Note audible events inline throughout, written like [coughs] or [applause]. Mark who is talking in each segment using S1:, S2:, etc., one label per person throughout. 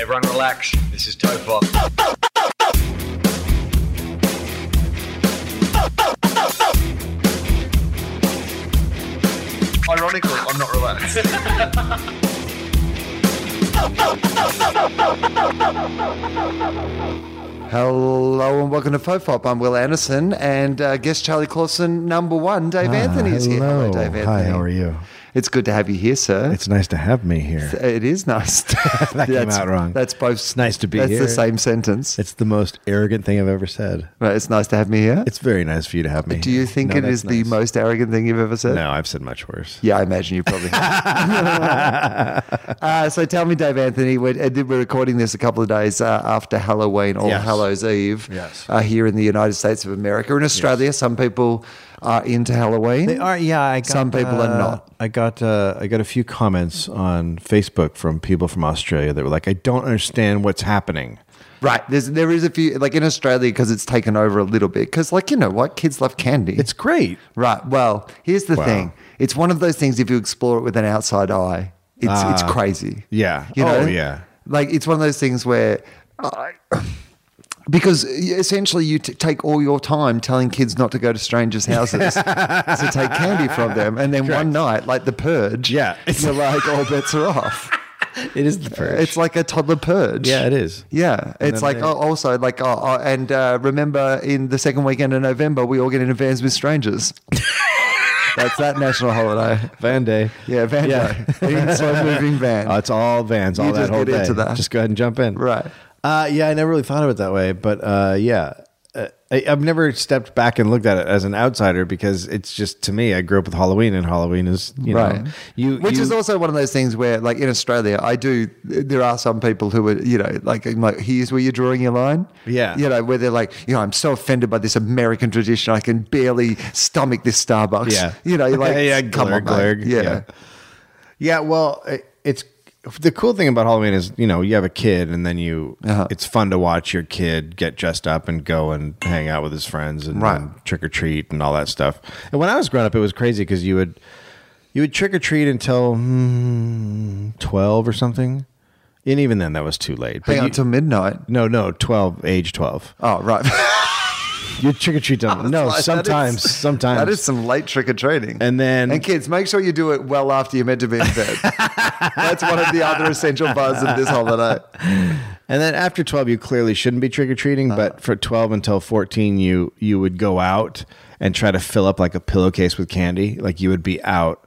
S1: Everyone relax. This is Topop. Ironically, I'm not relaxed.
S2: Hello and welcome to Fofop. I'm Will Anderson and uh, guest Charlie Clausen number one, Dave Anthony is here.
S3: Uh, Ah, Hello,
S2: Dave Anthony.
S3: Hi, how are you?
S2: It's good to have you here, sir.
S3: It's nice to have me here.
S2: it is nice.
S3: [laughs] That came
S2: That's-
S3: out wrong.
S2: That's both.
S3: It's nice to be
S2: that's
S3: here.
S2: the same sentence. It's,
S3: It's the most arrogant thing I've ever said.
S2: it's nice to have me here.
S3: It's very nice for you to have me.
S2: Do you think it is the most arrogant thing you've ever said?
S3: No, I've said much worse.
S2: Yeah, I imagine you probably have.
S3: [laughs]
S2: uh, so tell me, Dave Anthony, we're, uh, we're recording this a couple of days uh, after Halloween or
S3: Yes.
S2: Hallows Eve
S3: Yes.
S2: uh, here in the United States of America. In Australia, some people are into Halloween.
S3: They are. Yeah, I got,
S2: Some people are
S3: uh,
S2: not.
S3: I got uh, I got a few comments on Facebook from people from Australia that were like, "I don't understand what's happening."
S2: Right. There's, there is a few, like in Australia, because it's taken over a little bit. Because, like, you know what? Kids love candy.
S3: It's great.
S2: right. Well, here's the
S3: Wow.
S2: thing it's one of those things, if you explore it with an outside eye, it's, it's
S3: Ah.
S2: crazy.
S3: Yeah.
S2: You know?
S3: Oh yeah.
S2: Like it's one of those things where, I, [clears throat] because essentially you t- take all your time telling kids not to go to strangers'
S3: [laughs]
S2: houses to take candy from them, and then one night, like the purge,
S3: Yeah.
S2: you're like all bets are off.
S3: It is the purge.
S2: It's like a toddler purge.
S3: yeah, it is.
S2: Yeah, it's
S3: then
S2: like
S3: they-
S2: oh, also like oh, oh and uh, remember in the second weekend of November we all get into vans with
S3: [laughs]
S2: strangers. That's that national holiday.
S3: Van Day.
S2: Yeah, van
S3: Yeah.
S2: day.
S3: [laughs]
S2: slow moving van.
S3: Oh, it's all vans, all
S2: You
S3: that
S2: just
S3: whole
S2: get
S3: day.
S2: into that.
S3: Just go ahead and jump in.
S2: Right.
S3: Uh, yeah, I never really thought of it that way, but uh, yeah, uh, I, I've never stepped back and looked at it as an outsider because it's just to me, I grew up with Halloween, and Halloween is you
S2: right.
S3: know you
S2: which
S3: you-
S2: is also one of those things where, like in Australia, I do. There are some people who are, you know, like, I'm like here's where you're drawing your line.
S3: Yeah.
S2: you know, where they're like, you know, I'm so offended by this American tradition, I can barely stomach this Starbucks.
S3: [laughs] Yeah.
S2: you know, you're like,
S3: Yeah, yeah,
S2: come on,
S3: glurg,
S2: mate.
S3: glurg.
S2: Yeah.
S3: Yeah. yeah. Well, i- it's the cool thing about Halloween is you know you have a kid, and then you
S2: Uh-huh.
S3: it's fun to watch your kid get dressed up and go and hang out with his friends and,
S2: Right.
S3: and trick or treat and all that stuff. And when I was growing up, it was crazy because you would you would trick or treat until hmm, twelve or something. And even then, that was too late.
S2: hang
S3: you-
S2: out till midnight.
S3: No, no, twelve, age twelve.
S2: Oh, right.
S3: You trick or treat them. [laughs]
S2: [laughs]
S3: No,
S2: Like, that is-
S3: sometimes, sometimes.
S2: that is some late trick or treating.
S3: And then-
S2: and kids, make sure you do it well after you're meant to be in bed.
S3: [laughs]
S2: That's one of the other essential buzz of this holiday.
S3: and then after twelve, you clearly shouldn't be trick or treating. but for twelve until fourteen, you you would go out and try to fill up like a pillowcase with candy. Like you would be out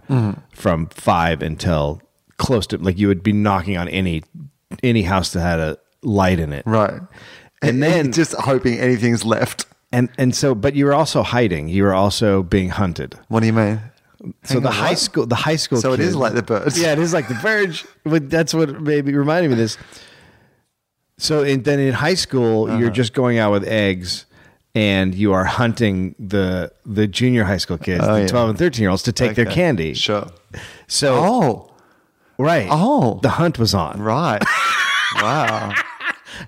S3: from five until close to like you would be knocking on any any house that had a light in it.
S2: Right.
S3: And then
S2: just hoping anything's left.
S3: and and so, but you were also hiding. You were also being hunted.
S2: What do you mean?
S3: So the high school, the high school.
S2: So it is
S3: kid-
S2: like the birds.
S3: Yeah, it is like the purge. But that's what maybe reminded me of this. So in, then in high school, you're
S2: Uh-huh.
S3: just going out with eggs, and you are hunting the the junior high school kids,
S2: Oh,
S3: the
S2: yeah.
S3: twelve and thirteen year olds, to take their
S2: Okay.
S3: candy.
S2: Sure.
S3: So
S2: Oh,
S3: right,
S2: Oh.
S3: the hunt was on, [laughs]
S2: right. wow.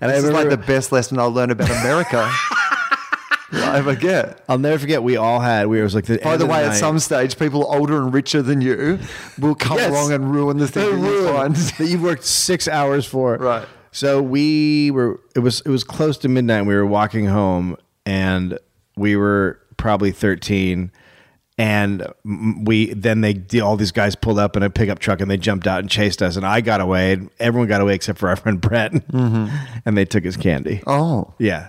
S3: and I
S2: This is
S3: remember,
S2: like the best lesson I'll learn about
S3: [laughs]
S2: America I ever get.
S3: I'll never forget. We all had. We it was like the.
S2: By
S3: end
S2: the
S3: of
S2: way, at
S3: night-
S2: some stage, people older and richer than you will come
S3: Yes.
S2: along and ruin the thing
S3: They
S2: that you
S3: ruined
S2: find.
S3: that you worked six hours for.
S2: Right.
S3: So we were. It was. It was close to midnight. and We were walking home, and we were probably thirteen. And m- we then they the- all these guys pulled up in a pickup truck and they jumped out and chased us and I got away and everyone got away except for our [laughs] friend Brett and they took his candy.
S2: Mm-hmm. Oh,
S3: Yeah,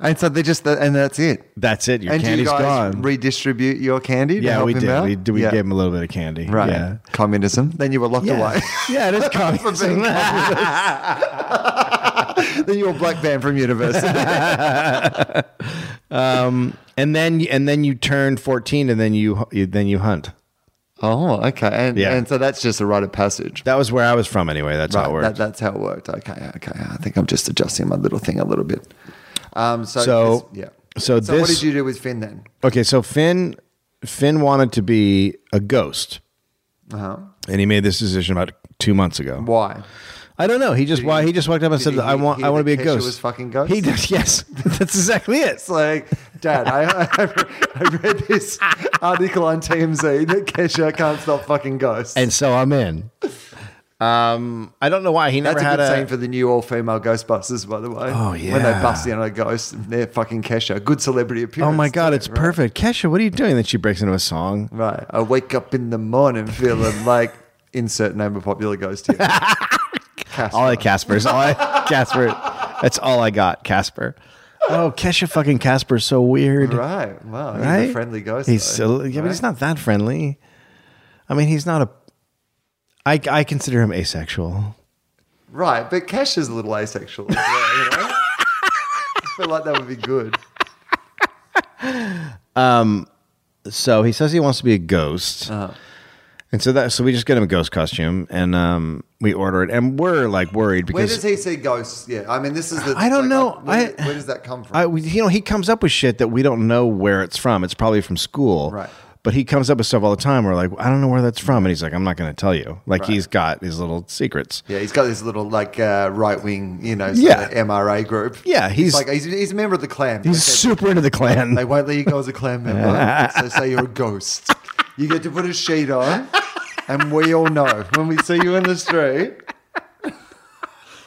S2: and so they just and that's it.
S3: that's it. Your
S2: and
S3: candy's
S2: do you guys
S3: gone.
S2: redistribute your candy? To
S3: yeah,
S2: help
S3: we
S2: him
S3: did.
S2: Out?
S3: We did. We
S2: yeah.
S3: gave him a little bit of candy.
S2: right
S3: Yeah.
S2: communism. Then you were locked away. [laughs]
S3: Yeah. [laughs] yeah, it is
S2: For
S3: communism.
S2: being communist. then you were black banned
S3: [laughs]
S2: from university.
S3: and then and then you turn 14 and then you, you then you hunt
S2: Oh, okay. And,
S3: Yeah.
S2: and so that's just a rite of passage.
S3: That was where I was from anyway. That's how it worked.
S2: That, that's how it worked. Okay, okay. I think I'm just adjusting my little thing a little bit. Um, so,
S3: So-
S2: this- yeah.
S3: so
S2: so what
S3: this-
S2: did you do with Finn then?
S3: okay, so Finn Finn wanted to be a ghost,
S2: Uh-huh.
S3: and he made this decision about two months ago.
S2: Why?
S3: I don't know. He just why he just walked up and said,
S2: he
S3: "I want
S2: hear
S3: I want to be
S2: that
S3: a
S2: Kesha
S3: ghost."
S2: was fucking ghost?
S3: He does. [laughs] Yes, that's exactly it.
S2: It's like, Dad, I, [laughs] I, I read this article on TMZ that Kesha can't stop fucking ghosts.
S3: And so I'm in. Um, I don't know why he never
S2: that's a
S3: had
S2: good
S3: a.
S2: saying for the new all-female Ghostbusters, by the way.
S3: Oh,
S2: when they
S3: yeah.
S2: bust in on a ghost, they're fucking Kesha. Good celebrity
S3: oh
S2: appearance.
S3: my god,
S2: too,
S3: it's
S2: right?
S3: perfect, Kesha. What are you doing? Then she breaks into a song.
S2: Right. I wake up in the morning
S3: [laughs]
S2: feeling like insert name of popular ghost here. Casper.
S3: All I Casper's.
S2: [laughs]
S3: All I Casper. That's all I got, Casper. Oh, Kesha fucking Casper's so weird.
S2: Right. Wow. He's
S3: right?
S2: a friendly ghost.
S3: He's
S2: though,
S3: so, yeah, but
S2: right?
S3: he's not that friendly. I mean, he's not a. I I consider him asexual.
S2: Right, but Cash is a little asexual. as well, you know? I feel like that would be good.
S3: So he says he wants to be a ghost.
S2: Uh-huh.
S3: And so that so we just get him a ghost costume and um we order it and we're like worried
S2: Where
S3: because
S2: does he see ghosts? Yeah, I mean, this is the.
S3: I don't know.
S2: where,
S3: I-
S2: where does that come from?
S3: I, we- you know, he comes up with shit that we don't know where it's from. It's probably from school.
S2: Right.
S3: But he comes up with stuff all the time. We're like, I don't know where that's from. And he's like, I'm not going to tell you. Like, he's got his little secrets.
S2: yeah, he's got this little like uh, right wing, you know, sort
S3: Yeah.
S2: of MRA group.
S3: Yeah, he's- [laughs]
S2: like he's, he's a member of the clan.
S3: He's
S2: They-
S3: super into the clan.
S2: They won't let you go as a clan
S3: [laughs]
S2: member, so say you're a ghost. You get to put a sheet on, and we all know when we see you in the street.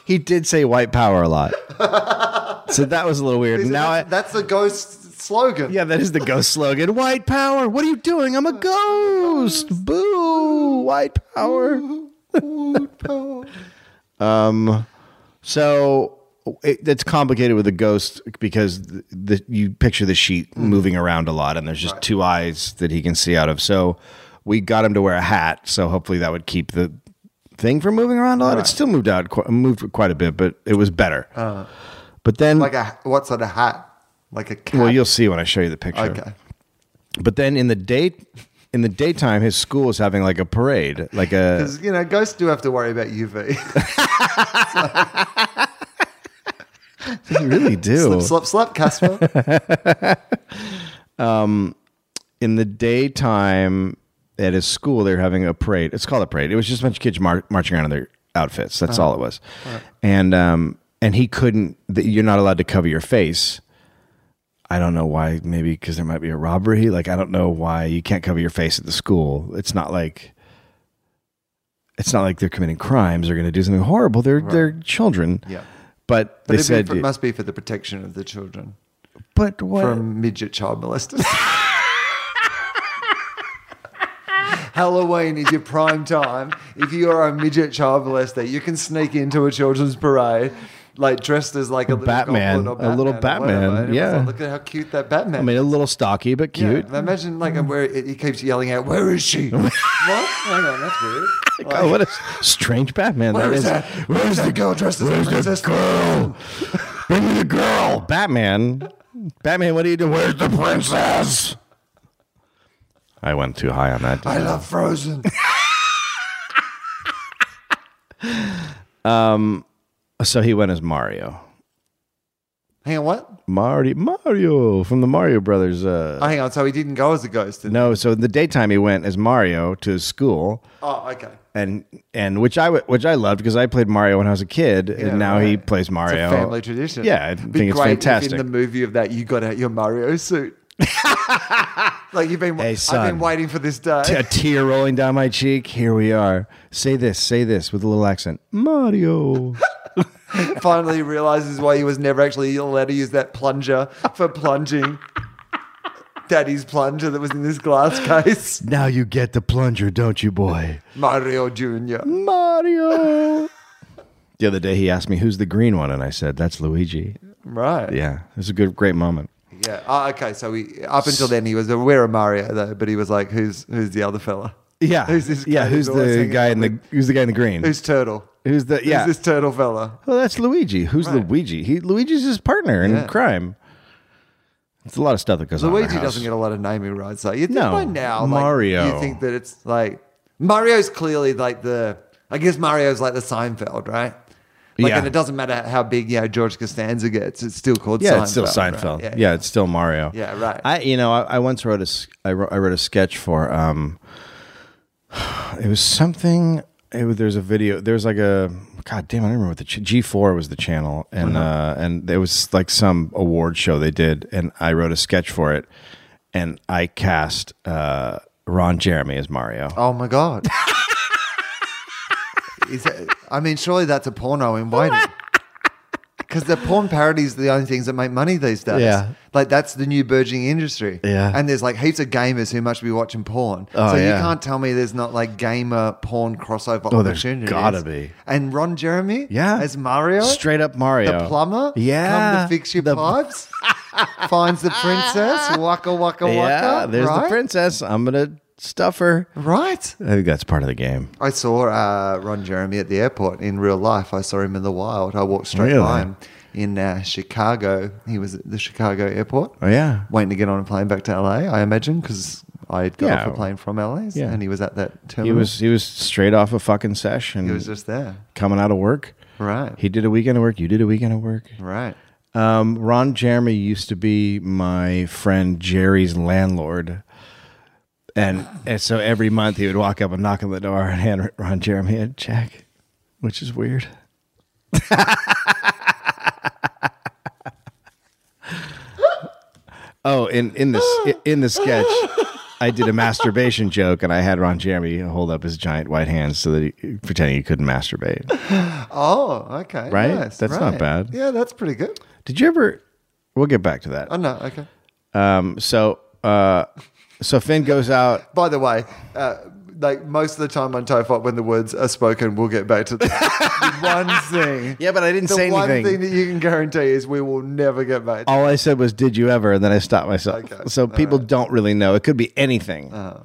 S3: he did say white power
S2: [laughs]
S3: a lot. so that was a little weird.
S2: Isn't
S3: Now,
S2: that-
S3: I,
S2: that's the ghost slogan.
S3: yeah, that is the ghost slogan. White power. What are you doing? I'm a ghost. Boo. White power. [laughs] Um, So it, it's complicated with a ghost because the, the, you picture the sheet
S2: Mm.
S3: moving around a lot, and there's just two eyes that he can see out of. So we got him to wear a hat, so hopefully that would keep the thing from moving around a lot. It still moved out, qu- moved quite a bit, but it was better. but then,
S2: Uh, like a what sort of hat? Like a cap.
S3: well, you'll see when I show you the picture.
S2: okay.
S3: But then in the day, in the daytime, his school is having like a parade, like [laughs] a
S2: Because you know, ghosts do have to worry about [laughs] UV.
S3: they [laughs] really do.
S2: slip, slap, slap,
S3: [laughs]
S2: Casper.
S3: in the daytime at his school, they were having a parade. It's called a parade. It was just a bunch of kids mar- marching around in their outfits. That's
S2: Uh-huh.
S3: all it was. And um, and he couldn't. The, you're not allowed to cover your face. I don't know why. Maybe because there might be a robbery. Like I don't know why you can't cover your face at the school. It's not like it's not like they're committing crimes. They're going to do something horrible. They're they're children.
S2: Yeah.
S3: But,
S2: But
S3: they
S2: it'd be
S3: said,
S2: for- it must be for the protection of the children
S3: but what?
S2: from midget child molesters. [laughs] Halloween is your prime time. If you are a midget child molester, you can sneak into a children's parade, like dressed as like a little
S3: Batman,
S2: goblin or
S3: a little
S2: or whatever.
S3: Batman,
S2: And it was
S3: yeah.
S2: like, look at how cute that Batman.
S3: I mean, a little stocky but
S2: Yeah,
S3: cute.
S2: imagine like where it, it keeps yelling out, "Where is
S3: [laughs]
S2: she?" what? Hang on, that's weird. Like,
S3: God, what a strange Batman
S2: where
S3: that
S2: is
S3: is.
S2: that? Where is the girl dressed as a princess?
S3: girl? Bring me the girl. Batman. Batman, what are you doing? Where's the princess? I went too high on that.
S2: I love Frozen.
S3: Uh, So he went as Mario.
S2: hang on, what?
S3: Mario, Mario from the Mario Brothers. Uh,
S2: Oh, hang on. So he didn't go as a ghost. Did
S3: no, so in the daytime he went as Mario to his school,
S2: Oh, okay.
S3: and and which I w- which I loved because I played Mario when I was a kid, and now he
S2: right.
S3: plays
S2: It's
S3: Mario.
S2: a family tradition.
S3: Yeah, I
S2: Be
S3: think it's
S2: great
S3: fantastic.
S2: If in the movie of that, you got out your Mario
S3: [laughs]
S2: suit. like you've been.
S3: Hey,
S2: I've
S3: son.
S2: been waiting for this day.
S3: T- a tear rolling down my cheek. Here we are. Say this, say this with a little accent. Mario.
S2: [laughs] Finally realizes why he was never actually allowed to use that plunger for
S3: [laughs]
S2: plunging. Daddy's plunger that was in this glass case.
S3: now you get the plunger, don't you, boy?
S2: Mario Junior.
S3: Mario. the other day he asked me, "Who's the green one?" and I said, "That's Luigi."
S2: Right.
S3: Yeah, it was a good, great moment.
S2: Yeah. Oh, okay. So he, up until then he was aware of Mario though, but he was like, "Who's who's the other fella? [laughs]
S3: Yeah,
S2: Who's this guy
S3: yeah. Who's
S2: who's always
S3: the
S2: hanging
S3: guy
S2: out
S3: in the Who's the guy in the green?
S2: Who's turtle?
S3: Who's the yeah?
S2: Who's this turtle fella?
S3: well, that's Luigi. Who's
S2: Right.
S3: Luigi? He Luigi's his partner in
S2: Yeah.
S3: crime. It's a lot of stuff that goes on. in our
S2: Luigi
S3: house.
S2: doesn't get a lot of naming rights. Like you think
S3: No,
S2: by now, like,
S3: Mario.
S2: you think that it's like Mario's clearly like the. I guess Mario's like the Seinfeld, right? Like,
S3: Yeah.
S2: and it doesn't matter how big you know George Costanza gets; it's still called.
S3: Yeah,
S2: Seinfeld,
S3: it's still
S2: right?
S3: Seinfeld. Yeah, it's still Mario.
S2: Yeah, right.
S3: I, you know, I, I once wrote a, s- I wrote, I wrote a sketch for, um, [sighs] it was something. It was, there's a video. There's like a god damn. I don't remember what the ch- G4 was the channel,
S2: Uh-huh.
S3: and uh, and there was like some award show they did, and I wrote a sketch for it, and I cast uh, Ron Jeremy as Mario.
S2: Oh my
S3: [laughs]
S2: god. Is that, I mean, surely that's a porno in waiting.
S3: [laughs]
S2: Because the porn parodies are the only things that make money these days.
S3: Yeah.
S2: Like that's the new burgeoning industry.
S3: Yeah.
S2: And there's like heaps of gamers who must be watching porn.
S3: Oh,
S2: so
S3: yeah.
S2: you can't tell me there's not like gamer porn crossover
S3: Oh, there's
S2: opportunities.
S3: gotta be.
S2: And Ron Jeremy?
S3: Yeah,
S2: As Mario?
S3: straight up Mario,
S2: The plumber?
S3: Yeah,
S2: Come to fix your
S3: The- [laughs]
S2: pipes? finds the princess? Waka waka
S3: Yeah,
S2: waka?
S3: there's
S2: right?
S3: the princess. I'm gonna stuff her.
S2: Right.
S3: I think that's part of the game.
S2: I saw uh, Ron Jeremy at the airport in real life. I saw him in the wild. I walked straight
S3: Really?
S2: by him in uh, Chicago. He was at the Chicago airport.
S3: Oh yeah,
S2: Waiting to get on a plane back to LA, I imagine, because I had got
S3: Yeah.
S2: off a plane from LA
S3: Yeah.
S2: and he was at that
S3: he
S2: terminal.
S3: was he was straight off a fucking session.
S2: he was just there.
S3: coming out of work.
S2: Right.
S3: He did a weekend of work. You did a weekend of work.
S2: right.
S3: Um, Ron Jeremy used to be my friend Jerry's landlord. And, and so every month he would walk up and knock on the door and hand Ron Jeremy a check, which is weird. [laughs] oh, in, in this in the sketch, I did a masturbation joke and I had Ron Jeremy hold up his giant white hands so that he pretending he couldn't masturbate.
S2: Oh, okay.
S3: Right?
S2: nice,
S3: That's not
S2: right.
S3: bad.
S2: Yeah, that's pretty good.
S3: Did you ever? We'll get back to that.
S2: Oh, no. Okay.
S3: Um, so, uh, so Finn goes out.
S2: By the way, uh, like most of the time on Tofop, when the words are spoken, we'll get back to that. [laughs] one thing.
S3: Yeah, but I didn't
S2: the
S3: say
S2: one
S3: anything.
S2: thing that you can guarantee is we will never get back. to
S3: All I said was, "Did you ever?" And then I stopped myself.
S2: Okay.
S3: So people don't really know. It could be anything.
S2: Uh-huh.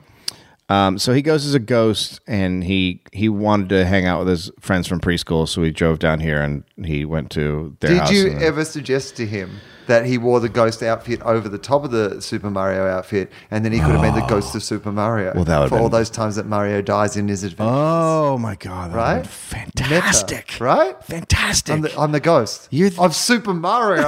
S3: Um, so he goes as a ghost, and he he wanted to hang out with his friends from preschool. So he drove down here, and he went to their
S2: Did
S3: house.
S2: you
S3: and then-
S2: ever suggest to him that he wore the ghost outfit over the top of the Super Mario outfit, and then he could have been the ghost of Super Mario
S3: Oh. Well, that would've
S2: for all
S3: been-
S2: those times that Mario dies in his adventures?
S3: Oh my god! that
S2: Right?
S3: would've been Fantastic!
S2: Meta, right?
S3: Fantastic!
S2: I'm the, I'm the ghost
S3: Oh. You're th-
S2: of Super
S3: [laughs]
S2: Mario.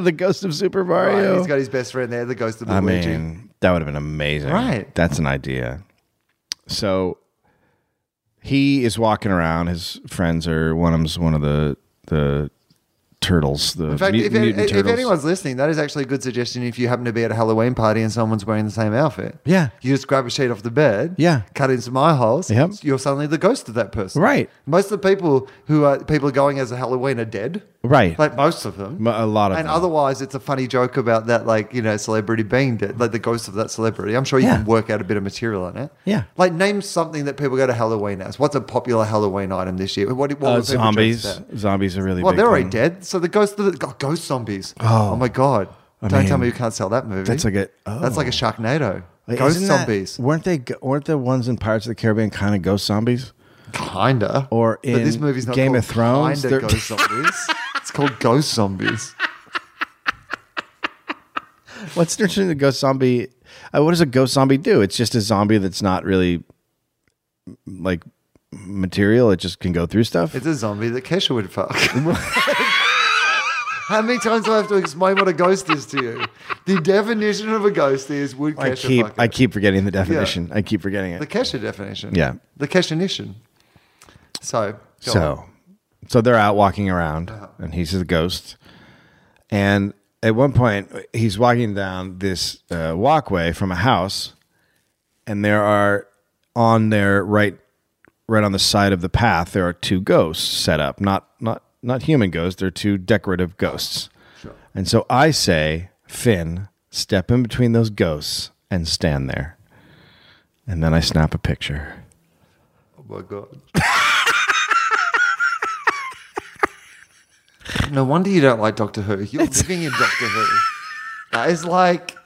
S3: the ghost of Super Mario.
S2: Right, he's got his best friend there, the ghost of
S3: I
S2: Luigi.
S3: mean, that would have been amazing.
S2: Right.
S3: That's an idea. So he is walking around. His friends are one of them's one of the the turtles. The
S2: In fact,
S3: mut-
S2: if,
S3: mutant
S2: if, if
S3: turtles.
S2: anyone's listening, that is actually a good suggestion if you happen to be at a Halloween party and someone's wearing the same outfit.
S3: Yeah.
S2: You just grab a sheet off the bed,
S3: Yeah.
S2: cut in some eye holes,
S3: Yep.
S2: you're suddenly the ghost of that person.
S3: Right.
S2: Most of the people who are people going as a Halloween are dead.
S3: right,
S2: Like most of them.
S3: M- a lot of
S2: and
S3: them.
S2: otherwise it's a funny joke about that like, you know, celebrity being dead, like the ghost of that celebrity. I'm sure you
S3: Yeah.
S2: can work out a bit of material on it.
S3: Yeah.
S2: Like name something that people go to Halloween as. What's a popular Halloween item this year? What, what
S3: Uh,
S2: would people dress
S3: zombies.
S2: as?
S3: Zombies are really.
S2: Well,
S3: big
S2: they're already
S3: thing.
S2: dead. So the ghost, the, oh, ghost zombies. Oh, my god! Don't tell me
S3: mean,
S2: you can't sell that movie.
S3: that's like a- oh.
S2: that's like a Sharknado.
S3: Wait,
S2: ghost
S3: isn't that-
S2: zombies,
S3: weren't they? go- Weren't the ones in Pirates of the Caribbean kind of ghost zombies?
S2: kinda.
S3: Or in
S2: but this movie's not
S3: Game
S2: called
S3: of Thrones,
S2: Kinda
S3: they're-
S2: ghost
S3: [laughs]
S2: zombies. It's called ghost zombies.
S3: What's the difference between a ghost zombie? Uh, what does a ghost zombie do? It's just a zombie that's not really like material. It just can go through stuff.
S2: It's a zombie that Kesha would
S3: [laughs]
S2: fuck. How many times do I have to explain what a ghost is to you? The definition of a ghost is would
S3: I
S2: Kesha
S3: keep
S2: fuck?
S3: I
S2: it?
S3: keep forgetting the definition. I keep forgetting
S2: the
S3: it.
S2: Kesha definition.
S3: Yeah.
S2: the Keshanition. So go on.
S3: So, so they're out walking around, and he's a ghost. And at one point, he's walking down this uh, walkway from a house, and there are on their right, right on the side of the path, there are two ghosts set up. Not not not human ghosts. They're two decorative ghosts. And so I say, Finn, step in between those ghosts and stand there. And then I snap a picture.
S2: Oh my god. [laughs] no wonder you don't like Doctor Who. You're living in Doctor Who. That is like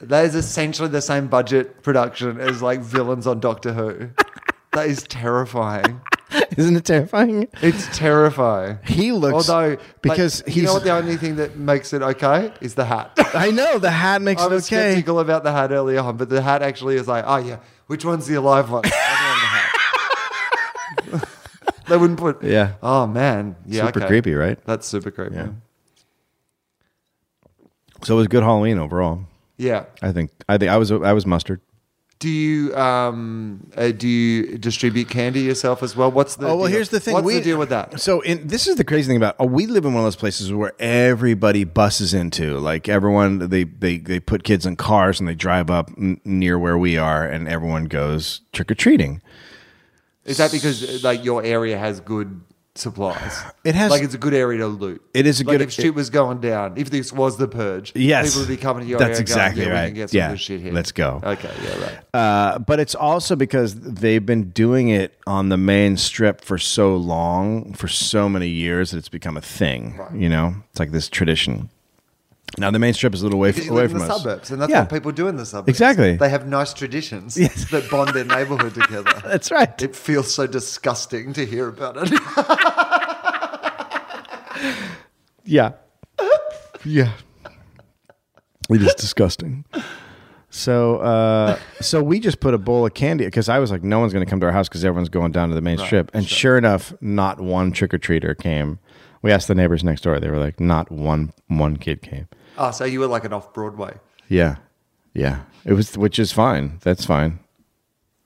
S2: that is essentially the same budget production as like villains on Doctor Who. That is terrifying.
S3: [laughs] Isn't it terrifying?
S2: It's terrifying.
S3: He looks-
S2: although
S3: because
S2: you know
S3: he's-
S2: what the only thing that makes it okay is the hat.
S3: [laughs] I know the hat makes
S2: I
S3: it
S2: was
S3: okay.
S2: skeptical about the hat early on, but the hat actually is like, oh yeah, which one's the alive one? I don't have the hat. [laughs] they wouldn't put.
S3: [laughs] Yeah.
S2: Oh man. Yeah.
S3: Super
S2: okay.
S3: creepy, right?
S2: That's super creepy. Yeah.
S3: So it was a good Halloween overall. I think. I think I was. I was mustard.
S2: Do you um uh, do you distribute candy yourself as well? What's the
S3: Oh well,
S2: deal?
S3: here's the thing.
S2: What's
S3: we,
S2: the deal with that?
S3: So, in, this is the crazy thing about. Oh, we live in one of those places where everybody busses into. Like everyone, they they they put kids in cars and they drive up n- near where we are, and everyone goes trick or treating.
S2: Is that because like your area has good supplies?
S3: [sighs] It has-
S2: like it's a good area to loot.
S3: It is a
S2: like
S3: good-
S2: if shit was going down. If this was the purge,
S3: Yes.
S2: people would be coming to your
S3: That's
S2: area.
S3: exactly
S2: going, yeah,
S3: right.
S2: We can get some
S3: Yeah.
S2: good shit here.
S3: Let's go.
S2: Okay, yeah, right.
S3: Uh, but it's also because they've been doing it on the main strip for so long, for so many years, that it's become a thing. You know, it's like this tradition. Now the main strip is a little away,
S2: Because you
S3: away
S2: live in
S3: from
S2: the
S3: us.
S2: suburbs, and that's
S3: Yeah.
S2: what people do in the suburbs.
S3: Exactly.
S2: They have nice traditions
S3: [laughs]
S2: that bond their neighborhood together.
S3: That's right.
S2: It feels so disgusting to hear about it. [laughs]
S3: Yeah. yeah. It is disgusting. So, uh, so we just put a bowl of candy because I was like, no one's going to come to our house because everyone's going down to the main strip. And sure enough, not one trick or treater came. We asked the neighbors next door. They were like, not one one kid came.
S2: oh, so you were like an off Broadway.
S3: Yeah, yeah. It was, which is fine. That's fine.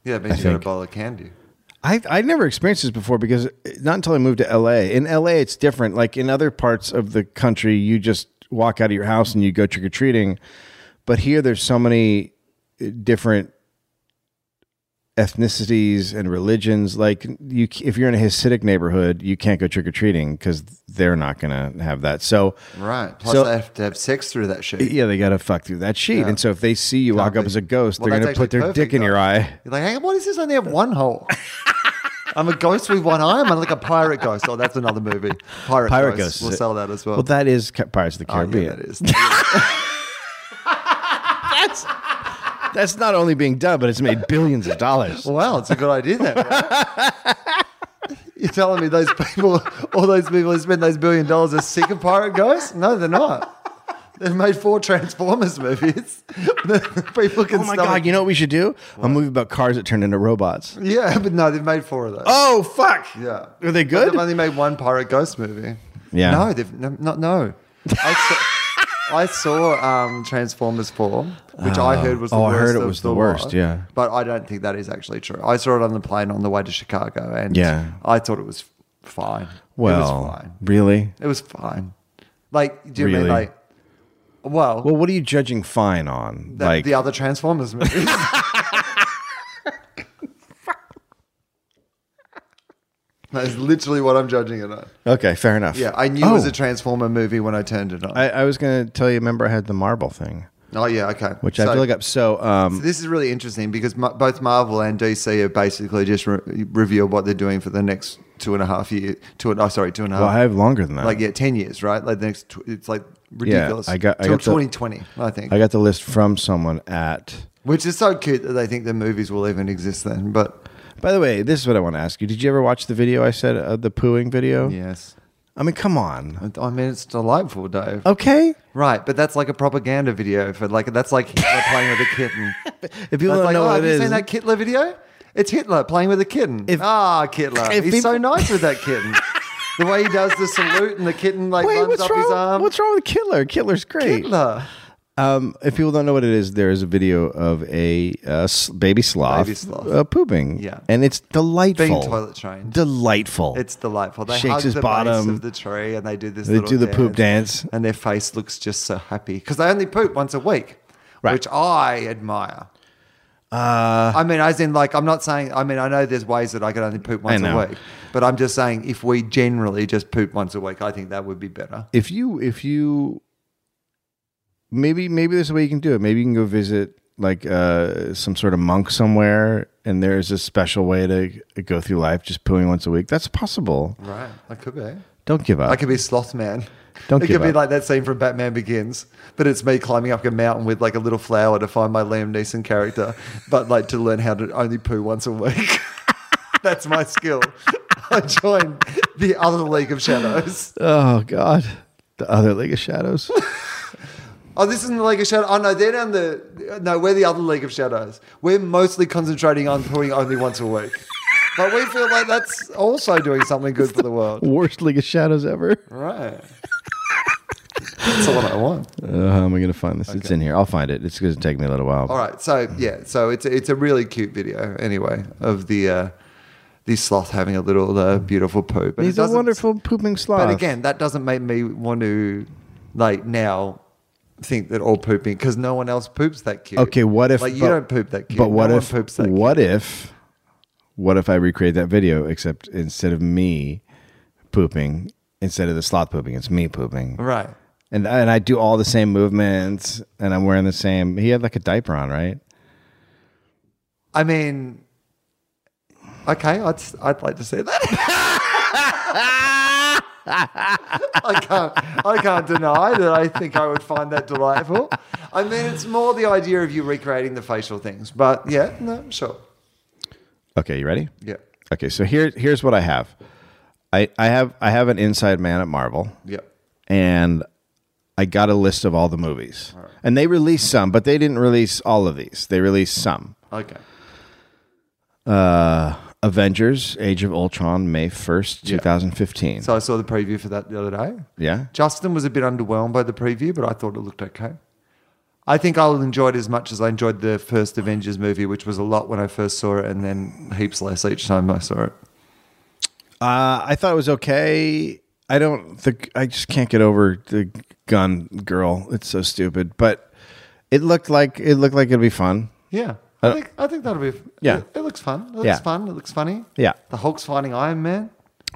S2: Yeah, it means you got a
S3: think.
S2: bowl of candy.
S3: I I never experienced this before because uh, not until I moved to LA. In LA, it's different. Like in other parts of the country, you just walk out of your house and you go trick or treating. But here, there's so many uh, different ethnicities and religions. Like you, if you're in a Hasidic neighborhood, you can't go trick or treating because they're not going to have that. So
S2: Right. Plus,
S3: So-
S2: they have to have sex through that shit.
S3: yeah, they got to fuck through that sheet. And so if they see you walk up as a ghost,
S2: Well,
S3: they're going
S2: that's
S3: to put
S2: actually
S3: their
S2: perfect,
S3: dick in your
S2: though.
S3: eye.
S2: You're like, hey, what is this? I only have one
S3: [laughs]
S2: hole. I'm a ghost with one eye. I'm like a pirate ghost. Oh, that's another movie. Pirate,
S3: Pirate
S2: ghost.
S3: ghost.
S2: We'll sell that as well.
S3: Well, that is Ca- Pirates of the
S2: Oh, yeah,
S3: Caribbean.
S2: that is. [laughs]
S3: That's not only being done, but it's made billions
S2: [laughs]
S3: of dollars.
S2: wow, it's a good idea then. right?
S3: [laughs]
S2: You're telling me those people, all those people who spend those billion dollars are sick of pirate ghosts? No, they're not. They've made four Transformers movies. [laughs] people can
S3: Oh my
S2: stomach-
S3: god! You know what we should do? A movie about cars that turn into robots.
S2: Yeah, but no, they've made four of those.
S3: Oh fuck!
S2: Yeah.
S3: Are they
S2: But
S3: good?
S2: They've only made one pirate ghost movie.
S3: Yeah.
S2: No, they've no, not no. I
S3: [laughs]
S2: saw, I saw um, Transformers Four, which I heard was the
S3: Oh, I
S2: worst.
S3: heard it
S2: of
S3: was
S2: the
S3: the worst,
S2: lot,
S3: yeah.
S2: But I don't think that is actually true. I saw it on the plane on the way to Chicago, and
S3: Yeah.
S2: I thought it was fine. it
S3: Well,
S2: was fine.
S3: really?
S2: It was fine. Like, do you mean
S3: Really?
S2: like? Well,
S3: Well, what are you judging fine on?
S2: the,
S3: like,
S2: the other Transformers
S3: [laughs]
S2: movies. that is literally what I'm judging it on.
S3: okay, fair enough.
S2: Yeah, I knew
S3: oh,
S2: it was a Transformer movie when I turned it on.
S3: I, I was gonna tell you. Remember, I had the marble thing,
S2: oh yeah, okay.
S3: which I
S2: So-
S3: have to look up. So, um,
S2: This is really interesting because ma- both Marvel and DC have basically just re- revealed what they're doing for the next two and a half years. Two and oh, sorry, two and a half.
S3: well, I have longer than that.
S2: like yeah, ten years, right? Like the next, tw- it's like ridiculous.
S3: I got- I
S2: till
S3: got the-
S2: twenty twenty, I think,
S3: I got the list from someone at.
S2: which is so cute that they think the movies will even exist then. But
S3: By the way, this is what I want to ask you. Did you ever watch the video I said, uh, the pooing video?
S2: yes,
S3: I mean, come on.
S2: I mean it's delightful,
S3: Oh.
S2: Dave.
S3: Okay.
S2: Right, but that's like a propaganda video for like that's like Hitler playing with a
S3: [laughs]
S2: kitten.
S3: If you
S2: That's
S3: don't
S2: like,
S3: know
S2: oh,
S3: what
S2: have
S3: it
S2: you
S3: is,
S2: seen that Hitler video? It's Hitler playing with a kitten.
S3: If-
S2: ah, Hitler,
S3: if
S2: he's so
S3: people-
S2: nice with that kitten. the way he does the salute and the kitten like
S3: Wait,
S2: runs
S3: what's
S2: up
S3: wrong?
S2: his arm.
S3: What's wrong with Killer? Killer's great.
S2: Hitler?
S3: Um, if people don't know what it is, there is a video of a uh, s- baby sloth,
S2: Baby sloth.
S3: Uh, pooping.
S2: Yeah.
S3: and it's delightful.
S2: Being toilet trained.
S3: Delightful.
S2: It's delightful. They
S3: Shakes
S2: hug
S3: his
S2: the
S3: bottom.
S2: base of the tree and they do this.
S3: They
S2: little
S3: do the poop dance.
S2: and their face looks just so happy because they only poop once a week,
S3: Right.
S2: which I admire. Uh, I mean, as in, like, I'm not saying. I mean, I know there's ways that I can only poop once a
S3: know.
S2: week, but I'm just saying if we generally just poop once a week, I think that would be better.
S3: if you if you maybe maybe there's a way you can do it. Maybe you can go visit like uh, some sort of monk somewhere, and there's a special way to go through life just pooing once a week. That's possible.
S2: Right, I could be.
S3: Don't give up.
S2: I could be Sloth Man.
S3: Don't
S2: it
S3: give
S2: could be
S3: up.
S2: like that scene from Batman Begins, but it's me climbing up a mountain with like a little flower to find my Liam Neeson [laughs] character, but like to learn how to only poo once a week. That's my skill. [laughs] I joined the other League of Shadows.
S3: Oh God, the other League of Shadows. [laughs]
S2: Oh, this isn't the League of Shadows. Oh, no, they're down the. No, we're the other League of Shadows. We're mostly concentrating on touring only once a week. But we feel like that's also doing something good for the
S3: [laughs]
S2: world.
S3: Worst League of Shadows ever.
S2: Right. That's all I want.
S3: Uh, how am I gonna find this? It's in here. I'll find it. It's gonna take me a little while.
S2: All right, so yeah, so it's it's a really cute video anyway of the uh, the sloth having a little uh, beautiful poop. And
S3: He's
S2: it
S3: a
S2: doesn't-
S3: wonderful pooping sloth.
S2: But again, that doesn't make me want to like now think that all pooping because no one else poops that cute.
S3: okay, what if?
S2: like you
S3: but-
S2: don't poop that cute?
S3: But what
S2: no
S3: if?
S2: one poops that cute.
S3: what if? What if I recreate that video except instead of me pooping, instead of the sloth pooping, it's me pooping.
S2: Right.
S3: And and I do all the same movements, and I'm wearing the same. He had like a diaper on, right?
S2: I mean, okay, I'd I'd like to see that. [laughs] I can't I can't deny that I think I would find that delightful. I mean, it's more the idea of you recreating the facial things, but yeah, no, sure,
S3: Okay, you ready?
S2: yeah,
S3: Okay, so here here's what I have. I I have I have an inside man at Marvel.
S2: yeah,
S3: and I got a list of all the movies. And they released some, but they didn't release all of these. They released some.
S2: okay,
S3: Uh, Avengers: Age of Ultron, May first, two thousand fifteen.
S2: So I saw the preview for that the other day.
S3: yeah,
S2: Justin was a bit underwhelmed by the preview, but I thought it looked okay. I think I'll enjoy it as much as I enjoyed the first Avengers movie, which was a lot when I first saw it, and then heaps less each time I saw it.
S3: uh, I thought it was okay. I don't. The I just can't get over the gun girl. It's so stupid, but it looked like it looked like it'd be fun.
S2: Yeah,
S3: I
S2: I
S3: don't-
S2: think I think that'll be.
S3: Yeah.
S2: it, it looks fun. It looks
S3: Yeah.
S2: fun. It looks funny.
S3: Yeah.
S2: the Hulk's fighting Iron Man.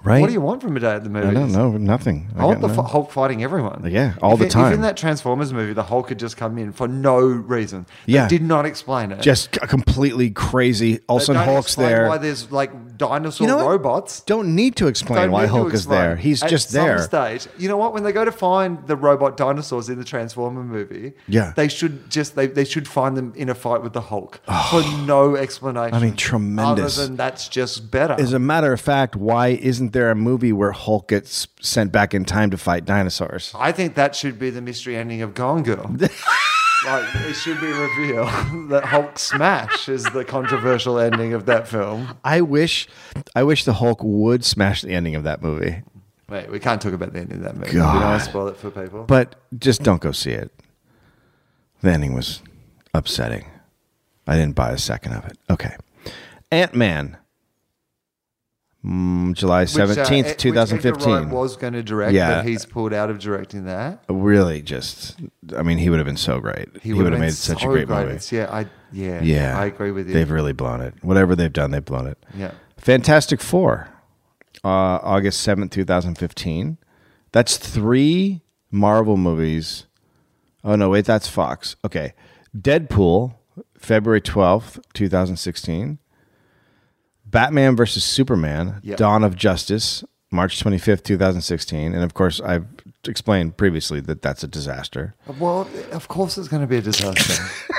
S3: Right.
S2: What do you want from a day at the movies?
S3: I don't know nothing.
S2: I want the
S3: got no-
S2: F- Hulk fighting everyone.
S3: Yeah, all
S2: If
S3: the
S2: it- If
S3: time.
S2: in that Transformers movie, the Hulk had just come in for no reason. They
S3: Yeah.
S2: did not explain it.
S3: just completely crazy.
S2: They
S3: Also,
S2: don't
S3: Hulk's
S2: explain
S3: there.
S2: Why there's like dinosaur
S3: You know what?
S2: robots?
S3: don't need to explain
S2: Don't
S3: why
S2: need to
S3: Hulk is
S2: explain.
S3: there. He's
S2: At
S3: just
S2: some
S3: there.
S2: Stage, you know what? When they go to find the robot dinosaurs in the Transformer movie,
S3: Yeah.
S2: they should just they, they should find them in a fight with the Hulk for no explanation.
S3: Oh. I mean, tremendous.
S2: Other than that's just better.
S3: As a matter of fact, why isn't there a movie where Hulk gets sent back in time to fight dinosaurs?
S2: I think that should be the mystery ending of Gone Girl.
S3: [laughs]
S2: like it should be revealed [laughs] that Hulk smash is the controversial ending of that film.
S3: I wish, I wish the Hulk would smash the ending of that movie,
S2: Wait, we can't talk about the ending of that movie. We don't
S3: God.
S2: want to spoil it for people.
S3: but just don't go see it. The ending was upsetting. I didn't buy a second of it. Okay, Ant Man, mm, July
S2: Which, uh,
S3: seventeenth,
S2: Ed- which
S3: two thousand
S2: Edgar
S3: fifteen.
S2: Wright was going to direct,
S3: Yeah.
S2: but he's pulled out of directing that.
S3: Really, just I mean, he would have been so great. He,
S2: would've
S3: would
S2: been
S3: have made such
S2: so
S3: a great, movie.
S2: It's- Yeah, I yeah,
S3: Yeah,
S2: I agree with you.
S3: They've really blown it. Whatever they've done, they've blown it.
S2: Yeah.
S3: Fantastic Four, uh, August seventh, two thousand fifteen. That's three Marvel movies. Oh no, wait, that's Fox. Okay, Deadpool, February twelfth, two thousand sixteen. Batman versus Superman,
S2: Yeah.
S3: Dawn of Justice, March twenty fifth, two thousand sixteen, and of course I've explained previously that that's a disaster.
S2: Uh, Well, of course it's going to be a [laughs] disaster. If-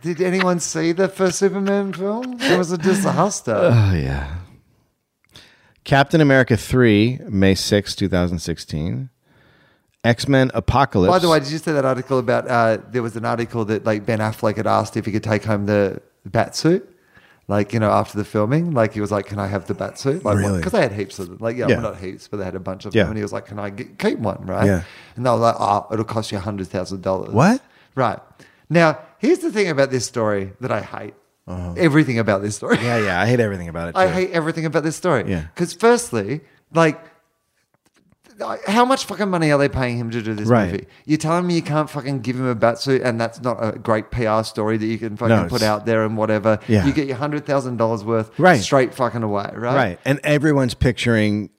S2: Did anyone see the first Superman film? It was a disaster.
S3: Oh yeah. Captain America 3, May 6, 2016. X-Men Apocalypse.
S2: By the way, did you see that article about? Uh, there was an article that like Ben Affleck had asked if he could take home the bat suit. Like you know, after the filming, like he was like, "Can I have the bat suit?" Like,
S3: Really?
S2: Because they had heaps of them. Like, yeah,
S3: Yeah.
S2: well, not heaps, but they had a bunch of
S3: Yeah.
S2: them. And he was like, "Can I get, keep one?" Right?
S3: Yeah.
S2: And they were like, "Oh, it'll cost you hundred thousand dollars."
S3: What?
S2: Right. Now, here's the thing about this story that I hate.
S3: Uh-huh.
S2: Everything about this story.
S3: Yeah, yeah, I hate everything about it. Too.
S2: I hate everything about this story.
S3: Yeah.
S2: Because firstly, like, I- how much fucking money are they paying him to do this
S3: Right.
S2: movie? You're telling me you can't fucking give him a batsuit, and that's not a great PR story that you can fucking
S3: it's-
S2: put out there and whatever.
S3: Yeah.
S2: You get your hundred thousand dollars worth
S3: Right.
S2: straight fucking away, right?
S3: Right. And everyone's picturing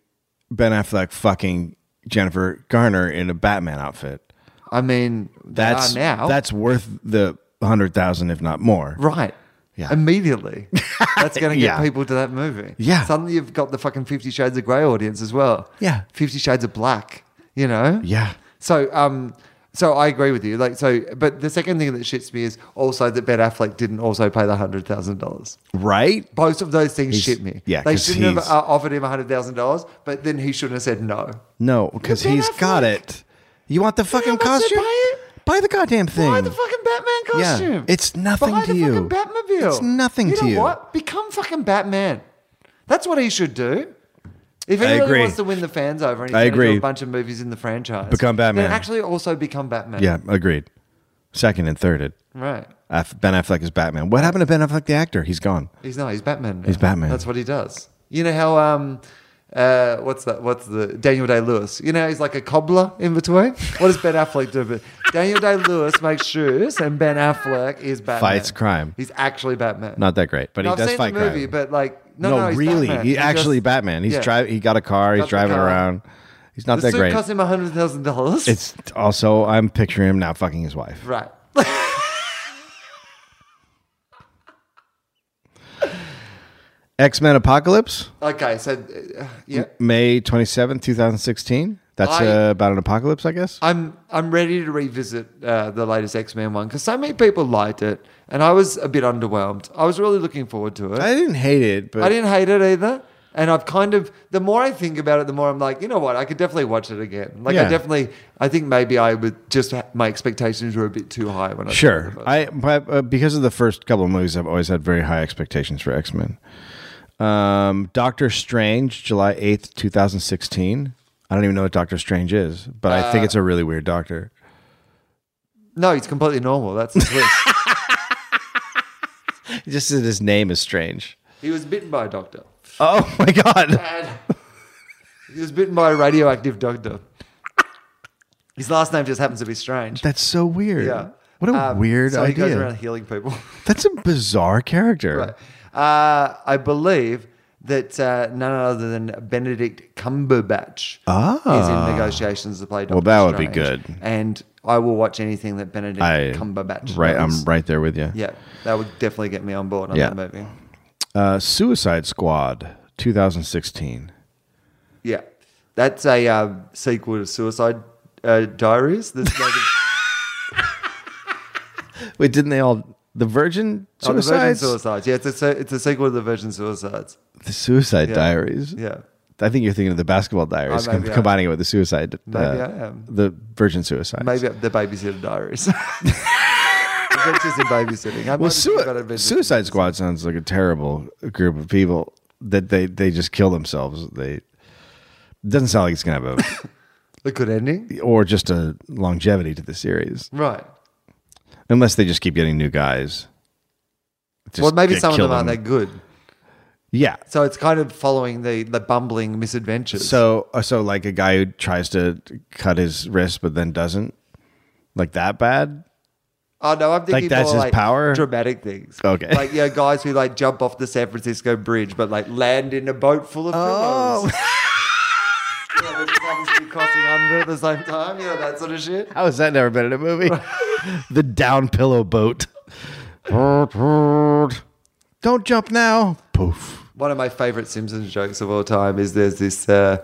S3: Ben Affleck fucking Jennifer Garner in a Batman outfit.
S2: I mean,
S3: That's
S2: they are now
S3: that's worth the 100,000 if not more.
S2: right.
S3: Yeah. [laughs]
S2: Immediately. That's going to get
S3: Yeah.
S2: people to that movie.
S3: Yeah.
S2: Suddenly you've got the fucking Fifty Shades of Grey audience as well.
S3: Yeah.
S2: Fifty Shades of Black, you know?
S3: Yeah.
S2: So, um, So I agree with you. Like so, but the second thing that shits me is also that Ben Affleck didn't also pay the hundred thousand dollars.
S3: right?
S2: Both of those things shit me.
S3: yeah,
S2: they
S3: 'cause
S2: shouldn't have
S3: he's-
S2: uh, offered him hundred thousand dollars, but then he shouldn't have said no.
S3: No, because
S2: Ben
S3: he's got
S2: Affleck.
S3: it. You want the fucking
S2: how much they
S3: costume?
S2: pay it?
S3: Buy the goddamn thing.
S2: Buy the fucking Batman
S3: Yeah,
S2: costume.
S3: it's nothing
S2: Buy
S3: to
S2: the
S3: you.
S2: Fucking Batmobile.
S3: It's nothing
S2: you
S3: to
S2: know
S3: you.
S2: What? Become fucking Batman. That's what he should do. If he
S3: I
S2: really
S3: agree.
S2: wants to win the fans over, and he's
S3: I
S2: gonna do
S3: agree.
S2: a bunch of movies in the franchise,
S3: Become Batman.
S2: Then actually, also become Batman.
S3: yeah, agreed. Second and thirded.
S2: right.
S3: Aff- Ben Affleck is Batman. What happened to Ben Affleck, the actor? He's gone.
S2: He's not. He's Batman. now.
S3: He's Batman.
S2: That's what he does. You know how um, uh, what's that? What's the Daniel Day Lewis? You know how he's like a cobbler in between. What does Ben Affleck do? But Daniel Day Lewis makes shoes, and Ben Affleck is Batman.
S3: Fights crime.
S2: He's actually Batman.
S3: Not that great, but
S2: No,
S3: he
S2: I've
S3: does
S2: seen
S3: fight
S2: the movie,
S3: crime.
S2: but like no, no,
S3: no,
S2: he's
S3: really,
S2: Batman.
S3: he's actually
S2: just-
S3: Batman. He's
S2: yeah.
S3: driving. He got a car. He's
S2: Got the
S3: driving
S2: car.
S3: around. He's not
S2: The
S3: that
S2: suit
S3: great.
S2: cost him hundred thousand dollars.
S3: It's also I'm picturing him now fucking his wife.
S2: right. [laughs]
S3: X Men Apocalypse,
S2: okay, so uh, yeah,
S3: May twenty seventh, two thousand sixteen. That's
S2: I-
S3: uh, about an apocalypse, I guess.
S2: I'm I'm ready to revisit uh, the latest X Men one because so many people liked it, and I was a bit underwhelmed. I was really looking forward to it.
S3: I didn't hate it, but
S2: I didn't hate it either. And I've kind of, the more I think about it, the more I'm like, you know what? I could definitely watch it again. Like,
S3: Yeah.
S2: I definitely, I think maybe I would just, my expectations were a bit too high when I
S3: Sure.
S2: thought of it.
S3: I but, uh, because of the first couple of movies, I've always had very high expectations for X Men. Um, Doctor Strange, July eighth, two thousand sixteen. I don't even know what Doctor Strange is, but I think it's a really weird doctor.
S2: No, he's completely normal. That's the twist.
S3: Just that his name is strange.
S2: he was bitten by a doctor.
S3: Oh [laughs] my god!
S2: And he was bitten by a radioactive doctor. His last name just happens to be strange.
S3: That's so weird.
S2: Yeah.
S3: What a
S2: Um,
S3: weird
S2: so He
S3: idea.
S2: goes around healing people. [laughs]
S3: That's a bizarre character.
S2: Right. Uh, I believe that uh, none other than Benedict Cumberbatch is
S3: Ah.
S2: in negotiations to play Doctor
S3: Well, that would be
S2: Strange.
S3: good.
S2: And I will watch anything that Benedict
S3: I
S2: Cumberbatch
S3: right.
S2: does.
S3: I'm right there with you.
S2: Yeah, that would definitely get me on board on
S3: Yeah.
S2: that movie.
S3: Uh, Suicide Squad, 2016.
S2: Yeah, that's a uh, sequel to Suicide uh, Diaries. There's
S3: [laughs]
S2: like a-
S3: Wait, didn't they all the Virgin
S2: oh, the Virgin
S3: Suicides?
S2: Suicides. Yeah, it's a se- it's a sequel to the Virgin Suicides.
S3: the Suicide
S2: Yeah.
S3: Diaries.
S2: Yeah.
S3: I think you're thinking of the Basketball Diaries,
S2: Oh,
S3: com-
S2: maybe I am.
S3: combining it with the Suicide. uh,
S2: Maybe I am.
S3: The Virgin Suicides.
S2: Maybe the babysitter diaries. [laughs] Adventures in babysitting. I
S3: Well,
S2: might just think about
S3: sui-
S2: Adventures in
S3: Suicide
S2: Babysitting.
S3: Squad sounds like a terrible group of people that they they just kill themselves. They doesn't sound like it's gonna have
S2: A good ending, [laughs]
S3: a or just a longevity to the series,
S2: right?
S3: unless they just keep getting new guys. Just
S2: well, maybe
S3: get-
S2: some of
S3: kill
S2: them aren't that good.
S3: Yeah.
S2: So it's kind of following the the bumbling misadventures.
S3: So uh, so like a guy who tries to cut his wrist but then doesn't, like that bad.
S2: oh no, I'm thinking
S3: Like, that's
S2: more
S3: his
S2: like
S3: power?
S2: dramatic things.
S3: Okay.
S2: like yeah, guys who like jump off the San Francisco Bridge, but like land in a boat full of
S3: Oh. [laughs]
S2: pillows. yeah, they're just obviously crossing under at the same time. You know that sort of shit.
S3: How has that never been in a movie? [laughs] the down pillow boat. Don't jump now. Poof.
S2: One of my favorite Simpsons jokes of all time is there's this. Uh,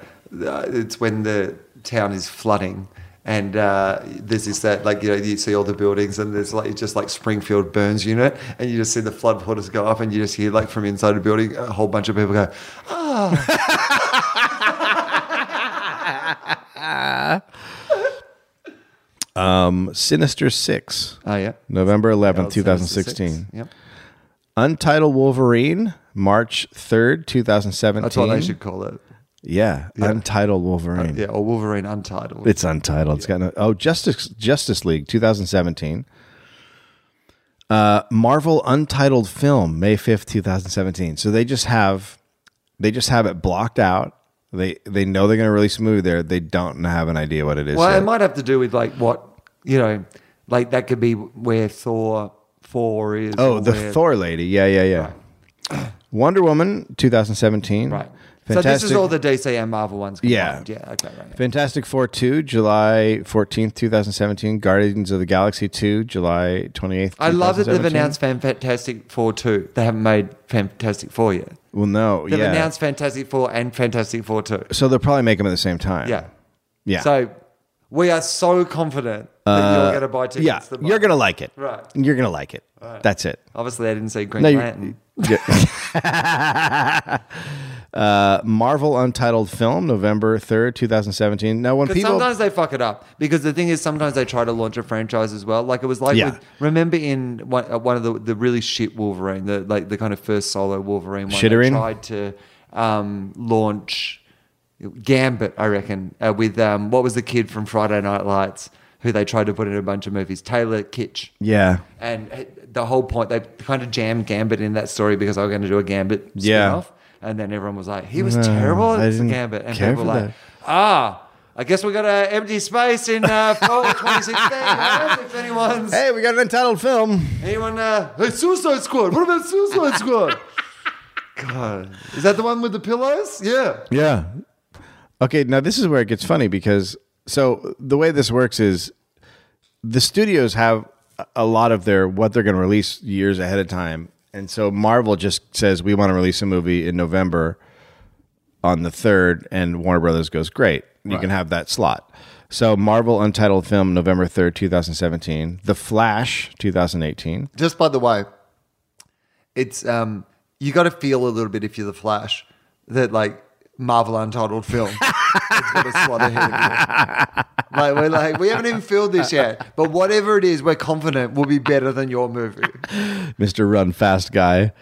S2: uh, it's when the town is flooding, and uh, there's this that like you know you see all the buildings, and there's like just like Springfield Burns Unit, and you just see the flood waters go up, and you just hear like from inside a building a whole bunch of people go,
S3: Sinister Six,
S2: oh yeah,
S3: November 11th,
S2: That was
S3: 2016.
S2: Yep,
S3: Untitled Wolverine, March 3rd, 2017.
S2: that's what they should call it.
S3: Yeah, Untitled Wolverine.
S2: Yeah, or Wolverine Untitled.
S3: It's untitled. It's got no. Oh, Justice Justice League 2017. Uh, Marvel Untitled Film May 5th, 2017. So they just have they just have it blocked out. They they know they're going to release a movie there. They don't have an idea what it is.
S2: Well,
S3: yet.
S2: it might have to do with like what you know, like that could be where Thor four is.
S3: oh,
S2: or
S3: the
S2: where-
S3: Thor lady. Yeah, yeah, yeah. [clears throat] Wonder Woman 2017.
S2: Right.
S3: Fantastic.
S2: So this is all the DC and Marvel ones. Combined.
S3: Yeah.
S2: Yeah. Okay. Right.
S3: Fantastic Four 2, July 14th, 2017. Guardians of the Galaxy 2, July 28th.
S2: I love that they've
S3: 2017.
S2: announced Fantastic Four two. They haven't made Fantastic Four yet.
S3: Well, no.
S2: They've
S3: yeah.
S2: announced Fantastic Four and Fantastic Four two.
S3: So they'll probably make them at the same time.
S2: Yeah.
S3: Yeah. Uh,
S2: So We are so confident that you're going to buy tickets.
S3: Yeah,
S2: the month.
S3: you're gonna like it.
S2: Right.
S3: You're gonna like it. That's it.
S2: Obviously, I didn't see Green
S3: No, you-
S2: Lantern. [laughs]
S3: [laughs] Uh, Marvel Untitled Film, November third, two thousand seventeen. Now, when
S2: But
S3: people
S2: sometimes they fuck it up because the thing is, sometimes they try to launch a franchise as well. Like it was like,
S3: Yeah.
S2: with, remember in one, uh, one of the, the really shit Wolverine, the like the kind of first solo Wolverine one, they
S3: Shitterine?
S2: tried to um, launch Gambit, I reckon, uh, with um, what was the kid from Friday Night Lights who they tried to put in a bunch of movies, Taylor Kitsch.
S3: yeah,
S2: And uh, the whole point, they kind of jammed Gambit in that story because they were going to do a Gambit
S3: Yeah.
S2: spin-off. And then everyone was like, he was
S3: No,
S2: terrible
S3: I
S2: as
S3: didn't
S2: Gambit. And
S3: care
S2: people were
S3: for
S2: like,
S3: that.
S2: ah, I guess we got an empty space in
S3: [laughs]
S2: uh, fall 2016. right? if anyone's,
S3: hey, we got an Untitled Film.
S2: anyone, uh, hey, Suicide Squad. What about Suicide
S3: [laughs]
S2: Squad? God. Is that the one with the pillows? Yeah.
S3: Yeah. Okay, now this is where it gets funny because so the way this works is the studios have a- a lot of their what they're going to release years ahead of time. And so Marvel just says we want to release a movie in November on the 3rd and Warner Brothers goes, "Great. You can have that slot." So Marvel Untitled Film November 3rd, 2017, The Flash 2018.
S2: Just by the way, it's um, you got to feel a little bit if you're the Flash that like Marvel Untitled film. it's got a slot ahead of you. Like we're like we haven't even filled this yet, but whatever it is, we're confident will be better than your movie.
S3: Mr. Run Fast Guy.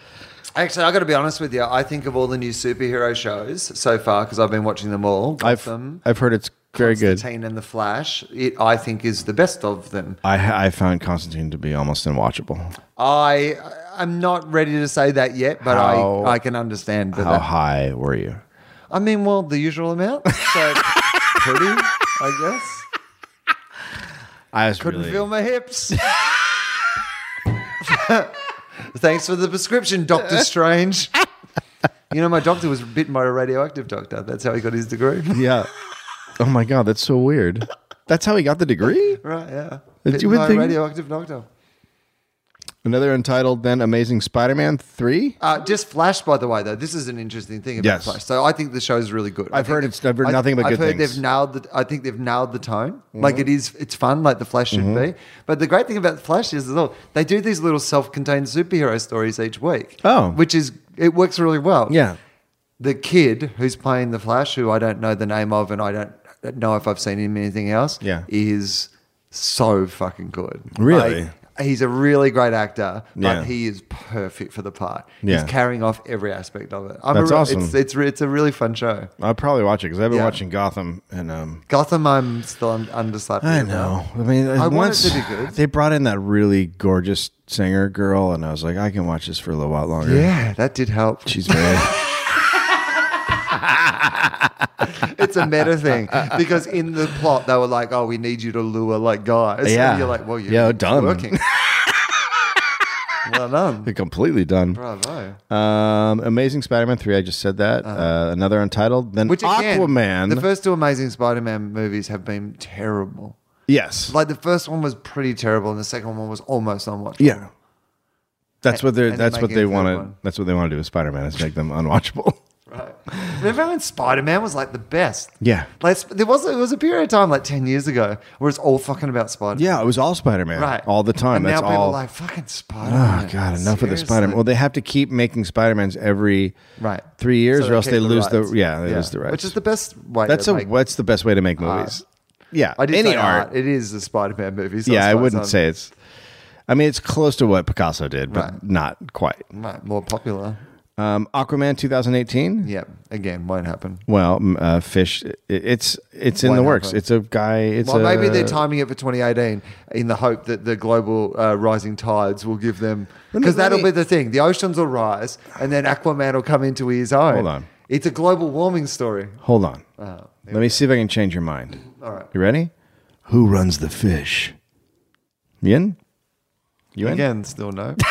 S2: Actually, I got to be honest with you. I think of all the new superhero shows so far because I've been watching them all.
S3: I've
S2: Gotham,
S3: I've heard it's very good.
S2: Constantine and the Flash. It I think is the best of them.
S3: I, I found Constantine to be almost unwatchable.
S2: I I'm not ready to say that yet, but
S3: How-
S2: I I can understand that.
S3: How
S2: that
S3: high were you?
S2: I mean, well, the usual amount. So pretty, I guess.
S3: I was
S2: Couldn't
S3: really- [laughs]
S2: feel my hips. [laughs] Thanks for the prescription, Doctor Strange. You know, my doctor was bitten by a radioactive doctor. That's how he got his degree. [laughs]
S3: Yeah. Oh my god, that's so weird. That's how he got the degree.
S2: right, yeah.
S3: You
S2: Bitten
S3: would
S2: by
S3: think-
S2: a radioactive doctor.
S3: Another untitled, then Amazing Spider-Man three.
S2: Uh, just Flash, by the way, though this is an interesting thing about
S3: Yes.
S2: Flash. So I think the show is really good. I
S3: I've
S2: think
S3: heard
S2: that-
S3: it's- I've heard
S2: I-
S3: nothing but
S2: I've
S3: good
S2: heard
S3: things.
S2: They've
S3: Mm-hmm.
S2: nailed the. I think they've nailed the tone. Like it is, it's fun. Like the Flash should be. But the great thing about Flash is, as well, they do these little self-contained superhero stories each week.
S3: Oh.
S2: which is it works really well.
S3: Yeah.
S2: the kid who's playing the Flash, who I don't know the name of, and I don't know if I've seen him in anything else.
S3: Yeah.
S2: is so fucking good.
S3: Really?
S2: Like, He's a really great actor, but
S3: Yeah.
S2: he is perfect for the part.
S3: Yeah.
S2: He's carrying off every aspect of it. I'm
S3: That's
S2: a, re-
S3: awesome.
S2: It's, it's re- it's a really fun show.
S3: I'll probably watch it because I've been
S2: Yeah.
S3: watching Gotham and um.
S2: Gotham, I'm still un- undecided.
S3: I
S2: about.
S3: know. I mean, uh,
S2: I want it
S3: once
S2: to be good.
S3: they brought in that really gorgeous singer girl, and I was like, I can watch this for a little while longer.
S2: Yeah, that did help.
S3: [laughs] She's very. [laughs]
S2: It's a meta thing because in the plot they were like, "Oh, we need you to lure like guys."
S3: Yeah.
S2: and you're like, "Well, you're
S3: Yeah,
S2: it's
S3: done.
S2: Working.
S3: [laughs]
S2: well done,
S3: completely done.
S2: bravo.
S3: Um, Amazing Spider-Man three. I just said that. Uh, another untitled. Then
S2: Uh-huh. Which again,
S3: Aquaman.
S2: The first two Amazing Spider-Man movies have been terrible.
S3: yes.
S2: Like the first one was pretty terrible, and the second one was almost unwatchable.
S3: Yeah. That's what they're.
S2: and
S3: That's
S2: then
S3: what
S2: make
S3: they
S2: it a third
S3: want to.
S2: one.
S3: That's what they want to do with Spider Man is make them [laughs] unwatchable.
S2: Right. Remember when Spider Man was like the best?
S3: Yeah.
S2: Like sp- there was it was a period of time like ten years ago where it's all fucking about Spider.
S3: yeah, it was all Spider Man.
S2: Right.
S3: All the time.
S2: And
S3: that's
S2: now
S3: all.
S2: people are like fucking Spider.
S3: oh God, enough of the Spider Man. Well, they have to keep making Spider Mans every
S2: Right.
S3: three years,
S2: So
S3: or else
S2: keep
S3: they lose
S2: rights.
S3: the yeah, they lose the rights.
S2: Which is the best way.
S3: that's
S2: to
S3: a
S2: make-
S3: what's the best way to make movies? Yeah,
S2: I did
S3: any
S2: say "Oh,
S3: art.
S2: It is a Spider Man movie. So
S3: yeah, I
S2: suppose
S3: wouldn't
S2: I'm
S3: say it's. I mean, it's close to what Picasso did, but
S2: Right.
S3: not quite.
S2: mo- more popular.
S3: Um, Aquaman 2018.
S2: Yeah. Again, won't happen.
S3: Well, m- uh, fish. i- It's it's in
S2: Why
S3: the
S2: not,
S3: works.
S2: but-
S3: It's a guy. It's
S2: Well,
S3: a,
S2: maybe they're timing it for 2018 in the hope that the global uh, rising tides will give them
S3: me-
S2: because
S3: let
S2: that'll
S3: me-
S2: be the thing. The oceans will rise, and then Aquaman will come into his own.
S3: Hold on.
S2: it's a global warming story.
S3: Hold on. Let me see if I can change your mind. All right. You ready? Who runs the fish? You in? You in?
S2: Again, still no. [laughs]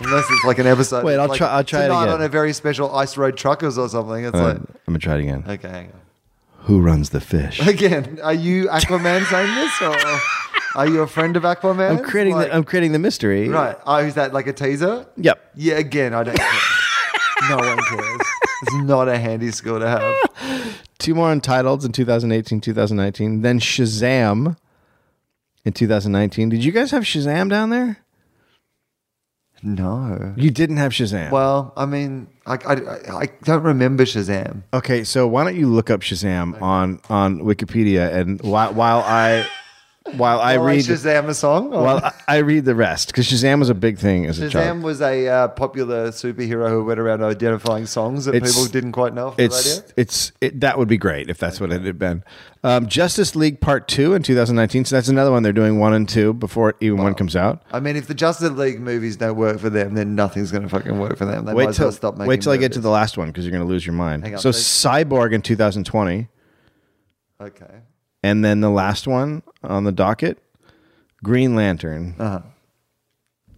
S2: Unless it's like an episode.
S3: Wait, I'll
S2: like
S3: try- I'll try it
S2: tonight
S3: again.
S2: on a very special Ice Road Truckers or something. It's
S3: Uh, I'm gonna try it again.
S2: like okay, hang on.
S3: Who runs the fish?
S2: Again, are you Aquaman saying this, or are you a friend of Aquaman?
S3: I'm creating.
S2: Like-
S3: the, I'm creating the mystery.
S2: right. Oh, is that like a teaser?
S3: Yep.
S2: Yeah, again, I don't care. no one cares. It's not a handy skill to have.
S3: two more Untitleds in 2018, 2019. Then Shazam in 2019. Did you guys have Shazam down there?
S2: No.
S3: You didn't have Shazam.
S2: Well, I mean, I, I, I- I don't remember Shazam.
S3: Okay, so why don't you look up Shazam on on Wikipedia and while while I while I
S2: Well, like
S3: read
S2: Shazam a song? or-
S3: while I- I read the rest because Shazam was a big thing as a
S2: Shazam
S3: child.
S2: was a uh, popular superhero who went around identifying songs that
S3: It's-
S2: people didn't quite know. Off the
S3: It's
S2: radio.
S3: it's it, that would be great if that's what it had been. Um, Justice League Part Two in 2019. So that's another one they're doing one and two before it- even one comes out.
S2: I mean, if the Justice League movies don't work for them, then nothing's going to fucking work for them. They might
S3: Wait
S2: as well
S3: till
S2: stop making.
S3: wait till I get to
S2: movies.
S3: the last one because you're going to lose your mind.
S2: Hang on,
S3: so
S2: please.
S3: Cyborg in 2020,
S2: Okay.
S3: and then the last one on the docket, Green Lantern.
S2: Ah.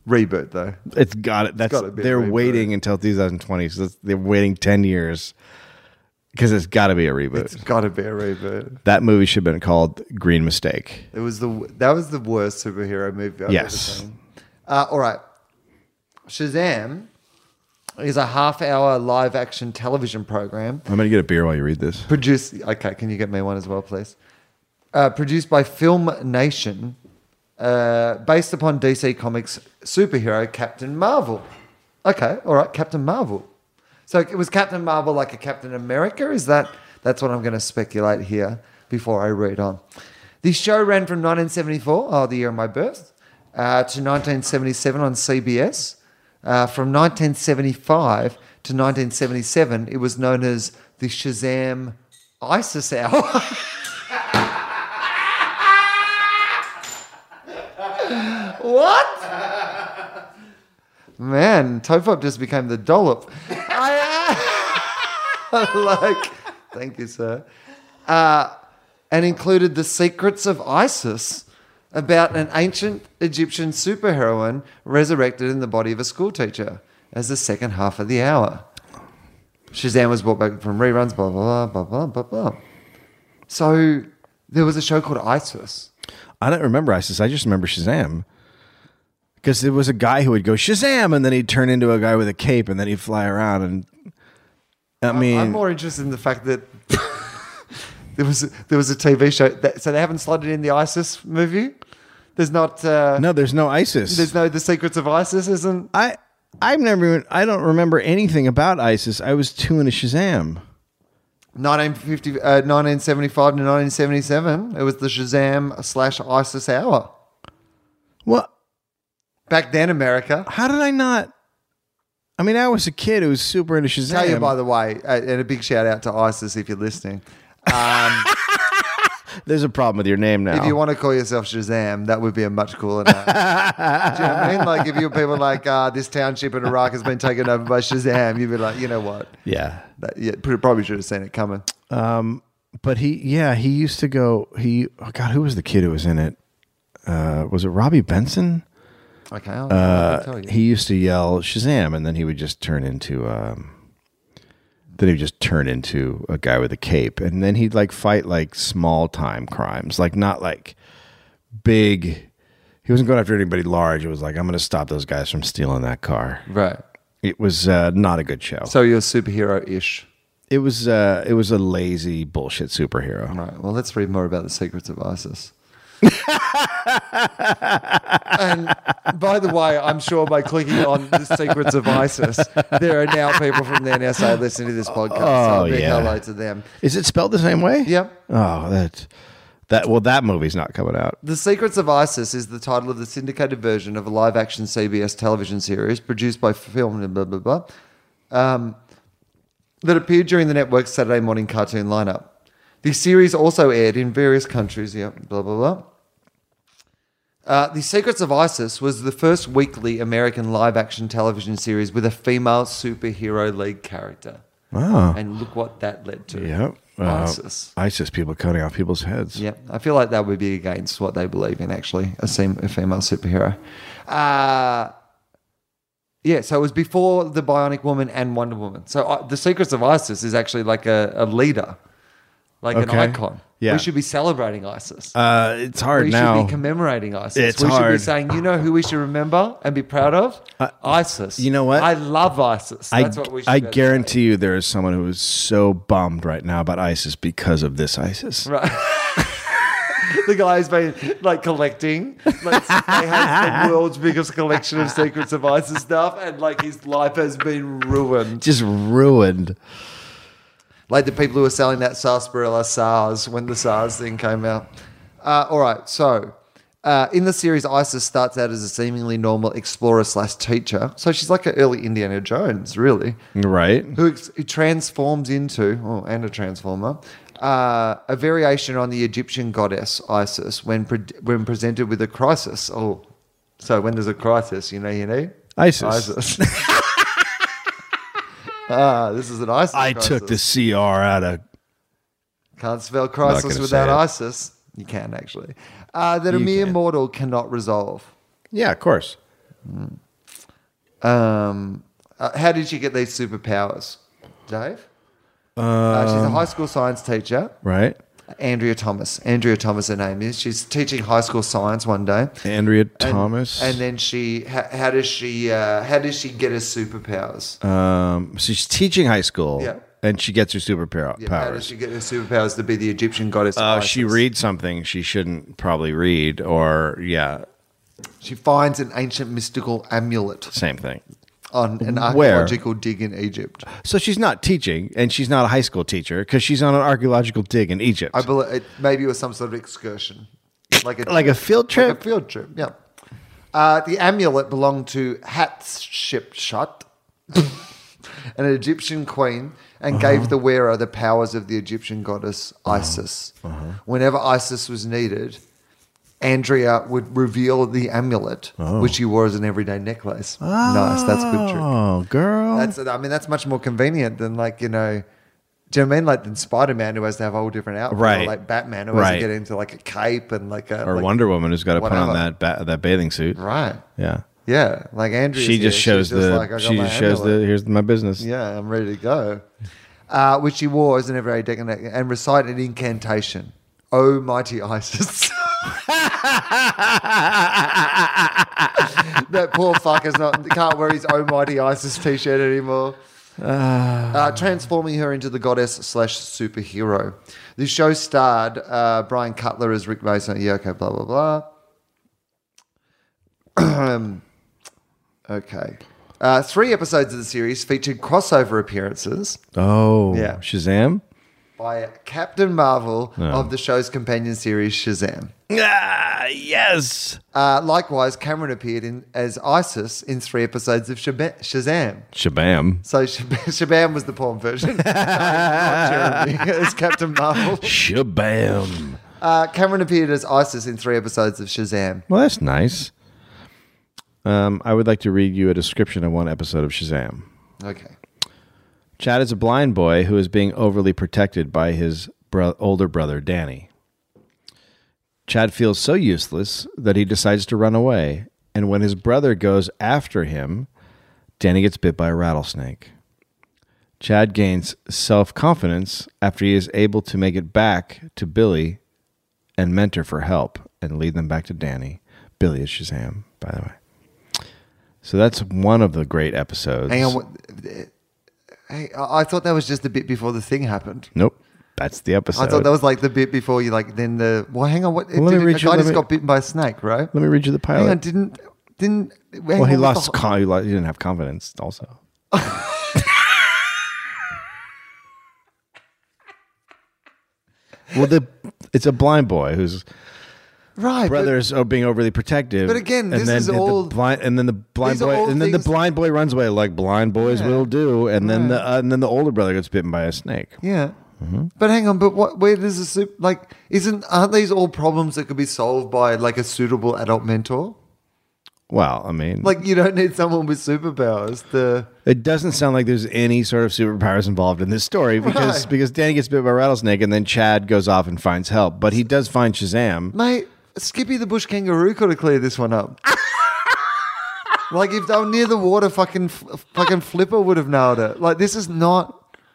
S2: Reboot though.
S3: It's got it. That's
S2: gotta be a
S3: they're
S2: reboot.
S3: waiting until 2020. So that's, they're waiting 10 years because it's got to be a reboot.
S2: It's got to be a reboot.
S3: that movie should have been called Green Mistake.
S2: It was the that was the worst superhero movie I've
S3: Yes.
S2: ever seen. Uh, all right. Shazam is a half-hour live-action television program
S3: I'm gonna get a beer while you read this.
S2: produced. Okay, can you get me one as well, please? Uh, produced by Film Nation, uh, based upon DC Comics superhero Captain Marvel. Okay, all right, Captain Marvel. So it was Captain Marvel like a Captain America? Is that that's what I'm going to speculate here before I read on. The show ran from 1974, oh, the year of my birth, uh, to 1977 on CBS. Uh, from 1975 to 1977, it was known as the Shazam ISIS Hour. [laughs] what? Man, Tofop just became the dollop. I, uh, [laughs] like, thank you, sir. Uh, and included the secrets of Isis about an ancient Egyptian superheroine resurrected in the body of a schoolteacher as the second half of the hour. Shazam was brought back from reruns, blah, blah, blah, blah, blah, blah. So there was a show called Isis.
S3: I don't remember ISIS. I just remember Shazam. Because there was a guy who would go Shazam, and then he'd turn into a guy with a cape, and then he'd fly around. And I mean,
S2: I'm more interested in the fact that [laughs] there was there was a TV show. That, so they haven't slotted in the ISIS movie. There's not. Uh,
S3: no, there's no ISIS.
S2: There's no. The Secrets of ISIS isn't.
S3: I I've never even, I don't remember anything about ISIS. I was two into Shazam.
S2: 1950, uh, 1975 to 1977. It was the Shazam slash ISIS hour.
S3: What?
S2: Back then, America.
S3: How did I not? I mean, I was a kid who was super into Shazam.
S2: Tell you by the way, uh, and a big shout out to ISIS if you're listening.
S3: There's a problem with your name now.
S2: If you want to call yourself Shazam, that would be a much cooler
S3: [laughs]
S2: name. Do you know what I mean? Like if you were people like uh, this township in Iraq has been taken over by Shazam, you'd be like, you know what?
S3: yeah.
S2: That, yeah, pr- probably should have seen it coming.
S3: But he, yeah, he used to go. He, oh God, who was the kid who was in it? Uh, was it Robbie Benson?
S2: Okay, I'll, I'll tell you.
S3: He used to yell Shazam, and then he would just turn into. Um, then he would just turn into a guy with a cape, and then he'd like fight like small time crimes, like not like big. He wasn't going after anybody large. It was like I'm going to stop those guys from stealing that car.
S2: right.
S3: It was uh, not a good show.
S2: So you're superhero ish.
S3: it was uh, it was a lazy bullshit superhero.
S2: Right. Well, let's read more about the secrets of ISIS. [laughs] and by the way, I'm sure by clicking on the secrets of ISIS, there are now people from the NSA listening to this podcast. so
S3: Oh,
S2: a big
S3: yeah.
S2: hello to them.
S3: Is it spelled the same way?
S2: Yep.
S3: Oh, that that well, that movie's not coming out.
S2: The Secrets of Isis is the title of the syndicated version of a live action CBS television series produced by film and blah, blah, blah, um, that appeared during the network's Saturday morning cartoon lineup. The series also aired in various countries, yeah, blah, blah, blah. Uh, the Secrets of Isis was the first weekly American live action television series with a female superhero lead character.
S3: Wow.
S2: And look what that led to.
S3: Yep. Uh,
S2: ISIS.
S3: ISIS people cutting off people's heads.
S2: Yeah, I feel like that would be against what they believe in, actually, a, sem- a female superhero. Uh, yeah, so it was before The Bionic Woman and Wonder Woman. So uh, The Secrets of Isis is actually like a, a leader, like an
S3: Okay.
S2: icon.
S3: Yeah.
S2: We should be celebrating ISIS.
S3: Uh, it's hard
S2: we
S3: now.
S2: should be commemorating ISIS.
S3: It's
S2: we should be
S3: hard.
S2: saying, you know who we should remember and be proud of? ISIS.
S3: you know what?
S2: I love ISIS.
S3: I,
S2: That's what we should
S3: I
S2: be
S3: guarantee you there is someone who is so bummed right now about ISIS because of this ISIS.
S2: saying. The guy's been like collecting. Like, he has the world's biggest collection of secrets of ISIS stuff, and like his life has been ruined.
S3: Just ruined.
S2: like the people who were selling that sarsaparilla SARS when the SARS thing came out. Uh, all right, so uh, in the series, Isis starts out as a seemingly normal explorer slash teacher, so she's like an early Indiana Jones, really,
S3: Right?
S2: who, ex- who transforms into oh, and a transformer. Uh, a variation on the Egyptian goddess Isis when pre- when presented with a crisis. Oh, so when there's a crisis, you know you need
S3: ISIS.
S2: Isis. [laughs] ah, this is an ISIS.
S3: I
S2: crisis.
S3: took the CR out of.
S2: Can't spell
S3: Not
S2: crisis
S3: gonna
S2: without
S3: say it.
S2: ISIS. You can actually. Uh, that a
S3: You
S2: mere
S3: can.
S2: mortal cannot resolve.
S3: Yeah, of course.
S2: Um, uh, how did she get these superpowers, Dave?
S3: Um,
S2: Uh, she's a high school science teacher.
S3: Right?
S2: Andrea Thomas. Andrea Thomas, her name is. She's teaching high school science one day.
S3: Andrea
S2: And-
S3: Thomas.
S2: And then she, how, how does she, uh, how does she get her superpowers?
S3: um, so she's teaching high school.
S2: Yeah.
S3: And she gets her superpower
S2: Yeah, How does
S3: powers.
S2: she get her superpowers to be the Egyptian goddess?
S3: Uh, she
S2: Isis?
S3: reads something she shouldn't probably read, or yeah,
S2: She finds an ancient mystical amulet
S3: same thing.
S2: on an
S3: Where?
S2: archaeological dig in Egypt.
S3: So she's not teaching, and she's not a high school teacher because she's on an archaeological dig in Egypt.
S2: I believe it, maybe it was some sort of excursion, like a
S3: Like a field
S2: like a
S3: trip?
S2: field trip. Yeah. Uh, the amulet belonged to Hatshepsut, [laughs] an Egyptian queen, and
S3: Uh-huh.
S2: gave the wearer the powers of the Egyptian goddess Isis.
S3: Uh-huh.
S2: Whenever Isis was needed, Andrea would reveal the amulet, which she wore as an everyday necklace. Nice, that's a good trick.
S3: oh, girl.
S2: That's I mean that's much more convenient than like you know. Do you know what I mean like than Spider Man who has to have a whole different outfit,
S3: Right.
S2: Or like Batman who has to
S3: Right.
S2: get into like a cape and like a
S3: or
S2: like-
S3: Wonder Woman who's got to put on
S2: whatever.
S3: that ba- that bathing suit.
S2: right?
S3: Yeah,
S2: Yeah, like Andrew.
S3: she just shows the she just shows the here's my business.
S2: yeah, I'm ready to go. Uh, which he wore as an everyday decan and recited an incantation. O mighty Isis. [laughs] that poor fucker's not can't wear his O mighty Isis t-shirt anymore.
S3: Ah.
S2: Uh, transforming her into the goddess slash superhero. This show starred uh, Brian Cutler as Rick Mason. Yeah, okay, blah blah blah. Okay. Uh, three episodes of the series featured crossover appearances
S3: Oh,
S2: Yeah.
S3: Shazam.
S2: by Captain Marvel of the show's companion series Shazam.
S3: Ah, yes.
S2: Uh, likewise, Cameron appeared in as Isis in three episodes of Shaba- Shazam.
S3: Shabam.
S2: So [laughs] Shab- Shabam was the porn version. [laughs] Sorry, not Jeremy, [laughs] as Captain Marvel.
S3: Shabam.
S2: Uh, Cameron appeared as Isis in three episodes of Shazam.
S3: Well, that's nice. Um, I would like to read you a description of one episode of Shazam.
S2: Okay.
S3: Chad is a blind boy who is being overly protected by his bro- older brother, Danny. Chad feels so useless that he decides to run away, and when his brother goes after him, Danny gets bit by a rattlesnake. Chad gains self confidence after he is able to make it back to Billy and mentor for help and lead them back to Danny. Billy is Shazam, by the way. So that's one of the great episodes.
S2: Hang on. What, hey, I I thought that was just the bit before the thing happened.
S3: Nope. That's the episode.
S2: I thought that was like the bit before you like then the well hang on what
S3: me
S2: did, the
S3: read you-
S2: guy
S3: let
S2: just
S3: me-
S2: got bitten by a snake right
S3: Let me read you the
S2: hang on
S3: pilot.
S2: didn't didn't hang
S3: well,
S2: on,
S3: he
S2: what
S3: lost.
S2: the-
S3: Con- he, lo- he didn't have confidence. Also, well, the it's a blind boy whose
S2: right brother
S3: brothers are being overly protective.
S2: But again, this
S3: and then
S2: is
S3: the
S2: all-
S3: blind. And then the blind
S2: these are
S3: boy.
S2: all
S3: And then the
S2: things-
S3: blind boy runs away like blind boys
S2: Yeah.
S3: will do. And then the uh, and then the older brother gets bitten by a snake.
S2: yeah
S3: Mm-hmm.
S2: but hang on but what where does the sup- like isn't aren't these all problems that could be solved by like a suitable adult mentor
S3: Well, I mean,
S2: like you don't need someone with superpowers to
S3: It doesn't sound like there's any sort of superpowers involved in this story because
S2: Right.
S3: because Danny gets bit by a rattlesnake and then Chad goes off and finds help, but he does find Shazam.
S2: mate Skippy the bush kangaroo could have cleared this one
S3: [laughs]
S2: up. Like if they were near the water, fucking f- fucking Flipper would have nailed it. Like this is not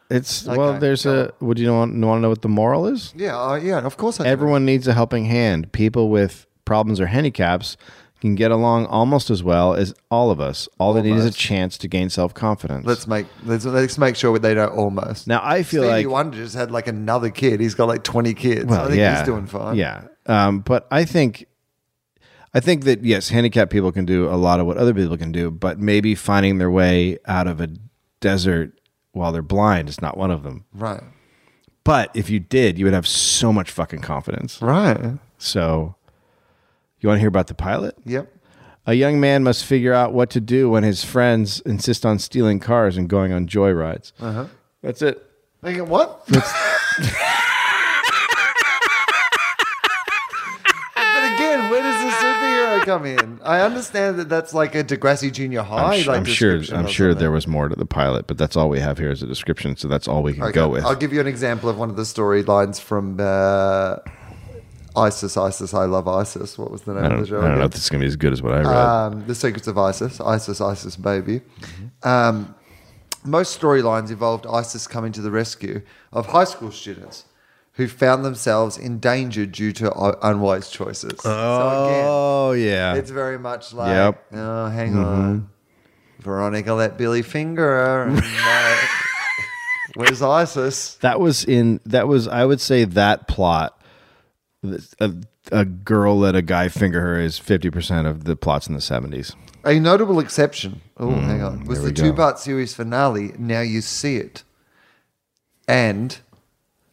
S3: It's well.
S2: Okay,
S3: There's a. Would you want, want to know what the moral is?
S2: Yeah, uh, yeah, of course I do.
S3: Everyone needs a helping hand. People with problems or handicaps can get along almost as well as all of us. All they need is a
S2: Almost.
S3: chance to gain self confidence.
S2: Let's make let's, let's make sure they don't almost.
S3: Now I feel
S2: Stevie
S3: like
S2: Wonder just had like another kid. He's got like twenty kids. I think he's doing fine.
S3: Yeah, um, but I think, I think that yes, handicapped people can do a lot of what other people can do, but maybe finding their way out of a desert while they're blind is not one of them.
S2: Right.
S3: But if you did, you would have so much fucking confidence.
S2: Right.
S3: So, you want to hear about the pilot?
S2: Yep.
S3: A young man must figure out what to do when his friends insist on stealing cars and going on joyrides. Uh-huh. That's it.
S2: They go, what? [laughs] but again, where does the superhero come in? I understand that that's like a Degrassi Junior High.
S3: I'm, sh-
S2: like
S3: I'm sure.
S2: description
S3: I'm
S2: or
S3: sure there
S2: something.
S3: was more to the pilot, but that's all we have here is a description. So that's all we can
S2: Okay,
S3: go with.
S2: I'll give you an example of one of the storylines from uh, ISIS, ISIS, I Love ISIS. What was the name
S3: I
S2: of
S3: don't,
S2: the show?
S3: I don't know
S2: again?
S3: if this is gonna be as good as what I read.
S2: um, the secrets of ISIS, ISIS, ISIS baby. Um, most storylines involved ISIS coming to the rescue of high school students who found themselves in danger due to u- unwise choices. So
S3: oh yeah.
S2: again, it's very much like,
S3: Yep. Mm-hmm.
S2: oh, hang on, Veronica let Billy finger her. And, uh, [laughs] where's ISIS?
S3: that was in. That was. I would say that plot. th- A, a girl let a guy finger her is fifty percent of the plots in the seventies.
S2: A notable exception. Oh, hang on. Was
S3: there
S2: the
S3: Mm, we go.
S2: two part series finale, Now You See It. And,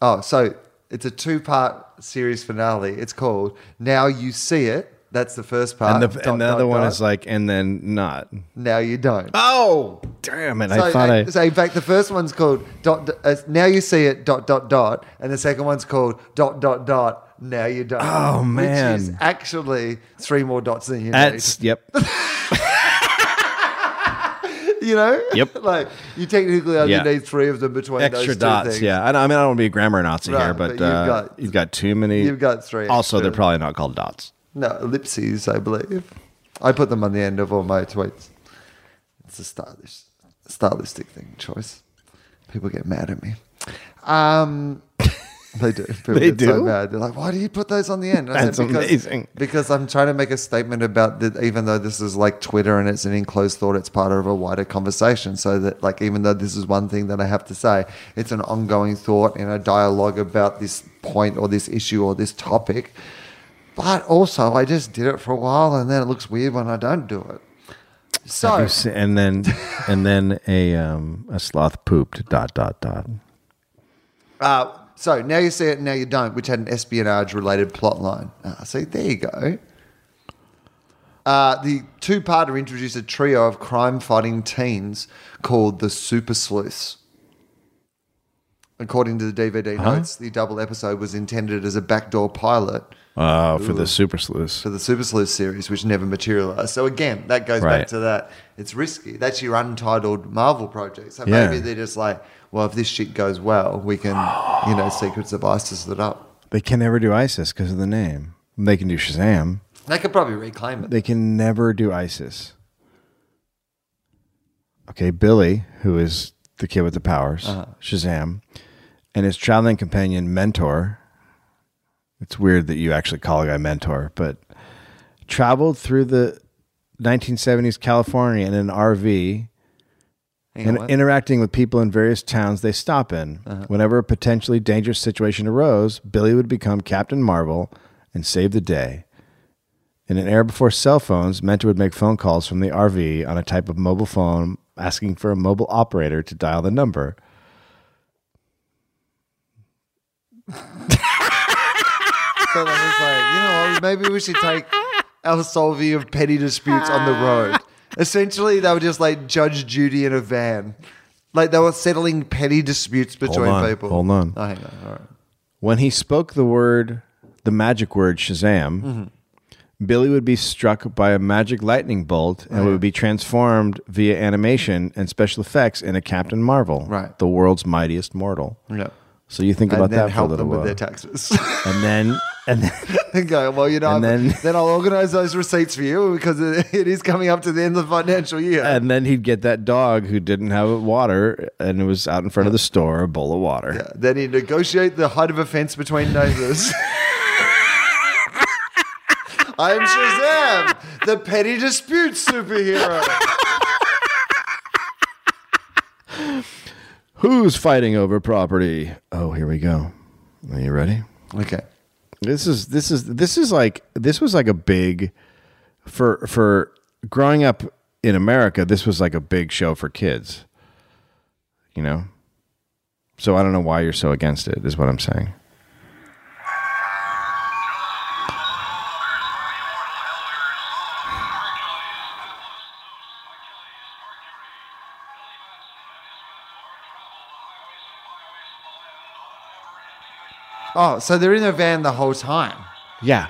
S2: oh, so it's a two part series finale. It's called Now You See It. That's the first part.
S3: And the,
S2: Dot,
S3: and the other
S2: dot,
S3: one
S2: dot.
S3: is like, and then not.
S2: Now You Don't.
S3: Oh damn it!
S2: so, uh,
S3: I thought I.
S2: so in fact, the first one's called dot, dot- uh, Now You See It, dot, dot, dot. And the second one's called dot, dot, dot, Now You Don't.
S3: Oh,
S2: Which is
S3: man.
S2: actually three more dots than you need.
S3: That's yep.
S2: [laughs] you know?
S3: Yep.
S2: [laughs] like you technically only
S3: Yeah.
S2: need three of them between
S3: Extra
S2: those two
S3: dots,
S2: things.
S3: yeah. I, don't- I mean, I don't want to be a grammar Nazi
S2: Right,
S3: here, but,
S2: but you've
S3: uh,
S2: got-
S3: you've got too many.
S2: You've got three
S3: Also, they're
S2: extras.
S3: probably not called dots.
S2: No, ellipses, I believe. I put them on the end of all my tweets. It's a stylish, stylistic thing choice. People get mad at me. Um, [laughs] they do. People
S3: They
S2: get so
S3: do?
S2: mad. They're like, "Why do you put those on the end?" And I
S3: That's amazing.
S2: Because I'm trying to make a statement about that. Even though this is like Twitter and it's an enclosed thought, it's part of a wider conversation. So that, like, even though this is one thing that I have to say, it's an ongoing thought and a dialogue about this point or this issue or this topic. But also, I just did it for a while, and then it looks weird when I don't do it. So,
S3: You see- and then and then a um, a sloth pooped dot dot dot.
S2: uh, so now you see it, now you don't, which had an espionage-related plot line. Ah, see, there you go. Uh, the two-parter introduced a trio of crime-fighting teens called the Super Sleuths. According to the DVD notes, the double episode was intended as a backdoor pilot
S3: Uh, for the super sleuths.
S2: for the Super Sleuth series, which never materialized. So again, that goes
S3: Right.
S2: back to that. It's risky. That's your untitled Marvel project. So
S3: Yeah.
S2: maybe they're just like, well, if this shit goes well, we can, you know, Secrets of Isis it up.
S3: They can never do ISIS because of the name. They can do Shazam.
S2: They could probably reclaim it.
S3: They can never do ISIS. Okay, Billy, who is the kid with the powers, Shazam, and his traveling companion Mentor. It's weird that you actually call a guy Mentor, but traveled through the 1970s California in an RV
S2: Hang on,
S3: and
S2: what?
S3: interacting with people in various towns they stop in. Whenever a potentially dangerous situation arose, Billy would become Captain Marvel and save the day. In an era before cell phones, Mentor would make phone calls from the RV on a type of mobile phone, asking for a mobile operator to dial the number.
S2: So then it's like, you know what, maybe we should take our solving of petty disputes on the road. Essentially, they were just like Judge Judy in a van. Like they were settling petty disputes between
S3: on,
S2: people.
S3: hold on.
S2: Oh, hang on. All right.
S3: When he spoke the word, the magic word Shazam,
S2: Mm-hmm.
S3: Billy would be struck by a magic lightning bolt and would be transformed via animation and special effects into Captain Marvel,
S2: Right.
S3: the world's mightiest mortal.
S2: Yeah.
S3: So you think about
S2: And then
S3: that for a
S2: help
S3: little
S2: them with
S3: while,
S2: their taxes. [laughs]
S3: and then [laughs] and then,
S2: And [laughs] go, well, you know,
S3: And
S2: then,
S3: then-
S2: then I'll organize those receipts for you because it, [laughs] it is coming up to the end of the financial year.
S3: and then he'd get that dog who didn't have water and was out in front of the store, a bowl of water.
S2: Yeah, then he negotiate the height of a fence between
S3: [laughs]
S2: neighbors. I'm Shazam, the petty dispute superhero.
S3: Who's fighting over property? Oh, here we go. Are you ready?
S2: Okay.
S3: This is this is this is like this was like a big for for growing up in America. This was like a big show for kids. You know, so I don't know why you're so against it. Is what I'm saying.
S2: Oh, so they're in a van the whole time.
S3: Yeah.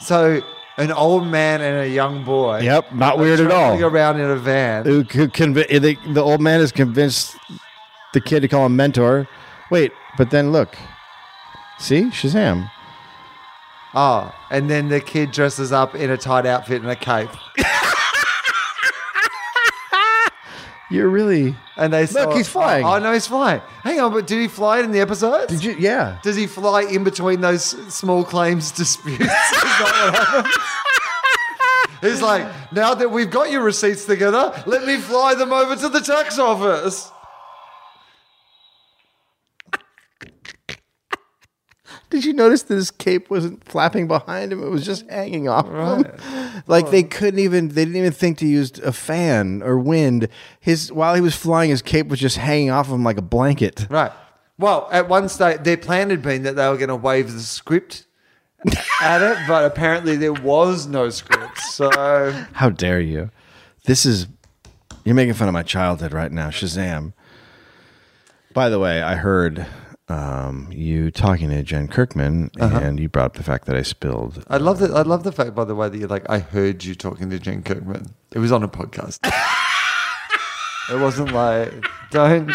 S2: So an old man and a young boy.
S3: Yep. Not
S2: are
S3: weird at all.
S2: traveling around in a van.
S3: Who could conv- the, the old man is convinced the kid to call him mentor. Wait, but then look. See, Shazam.
S2: Oh, and then the kid dresses up in a tight outfit and a cape.
S3: You're really.
S2: And they saw-
S3: he's flying.
S2: Oh, no, he's flying. Hang on, but did he fly in the episode?
S3: Did you? Yeah.
S2: Does he fly in between those small claims disputes? [laughs] Is that what happens? He's like, now that we've got your receipts together, let me fly them over to the tax office.
S3: Did you notice that his cape wasn't flapping behind him? It was just hanging off him. [laughs] Like they couldn't even they didn't even think to use a fan or wind. His while he was flying, his cape was just hanging off of him like a blanket.
S2: Right. Well, at one stage, their plan had been that they were going to waive the script at it, but apparently there was no script. So,
S3: How dare you? This is you're making fun of my childhood right now, Shazam. By the way, I heard um, you talking to Jen Kirkman, and you brought up the fact that I spilled.
S2: I love that. I love the fact, by the way, that you're like, I heard you talking to Jen Kirkman. It was on a podcast. it wasn't like, don't.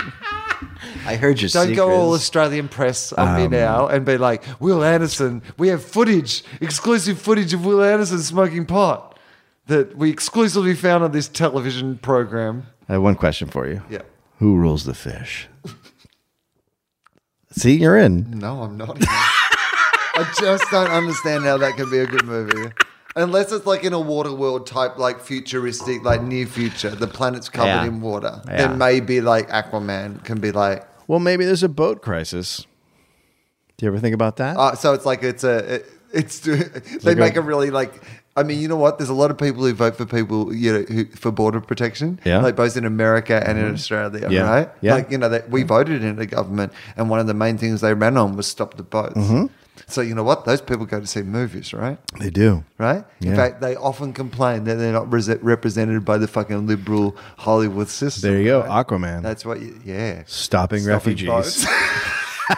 S3: I heard your
S2: Don't go all Australian press on me now and be like, Will Anderson, we have footage, exclusive footage of Will Anderson smoking pot that we exclusively found on this television program.
S3: I have one question for you.
S2: Yeah.
S3: Who rules the fish? [laughs] See, you're in.
S2: No, I'm not. [laughs] I just don't understand how that can be a good movie. Unless it's like in a water world type, like futuristic, like near future, the planet's covered
S3: Yeah.
S2: in water.
S3: Yeah.
S2: Then maybe like Aquaman can be like,
S3: Well, maybe there's a boat crisis. Do you ever think about that?
S2: Uh, so it's like it's a it, it's [laughs] they
S3: like
S2: make
S3: a-
S2: a really like. I mean, you know what? There's a lot of people who vote for people, you know, who, for border protection,
S3: Yeah. Mm-hmm.
S2: like both in America and in Australia,
S3: Yeah.
S2: right?
S3: Yeah.
S2: Like, you know, that we voted in the government, and one of the main things they ran on was stop the boats.
S3: Mm-hmm.
S2: So, you know what? Those people go to see movies, right?
S3: they do.
S2: Right? In
S3: Yeah.
S2: fact, they often complain that they're not rese- represented by the fucking liberal Hollywood system.
S3: There you go,
S2: right?
S3: Aquaman.
S2: That's what you, yeah.
S3: stopping,
S2: Stopping
S3: refugees.
S2: boats. [laughs]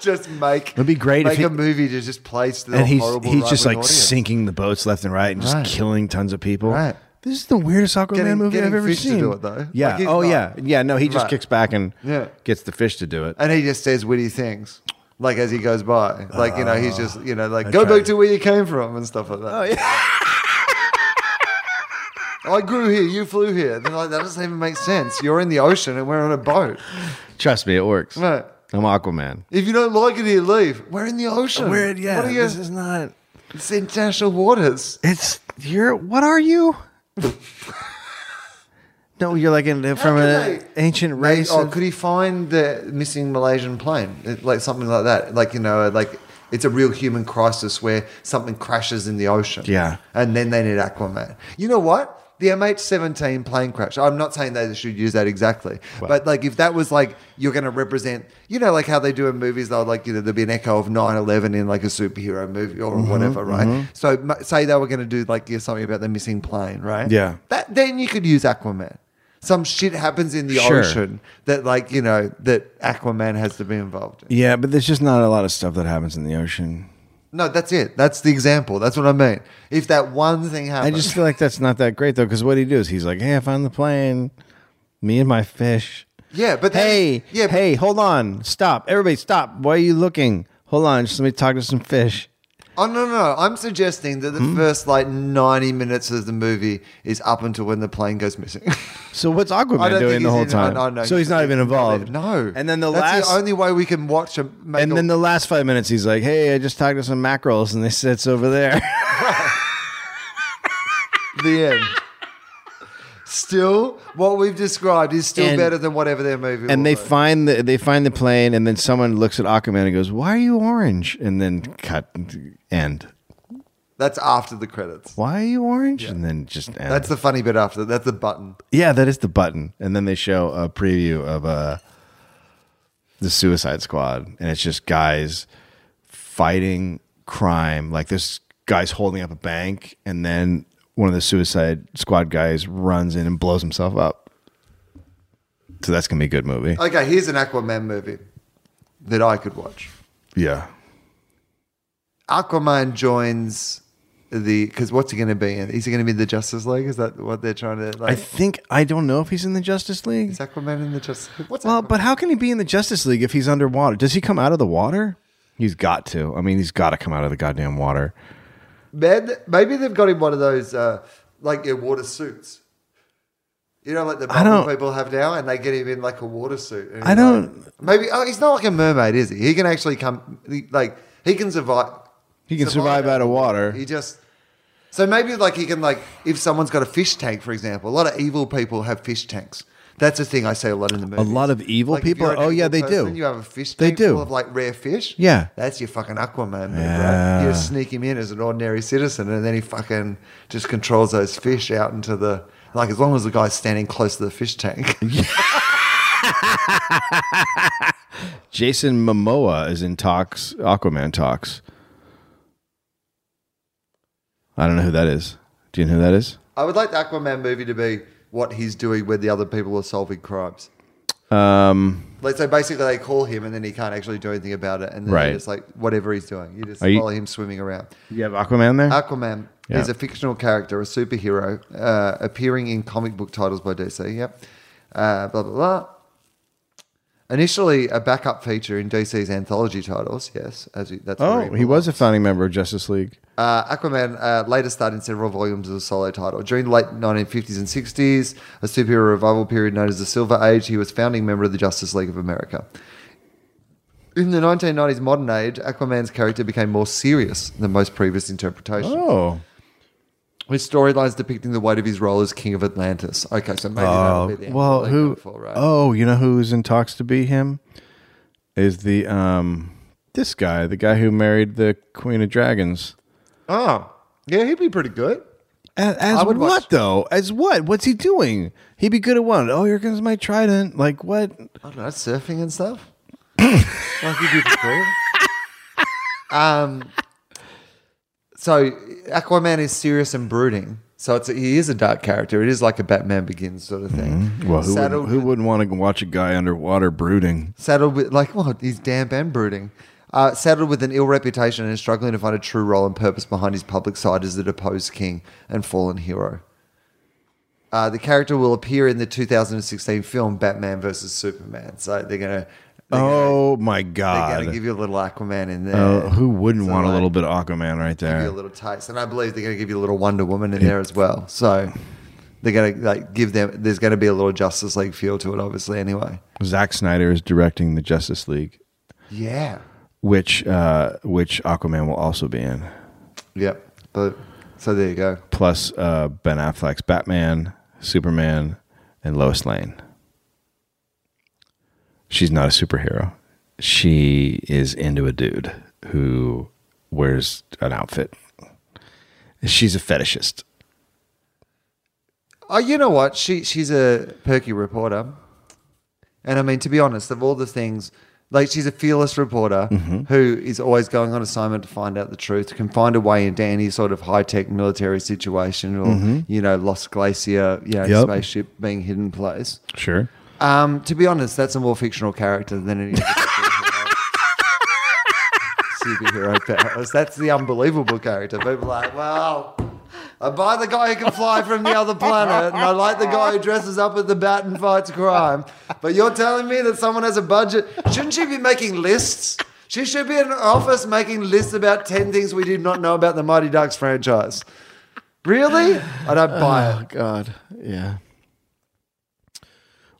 S2: just make
S3: It'd be great if
S2: make
S3: he-
S2: a movie to just place the
S3: and he's
S2: horrible
S3: he's just like
S2: right-wing audience.
S3: sinking the boats left and right and just
S2: Right.
S3: killing tons of people.
S2: Right.
S3: This is the weirdest Aquaman
S2: Getting-
S3: movie I've
S2: getting
S3: ever
S2: fish to
S3: seen.
S2: do it, though.
S3: Yeah.
S2: Like, he's
S3: oh
S2: not-
S3: yeah. Yeah. No, he just
S2: Right.
S3: kicks back and
S2: Yeah.
S3: gets the fish to do it.
S2: and he just says witty things like as he goes by like you know he's just you know like
S3: I
S2: go
S3: tried.
S2: back to where you came from and stuff like that oh yeah I grew here, you flew here. They're like, that doesn't even make sense. You're in the ocean and we're on a boat.
S3: Trust me, it works.
S2: Right.
S3: I'm Aquaman.
S2: If you don't like it here, leave. We're in the ocean.
S3: Weird. Yeah.
S2: What are you,
S3: this is not.
S2: it's international waters.
S3: It's you're. What are
S2: [laughs]
S3: you? no, you're like in, from
S2: can
S3: an
S2: they-
S3: ancient
S2: Maybe-
S3: race.
S2: oh,
S3: of-
S2: could he find the missing Malaysian plane? It- Like something like that. Like, you know, like it's a real human crisis where something crashes in the ocean.
S3: Yeah.
S2: And then they need Aquaman. You know what? The MH17 plane crash. I'm not saying they should use that exactly, but like if that was like you're going to represent, you know, like how they do in movies, they'll like you know there'll be an echo of 9/11 in like a superhero movie or
S3: Mm-hmm,
S2: whatever, right? So m- say they were going to do like yeah, something about the missing plane, right?
S3: Yeah.
S2: That then you could use Aquaman. Some shit happens in the
S3: Sure.
S2: ocean that like you know that Aquaman has to be involved in.
S3: yeah, but there's just not a lot of stuff that happens in the ocean.
S2: No, that's it. That's the example. That's what I mean. If that one thing
S3: I
S2: happens,
S3: just feel like that's not that great though, because what he do is he's like, "Hey, I found the plane, me and my fish."
S2: yeah, but then-
S3: Hey,
S2: yeah,
S3: hey, hold on, stop, everybody, stop. Why are you looking? hold on, just let me talk to some fish.
S2: Oh no, no, no! I'm suggesting that the
S3: Hmm?
S2: first like 90 minutes of the movie is up until when the plane goes missing.
S3: So what's
S2: I
S3: [laughs] Aquaman
S2: don't
S3: doing
S2: think
S3: the
S2: he's
S3: whole
S2: in- I
S3: time?
S2: know, I know.
S3: so he's not even involved.
S2: no.
S3: And then the
S2: That's
S3: last
S2: the only way we can watch him. Make
S3: and then the last five minutes, he's like, "Hey, I just talked to some mackerels, and they said it's
S2: [laughs]
S3: over there."
S2: the end. [laughs] Still, what we've described is still
S3: And-
S2: better than whatever their movie.
S3: and they
S2: was.
S3: find the they find the plane, and then someone looks at Aquaman and goes, "Why are you orange?" And then cut end.
S2: that's after the credits.
S3: Why are you orange? And then just end.
S2: That's the funny bit after. That's the button.
S3: yeah, that is the button. And then they show a preview of uh the Suicide Squad, and it's just guys fighting crime. Like this guy's holding up a bank, and then one of the Suicide Squad guys runs in and blows himself up. So that's gonna be a good movie.
S2: Okay, here's an Aquaman movie that I could watch.
S3: yeah.
S2: Aquaman joins the because what's he going to be in? Is he going to be in the Justice League? Is that what they're trying to like?
S3: I think I don't know if he's in the Justice League.
S2: is Aquaman in the Justice? League? What's
S3: Well,
S2: Aquaman?
S3: but how can he be in the Justice League if he's underwater? Does he come out of the water? He's got to. I mean, he's got to come out of the goddamn water.
S2: Man, maybe they've got him one of those uh, like your water suits. You know, like the
S3: I
S2: bubble
S3: don't-
S2: people have now, and they get him in like a water suit. and
S3: I
S2: he's like-
S3: don't-
S2: maybe oh, he's not like a mermaid, is he? He can actually come. he- Like he can survive.
S3: He can survive out of water.
S2: He just. So maybe like he can like if someone's got a fish tank, for example. A lot of evil people have fish tanks. That's a thing I say a lot in the movie.
S3: A lot of evil people. Oh yeah, they
S2: You
S3: do.
S2: have a fish
S3: They
S2: tank
S3: do.
S2: full of like rare fish.
S3: Yeah.
S2: that's your fucking Aquaman, move,
S3: Yeah.
S2: bro. You just sneak him in as an ordinary citizen, and then he fucking just controls those fish out into the like. As long as the guy's standing close to the fish tank,
S3: Jason Momoa is in talks. Aquaman talks. I don't know who that is. Do you know who that is?
S2: I would like the Aquaman movie to be what he's doing when the other people are solving crimes.
S3: Um,
S2: Like so, basically, they call him, and then he can't actually do anything about it. And then
S3: Right.
S2: it's like whatever he's doing, you just
S3: Are you-
S2: follow him swimming around.
S3: you have Aquaman there.
S2: Aquaman
S3: Yeah.
S2: is a fictional character, a superhero, uh, appearing in comic book titles by DC. Yep. Uh, blah, blah, blah. Initially, a backup feature in DC's anthology titles. Yes. As we, that's where
S3: oh, he
S2: belongs.
S3: was a founding member of Justice League.
S2: Uh, Aquaman uh, later starred in several volumes as a solo title. During the late 1950s and 60s, a superhero revival period known as the Silver Age, he was founding member of the Justice League of America. In the 1990s modern age, Aquaman's character became more serious than most previous interpretations.
S3: Oh,
S2: With storylines depicting the weight of his role as King of Atlantis. Okay, so maybe that'll
S3: Oh,
S2: be the angle
S3: well,
S2: they
S3: who?
S2: go for, right?
S3: Oh, you know who's in talks to be him? Is the um this guy, the guy who married the Queen of Dragons?
S2: Oh, yeah, he'd be pretty good.
S3: As, as
S2: I would
S3: what
S2: watch-
S3: though? As what? What's he doing? He'd be good at one. Oh, here comes my trident. Like what?
S2: I don't know, surfing and stuff. [coughs] like you did before. um, so Aquaman is serious and brooding. So it's he is a dark character. It is like a Batman Begins sort of thing.
S3: Mm-hmm. Well, who
S2: saddled,
S3: wouldn't, who wouldn't want to watch a guy underwater brooding?
S2: saddled with like well, he's damp and brooding. Uh, saddled with an ill reputation and struggling to find a true role and purpose behind his public side as the deposed king and fallen hero. Uh, the character will appear in the 2016 film Batman vs Superman. So they're gonna. they're gonna-
S3: Oh my
S2: They're going to
S3: god!
S2: give you a little Aquaman in there.
S3: Oh, who wouldn't
S2: So,
S3: want a
S2: like,
S3: little bit of Aquaman right
S2: Give you
S3: there?
S2: a little taste, and I believe they're going to give you a little Wonder Woman in there as well. So they're going to like give them. There's going to be a little Justice League feel to it, obviously. Anyway,
S3: Zack Snyder is directing the Justice League,
S2: yeah,
S3: which uh, which Aquaman will also be in.
S2: yep. But so there you go.
S3: plus uh, Ben Affleck's Batman, Superman, and Lois Lane. She's not a superhero. She is into a dude who wears an outfit. She's a fetishist.
S2: Oh, you know what? She she's a perky reporter, and I mean to be honest, of all the things, like she's a fearless reporter who is always going on assignment to find out the truth, can find a way into any sort of high tech military situation or you know lost glacier, you know
S3: Yep.
S2: spaceship being hidden place.
S3: Sure.
S2: Um, to be honest, that's a more fictional character than any. other superhero- [laughs] Superhero powers. That's the unbelievable character. People are like, well, I buy the guy who can fly from the other planet, and I like the guy who dresses up with the bat and fights crime. But you're telling me that someone has a budget? Shouldn't you be making lists? She should be in an office making lists about 10 things we did not know about the Mighty Ducks franchise. Really? I don't buy it.
S3: God, yeah.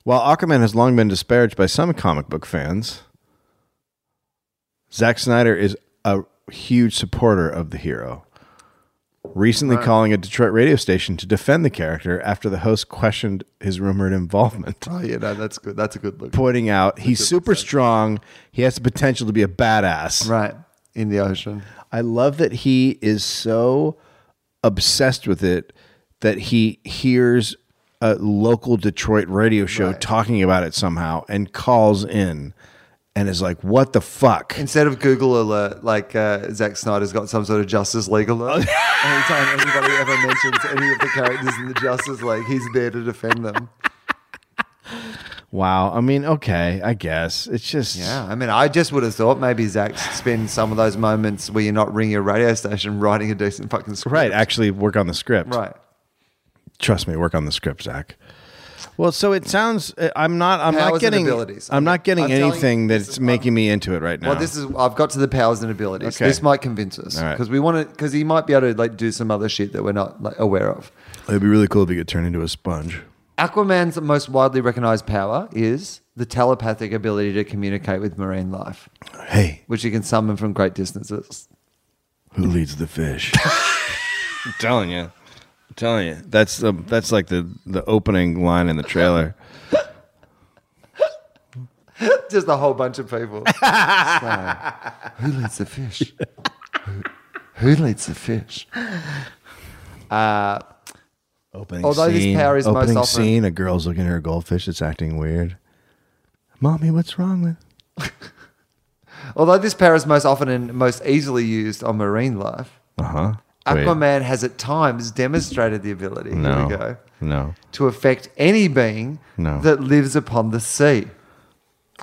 S3: While Aquaman has long been disparaged by some comic book fans, Zack Snyder is a huge supporter of the hero. Recently calling a Detroit radio station to defend the character after the host questioned his rumored involvement,
S2: Oh, yeah, no, that's good. That's a good look.
S3: pointing out he's super strong, he has the potential to be a badass.
S2: Right. In the ocean.
S3: I love that he is so obsessed with it that he hears a local Detroit radio show talking about it somehow and calls in and is like, "What the fuck?"
S2: Instead of Google alert, like uh, Zack Snyder's got some sort of Justice League alert. [laughs]
S3: Oh,
S2: Anytime anybody ever mentions any of the characters in the Justice League, he's there to defend them.
S3: Wow. I mean, okay, I guess it's just
S2: Yeah, I mean, I just would have thought maybe Zach spend some of those moments where you're not ringing your radio station [laughs] writing a decent fucking script.
S3: right. Actually, work on the script.
S2: Right.
S3: Trust me, work on the script, Zach. Well, so it sounds. uh, I'm not. I'm
S2: Powers
S3: not
S2: and
S3: getting.
S2: abilities.
S3: I'm not getting
S2: I'm telling you,
S3: anything
S2: this
S3: that's
S2: is-
S3: making me into it right now.
S2: Well, this is I've got to the powers and abilities.
S3: Okay.
S2: This might convince us
S3: All right.
S2: because we want to because he might be able to like do some other shit that we're not like aware of.
S3: It'd be really cool if you could turn into a sponge.
S2: Aquaman's most widely recognized power is the telepathic ability to communicate with marine life,
S3: Hey,
S2: which he can summon from great distances.
S3: Who leads the fish? [laughs] I'm telling you. I'm telling you. That's the that's like the the opening line in the trailer.
S2: Just a whole bunch of
S3: [laughs]
S2: people. So, who leads the fish? Who, who leads the fish?
S3: [laughs] Opening
S2: Although this
S3: scene,
S2: power is most
S3: opening
S2: often-
S3: scene, a girl's looking at her goldfish that's acting weird. Mommy, what's wrong with
S2: Although this power is most often and most easily used on marine life,
S3: Uh-huh. Wait.
S2: Aquaman has at times demonstrated the ability. Here
S3: No.
S2: we go.
S3: No.
S2: to affect any being
S3: No.
S2: that lives upon the sea.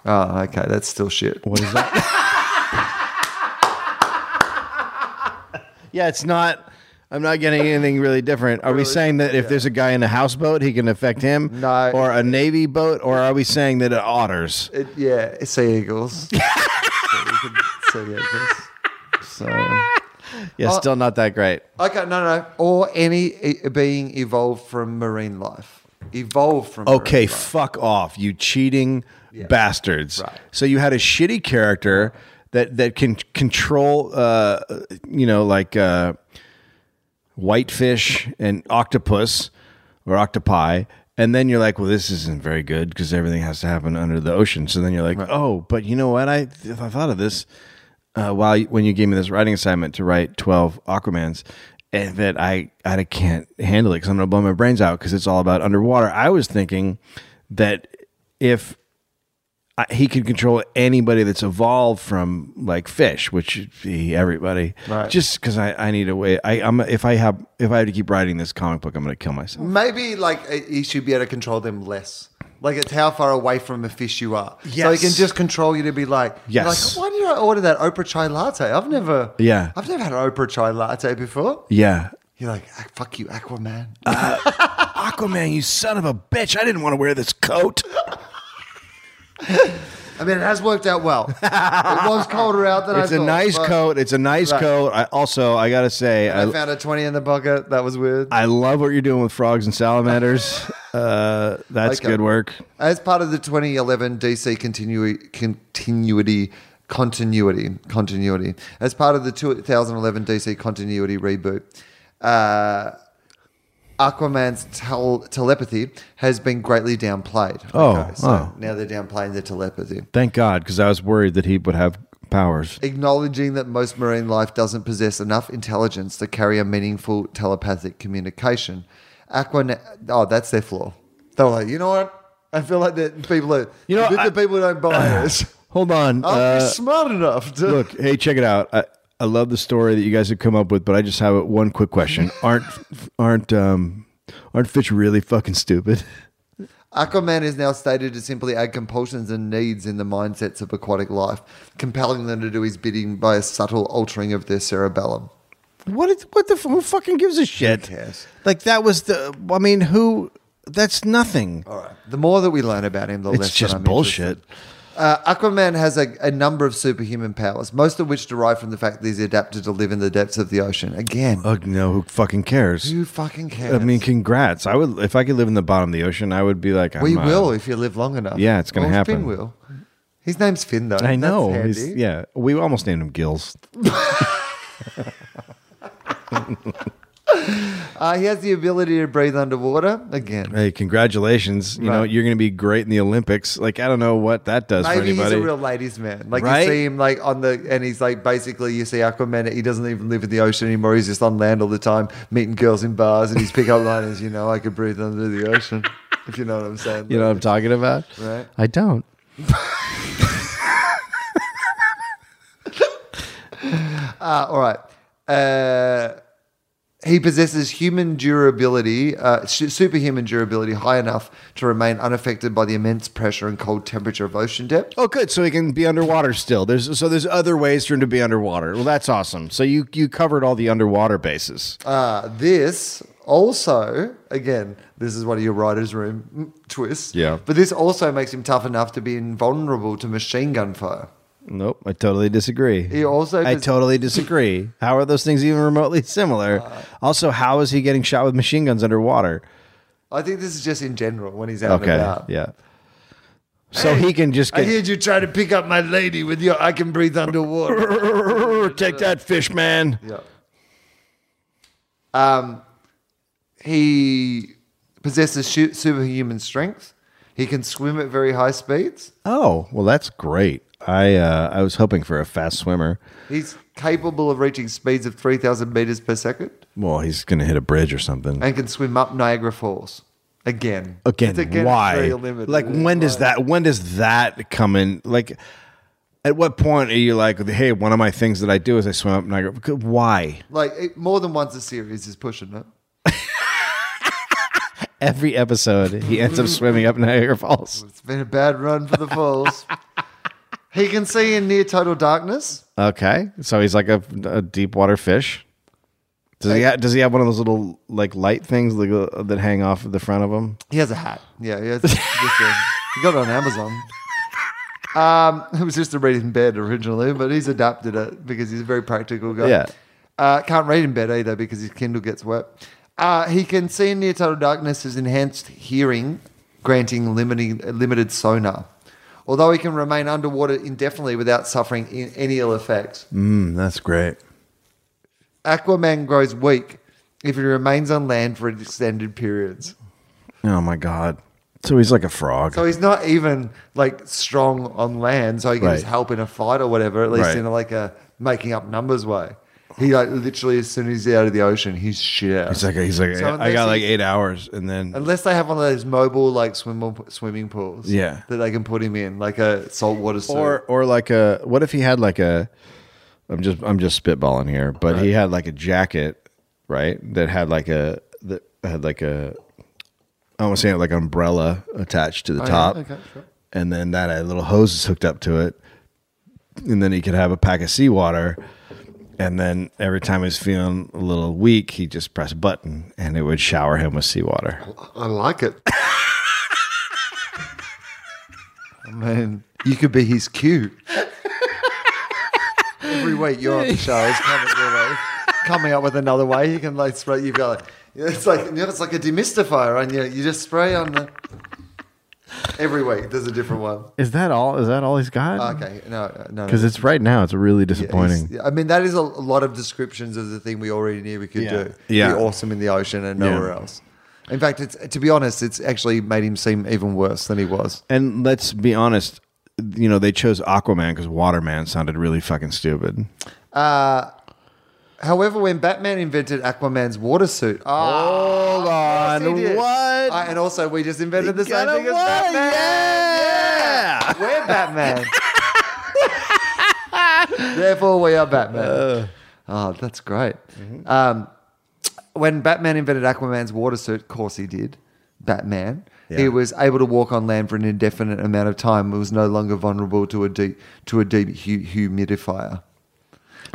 S2: Oh, okay, that's still shit.
S3: What is that? [laughs] yeah, it's not I'm not getting anything really different. Are we saying that if there's a guy in a houseboat, he can affect him?
S2: No.
S3: Or a navy boat? Or are we saying that it otters?
S2: It, yeah, sea
S3: [laughs]
S2: eagles. So we can- sea eagles. So
S3: Yeah, still not that great.
S2: okay, no, no, or any e- being evolved from marine life, evolved from marine
S3: Okay,
S2: life.
S3: fuck off, you cheating bastards.
S2: Right.
S3: So you had a shitty character that that can control uh you know like uh whitefish and octopus or octopi and then you're like, well, this isn't very good because everything has to happen under the ocean. So then you're like, oh, but you know what? I, th- I thought of this uh, while you- when you gave me this writing assignment to write 12 Aquamans and that I, I can't handle it because I'm going to blow my brains out because it's all about underwater. I was thinking that if I, he could control anybody that's evolved from like fish, which would be everybody,
S2: Right.
S3: just because I, I need a way. I, I'm, if I have, if I have to keep writing this comic book, I'm going to kill myself.
S2: Maybe like uh, you should be able to control them less. Like it's how far away from a fish you are. So he
S3: Yes.
S2: can just control you to be like, you're
S3: Yes.
S2: Like why did I order that Oprah chai latte? I've never.
S3: Yeah.
S2: I've never had an Oprah chai latte before.
S3: Yeah.
S2: You're like, "Ah, fuck you, Aquaman.
S3: Aquaman, you son of a bitch. I didn't want to wear this coat.
S2: I mean, it has worked out well. it was colder out than
S3: [laughs] It's
S2: I
S3: a
S2: thought.
S3: nice
S2: but
S3: coat. It's a nice
S2: Right.
S3: coat. I also I gotta say
S2: I
S3: I,
S2: found a 20 in the pocket. That was weird.
S3: I love what you're doing with frogs and [laughs] salamanders. uh, that's
S2: Okay.
S3: good work.
S2: As part of the 2011 DC continui- continuity continuity continuity, as part of the 2011 DC continuity reboot, uh, Aquaman's tel- telepathy has been greatly downplayed.
S3: Oh,
S2: so
S3: oh.
S2: now they're downplaying their telepathy.
S3: Thank God, because I was worried that he would have powers.
S2: acknowledging that most marine life doesn't possess enough intelligence to carry a meaningful telepathic communication. Aquanet, oh, that's their flaw. They're like, you know what? I feel like that people are,
S3: You know,
S2: the
S3: I-
S2: people don't buy [laughs]
S3: [coughs]
S2: this.
S3: Hold
S2: I'm
S3: on. uh, [laughs]
S2: smart enough to.
S3: look, hey, check it out. I, I love the story that you guys have come up with, but I just have one quick [laughs] question. Aren't aren't um aren't fish really fucking stupid?
S2: Aquaman is now stated to simply add compulsions and needs in the mindsets of aquatic life, compelling them to do his bidding by a subtle altering of their cerebellum.
S3: What? Is, what the? f- Who fucking gives a shit?
S2: cares?
S3: Like that was the. I mean, who? That's nothing.
S2: All right. The more that we learn about him, the less
S3: It's
S2: that
S3: just
S2: I'm interested.
S3: bullshit.
S2: Uh, Aquaman has a, a number of superhuman powers, most of which derive from the fact that he's adapted to live in the depths of the ocean. Again,
S3: Ugh, no, who fucking cares?
S2: who fucking cares?
S3: I mean, congrats. I would if I could live in the bottom of the ocean, I would be like, I'm,
S2: we
S3: uh,
S2: will if you live long enough.
S3: Yeah, it's gonna
S2: Or
S3: happen.
S2: Finn will. His name's Finn, though.
S3: I know.
S2: That's
S3: He's-
S2: handy.
S3: yeah, we almost named him Gills.
S2: Uh, he has the ability to breathe underwater again.
S3: Hey, congratulations! You know
S2: Right.
S3: you're going to be great in the Olympics. Like I don't know what that does for
S2: Maybe he's a
S3: anybody.
S2: real ladies' man. Like
S3: Right?
S2: you see him like on the, and he's like basically you see Aquaman. He doesn't even live in the ocean anymore. He's just on land all the time, meeting girls in bars, and his pickup [laughs] line is, "You know, I could breathe under the ocean." If you know what I'm saying.
S3: you know what I'm talking about?
S2: Right.
S3: I don't.
S2: Uh, all right. Uh, he possesses human durability, uh, su- superhuman durability, high enough to remain unaffected by the immense pressure and cold temperature of ocean depth.
S3: Oh, good. So he can be underwater still. There's so there's other ways for him to be underwater. Well, that's awesome. So you you covered all the underwater bases.
S2: Uh, this also, again, this is one of your writer's room mm, twists.
S3: Yeah.
S2: But this also makes him tough enough to be invulnerable to machine gun fire.
S3: Nope, I totally disagree.
S2: He also
S3: I
S2: does-
S3: totally disagree. How are those things even remotely similar?
S2: Uh,
S3: also, how is he getting shot with machine guns underwater?
S2: I think this is just in general when he's out
S3: Okay,
S2: and about.
S3: yeah. So he can just
S2: I
S3: get
S2: heard you try to pick up my lady with your I can breathe
S3: [laughs]
S2: underwater.
S3: take that fish man.
S2: Yeah. Um, he possesses su- superhuman strength. He can swim at very high speeds.
S3: Oh, well, that's great. I uh, I was hoping for a fast swimmer.
S2: He's capable of reaching speeds of 3,000 meters per second
S3: Well, he's gonna hit a bridge or something.
S2: and can swim up Niagara Falls. Again.
S3: again,
S2: It's again
S3: why
S2: very limited.
S3: like when does that when does that come in like at what point are you like hey one of my things that i do is i swim up and i go "Good, why
S2: Like it, more than once a series is pushing it.
S3: every episode he ends [laughs] up swimming up niagara falls
S2: It's been a bad run for the
S3: [laughs]
S2: Falls. he can see in near total darkness.
S3: okay so he's like a, a deep water fish does he have, does he have one of those little like light things like, uh, that hang off of the front of him
S2: He has a hat. Yeah, yeah. It's just a, he got it on Amazon. Um, [laughs] it was just to read in bed originally, but he's adapted it because he's a very practical guy.
S3: Yeah.
S2: Uh, can't read in bed either because his Kindle gets wet. Uh, he can see in near total darkness his enhanced hearing, granting limiting, limited sonar. Although he can remain underwater indefinitely without suffering in any ill effects,
S3: mm, that's great
S2: Aquaman grows weak if he remains on land for extended periods.
S3: oh my god so he's like a frog
S2: So he's not even like strong on land, so he can just
S3: Right.
S2: help in a fight or whatever. At least
S3: Right.
S2: in like a making up numbers way. He like literally as soon as he's out of the ocean, he's shit out.
S3: he's like he's like
S2: So
S3: i got
S2: unless
S3: like
S2: he-
S3: eight hours and then
S2: Unless they have one of those mobile like swim, swimming pools,
S3: Yeah.
S2: that they can put him in, like a saltwater suit.
S3: or or like a what if he had like a I'm just I'm just spitballing here, but he had like a jacket, right? That had like a that had like a I was saying like an umbrella attached to the
S2: Oh, yeah,
S3: top,
S2: okay, sure.
S3: and then that had little hoses hooked up to it, and then he could have a pack of seawater, and then every time he's feeling a little weak, he just press a button and it would shower him with seawater.
S2: I like it. [laughs] I mean, you could be his cue. Every week you're on the shows coming, you know, coming up with another way. You can like spray. You've got like, it's like you know, it's like a demystifier, and you you just spray on the. Every week there's a different one.
S3: Is that all? Is that all he's got?
S2: Okay, no, no, no.
S3: Because it's right now. It's really disappointing.
S2: Yeah, I mean, that is a lot of descriptions of the thing we already knew we could
S3: Yeah.
S2: do.
S3: Yeah.
S2: Be awesome in the ocean and nowhere else. In fact, it's to be honest, it's actually made him seem even worse than he was.
S3: And let's be honest, you know, they chose Aquaman because Waterman sounded really fucking stupid.
S2: However, when Batman invented Aquaman's water suit, oh, hold
S3: on, what?
S2: and also, we just invented the same
S3: Got a
S2: thing as
S3: what?
S2: Batman.
S3: Yeah!
S2: We're Batman. Therefore, we are Batman.
S3: Uh.
S2: oh, that's great. Um, when Batman invented Aquaman's water suit, of course he did. Batman. He
S3: Yeah.
S2: was able to walk on land for an indefinite amount of time. It was no longer vulnerable to a deep to a deep hu- humidifier.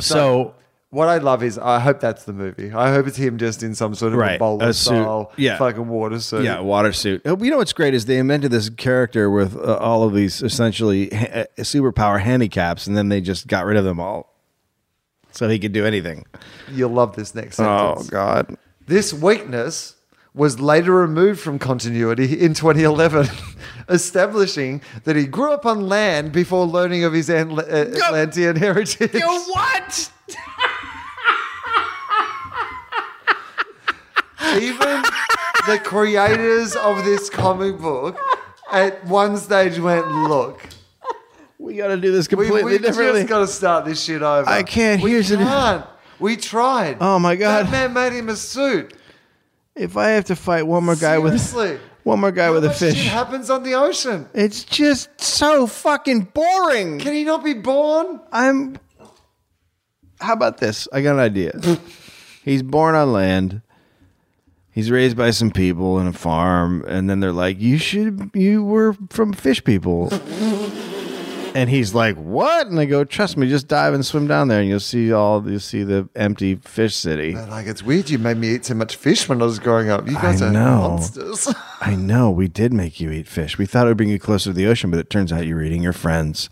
S3: So,
S2: What I love is I hope that's the movie. I hope it's him just in some sort of
S3: Right,
S2: a bowler
S3: a suit.
S2: style
S3: Yeah.
S2: fucking water suit.
S3: Yeah, water suit. Uh, You know what's great is they invented this character with uh, all of these essentially ha- uh, superpower handicaps, and then they just got rid of them all, so he could do anything.
S2: You'll love this next sentence.
S3: Oh, God!
S2: This weakness was later removed from continuity in 2011, [laughs] establishing that he grew up on land before learning of his Atl- uh, Atlantean heritage.
S3: what?
S2: Even the creators of this comic book at one stage went, look.
S3: We got to do this
S2: We,
S3: completely
S2: we
S3: differently.
S2: just got to start this shit over.
S3: I can't
S2: We
S3: hear it.
S2: can't. We tried.
S3: Oh my God.
S2: That man made him a suit.
S3: if I have to fight one more guy
S2: Seriously.
S3: with one more guy
S2: How
S3: with a
S2: much shit
S3: fish,
S2: happens on the ocean.
S3: it's just so fucking boring.
S2: Can he not be born?
S3: I'm. How about this? I got an idea. He's born on land. He's raised by some people in a farm, and then they're like, "You should. You were from fish people." and he's like, "What?" And I go, "Trust me. Just dive and swim down there, and you'll see all. You'll see the empty fish city."
S2: Like it's weird you made me eat so much fish when I was growing up. You guys are
S3: know.
S2: monsters. [laughs]
S3: I know we did make you eat fish. We thought it would bring you closer to the ocean, but it turns out you were eating your [laughs] friends.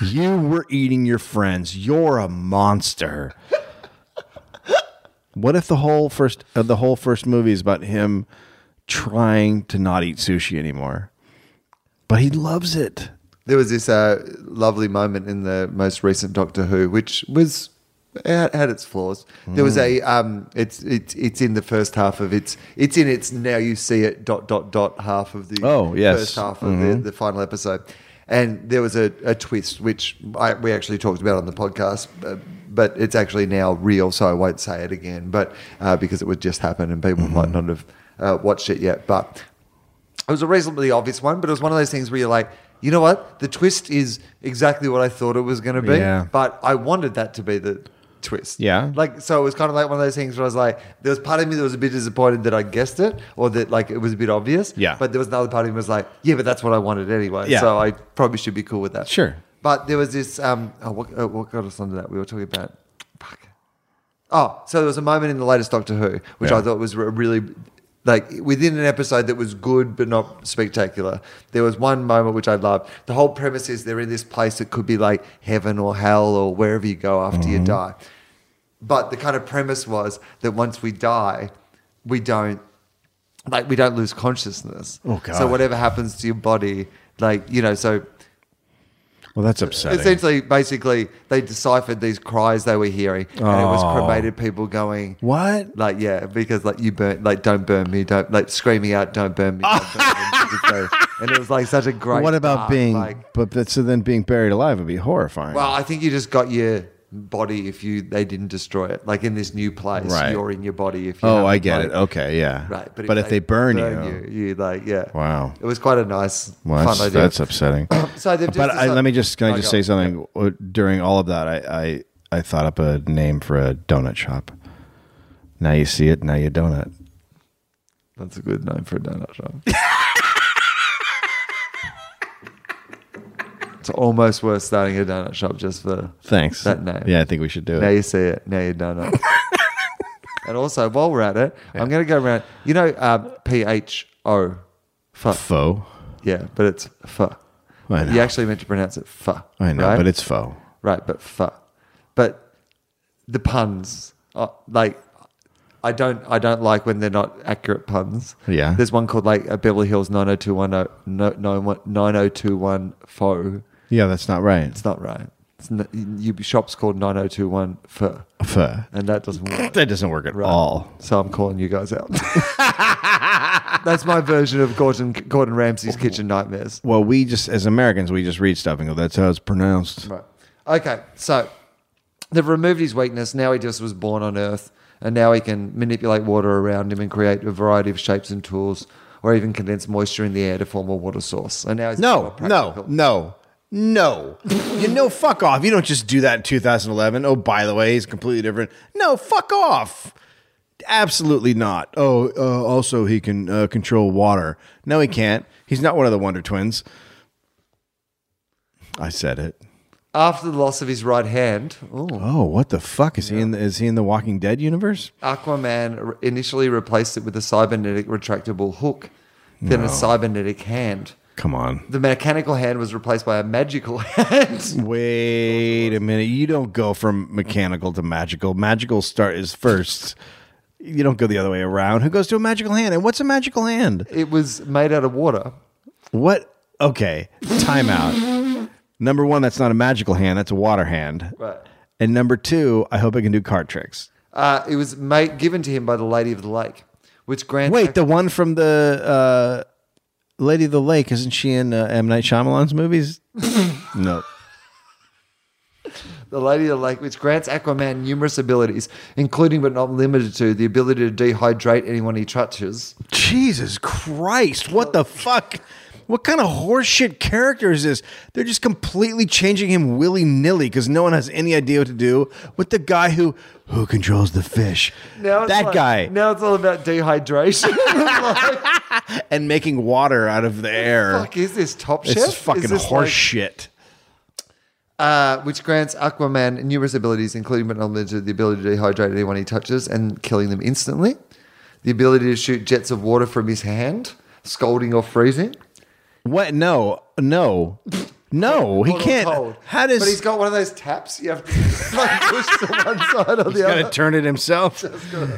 S3: you were eating your friends. You're a monster. what if the whole first uh, the whole first movie is about him trying to not eat sushi anymore? But he loves it.
S2: there was this uh, lovely moment in the most recent Doctor Who, which was it had, had its flaws. There was
S3: Mm.
S2: a um, it's it's it's in the first half of its it's in its now you see it dot dot dot half of the
S3: Oh, yes.
S2: first half of the, the final episode, and there was a, a twist which I, we actually talked about on the podcast. But, but it's actually now real, so I won't say it again. But uh, because it would just happen, and people
S3: Mm-hmm.
S2: might not have uh, watched it yet. But it was a reasonably obvious one, but it was one of those things where you're like, you know what? The twist is exactly what I thought it was going to be,
S3: Yeah.
S2: but I wanted that to be the twist.
S3: Yeah.
S2: Like, so it was kind of like one of those things where I was like, there was part of me that was a bit disappointed that I guessed it or that like it was a bit obvious.
S3: Yeah.
S2: But there was another part of me that was like, yeah, but that's what I wanted anyway.
S3: Yeah.
S2: So I probably should be cool with that.
S3: Sure.
S2: But there was this, um, oh, what, uh, what got us under that? We were talking about, fuck. Oh, so there was a moment in the latest Doctor Who, which
S3: Yeah.
S2: I thought was a really like within an episode that was good but not spectacular. There was one moment which I loved. The whole premise is they're in this place that could be like heaven or hell or wherever you go after you
S3: Mm-hmm.
S2: die. But the kind of premise was that once we die, we don't like we don't lose consciousness.
S3: Oh, God.
S2: So whatever happens to your body, like you know, so
S3: Well, that's upsetting.
S2: essentially, basically, they deciphered these cries they were hearing, and it was
S3: Oh.
S2: cremated people going,
S3: what?
S2: like yeah, because like you burn, like don't burn me, don't like screaming out, don't burn me, don't burn
S3: [laughs]
S2: me. and it was like such a great.
S3: What about
S2: dark,
S3: being?
S2: like?
S3: but that, so then being buried alive would be horrifying.
S2: Well, I think you just got your body if you they didn't destroy it. Like in this new place,
S3: Right.
S2: you're in your body. If you
S3: oh,
S2: haven't,
S3: I get
S2: like-
S3: it. Okay, yeah.
S2: right.
S3: But, if they, burn, you,
S2: you, you like yeah.
S3: Wow.
S2: it was quite a nice
S3: Well,
S2: fun
S3: that's,
S2: idea.
S3: that's [clears throat] upsetting.
S2: so they've just
S3: but I,
S2: decided-
S3: let me just can
S2: Oh,
S3: I just
S2: go.
S3: say something Uh, during all of that? I, I I thought up a name for a donut shop. Now you see it. Now you donut.
S2: That's a good name for a donut
S3: [laughs]
S2: shop. it's almost worth starting a donut shop just for
S3: Thanks.
S2: That name.
S3: Yeah, I think we should do
S2: now
S3: it.
S2: you see it, now you don't
S3: [laughs]
S2: know. and also, while we're at it, I'm going to go around. You know, um, P H O, pho.
S3: Faux.
S2: Yeah, but it's pho.
S3: I know.
S2: You actually meant to pronounce it pho.
S3: I know,
S2: right?
S3: but it's faux.
S2: right, but pho. But the puns, uh, like. I don't. I don't like when they're not accurate puns.
S3: Yeah.
S2: There's one called like a Beverly Hills 90210 no, no, 9021 faux.
S3: Yeah, that's not right.
S2: It's not right. It's n- you shop's called 9021 pho,
S3: Faux.
S2: and that doesn't work.
S3: That doesn't work at
S2: Right.
S3: all.
S2: So I'm calling you guys out. That's my version of Gordon Gordon Ramsay's kitchen nightmares.
S3: Well, we just as Americans, we just read stuff and go, "That's how it's pronounced."
S2: Right. Okay. So they've removed his weakness. Now he just was born on Earth, and now he can manipulate water around him and create a variety of shapes and tools, or even condense moisture in the air to form a water source. And now he's more
S3: No, no,
S2: practical.
S3: no, no. you know, fuck off. You don't just do that in 2011. Oh, by the way, he's completely different. No, fuck off. Absolutely not. Oh, uh, also, he can uh, control water. No, he can't. He's not one of the Wonder Twins. I said it.
S2: After the loss of his right hand, ooh,
S3: Oh, what the fuck is he in? The, is he in the Walking Dead universe?
S2: Aquaman r- initially replaced it with a cybernetic retractable hook, then a cybernetic hand.
S3: Come on.
S2: The mechanical hand was replaced by a magical [laughs] hand.
S3: Wait a minute. You don't go from mechanical to magical. Magical start is first. You don't go the other way around. Who goes to a magical hand? And what's a magical hand?
S2: It was made out of water.
S3: What? Okay. Timeout. Number one, that's not a magical hand. That's a water hand.
S2: Right.
S3: And number two, I hope I can do card tricks.
S2: Uh, it was made, given to him by the Lady of the Lake, which grants.
S3: Wait, the one from the uh, Lady of the Lake, isn't she in uh, M. Night Shyamalan's movies? no.
S2: the Lady of the Lake, which grants Aquaman numerous abilities, including but not limited to the ability to dehydrate anyone he touches.
S3: Jesus Christ. What the fuck? What kind of horseshit character is this? They're just completely changing him willy nilly because no one has any idea what to do with the guy who who controls the fish.
S2: it's
S3: that
S2: like-
S3: guy.
S2: Now it's all about
S3: [laughs]
S2: dehydration. Like,
S3: And making water out of the air.
S2: fuck, is this Top Chef?
S3: It's
S2: Is
S3: fucking
S2: this like-
S3: horseshit.
S2: uh, which grants Aquaman numerous abilities, including but not limited to the ability to dehydrate anyone he touches and killing them instantly, the ability to shoot jets of water from his hand, scalding or freezing.
S3: What? No, no, no. He
S2: Hot or
S3: can't.
S2: cold.
S3: How does?
S2: But he's got one of those taps. You have to [laughs] like, push to one side or the
S3: got
S2: other.
S3: to turn
S2: [laughs]
S3: it himself.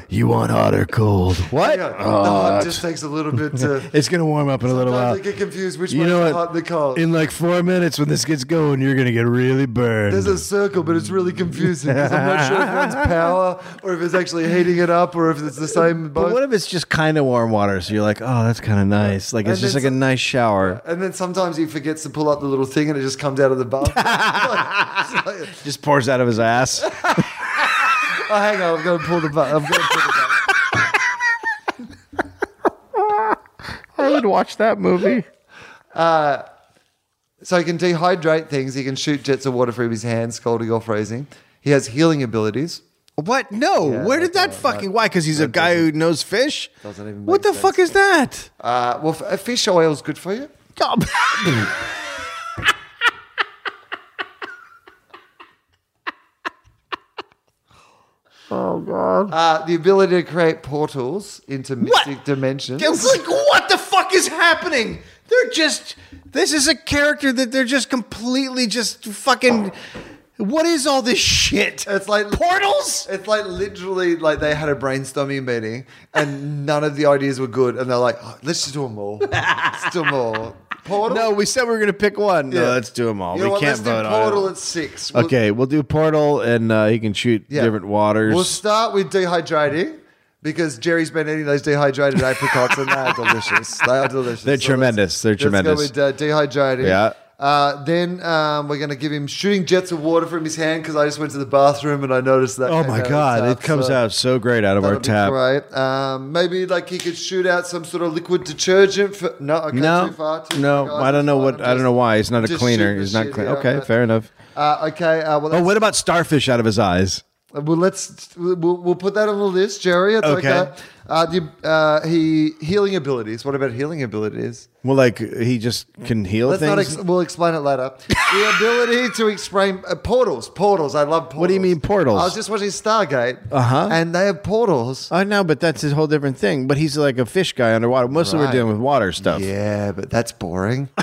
S3: You want hot or cold? What?
S2: Yeah.
S3: Oh,
S2: no, it just takes a little
S3: [laughs]
S2: bit to.
S3: it's gonna warm up in a little
S2: Sometimes
S3: while.
S2: I get confused which
S3: You
S2: one
S3: know
S2: is
S3: what?
S2: hot and the cold.
S3: In like four minutes, when this gets going, you're gonna get really burned.
S2: There's a circle, but it's really confusing because I'm not sure if
S3: [laughs]
S2: one's power or if it's actually heating it up or if it's the same.
S3: but
S2: Both.
S3: what if it's just kind of warm water? So you're like, oh, that's kind of nice. Like it's
S2: And
S3: just
S2: then
S3: like a nice shower.
S2: and then sometimes he forgets to pull up the little thing and it just comes out of the
S3: [laughs]
S2: bath. It's like-
S3: Just pours out of his ass.
S2: oh, hang on, I'm going to pull the butt. I'm going to pull the butt.
S3: [laughs] I would watch that movie.
S2: So he can dehydrate things. He can shoot jets of water from his hands, scalding or freezing. He has healing abilities.
S3: What? No.
S2: Yeah,
S3: Where did that
S2: that's all right.
S3: fucking? Why? Because he's a guy who knows fish.
S2: doesn't even
S3: What
S2: make
S3: the
S2: sense.
S3: fuck is that?
S2: Uh, well, f- fish oil is good for you. [laughs] Uh, the ability to create portals into mystic dimensions.
S3: [laughs] It's like, what the fuck is happening? They're just. This is a character that they're just completely just fucking. What is all this shit?
S2: It's like-
S3: portals.
S2: It's like literally like they had a brainstorming meeting and none of the ideas were good, and they're like, "Oh, "Let's just do them all. Let's do them all." Portal.
S3: [laughs] No, we said we were gonna pick one.
S2: Yeah.
S3: No, let's do them all.
S2: You know
S3: we
S2: what?
S3: can't
S2: Let's
S3: vote
S2: do Portal
S3: on
S2: at six.
S3: it. Okay, we'll do portal, and uh, he can shoot
S2: yeah.
S3: different waters.
S2: We'll start with dehydrating because Jerry's been eating those dehydrated apricots, and they are
S3: [laughs]
S2: delicious. They are delicious.
S3: They're tremendous. They're tremendous.
S2: Let's go with uh, dehydrating.
S3: Yeah.
S2: Uh, then um, we're going to give him shooting jets of water from his hand because I just went to the bathroom and I noticed that.
S3: oh
S2: came
S3: my
S2: out of
S3: god,
S2: the
S3: it
S2: tap,
S3: comes
S2: so-
S3: out so great out of our
S2: That'd be
S3: tap.
S2: great. Um, maybe like he could shoot out some sort of liquid detergent. For, no, okay,
S3: No,
S2: too far. Too
S3: no,
S2: far,
S3: I don't know
S2: guys,
S3: what.
S2: I'm
S3: I don't know
S2: just-
S3: why he's not a
S2: just
S3: cleaner.
S2: shoot the
S3: He's not
S2: shit,
S3: clean.
S2: yeah,
S3: Okay,
S2: but-
S3: fair enough.
S2: Uh, okay, uh, well,
S3: Oh,
S2: that's-
S3: what about starfish out of his eyes?
S2: well, let's we'll, we'll put that on the list, Jerry. It's okay.
S3: Okay.
S2: Uh, the, uh, he healing abilities. What about healing abilities?
S3: Well, like he just can heal
S2: Let's
S3: things.
S2: not. Ex- we'll explain it later.
S3: [laughs]
S2: the ability to explain uh, portals. Portals. I love portals.
S3: What do you mean portals?
S2: I was just watching Stargate.
S3: Uh-huh.
S2: And they have portals.
S3: I know, but that's a whole different thing. But he's like a fish guy underwater. Mostly
S2: Right.
S3: we're dealing with water stuff.
S2: Yeah, but that's boring. [laughs]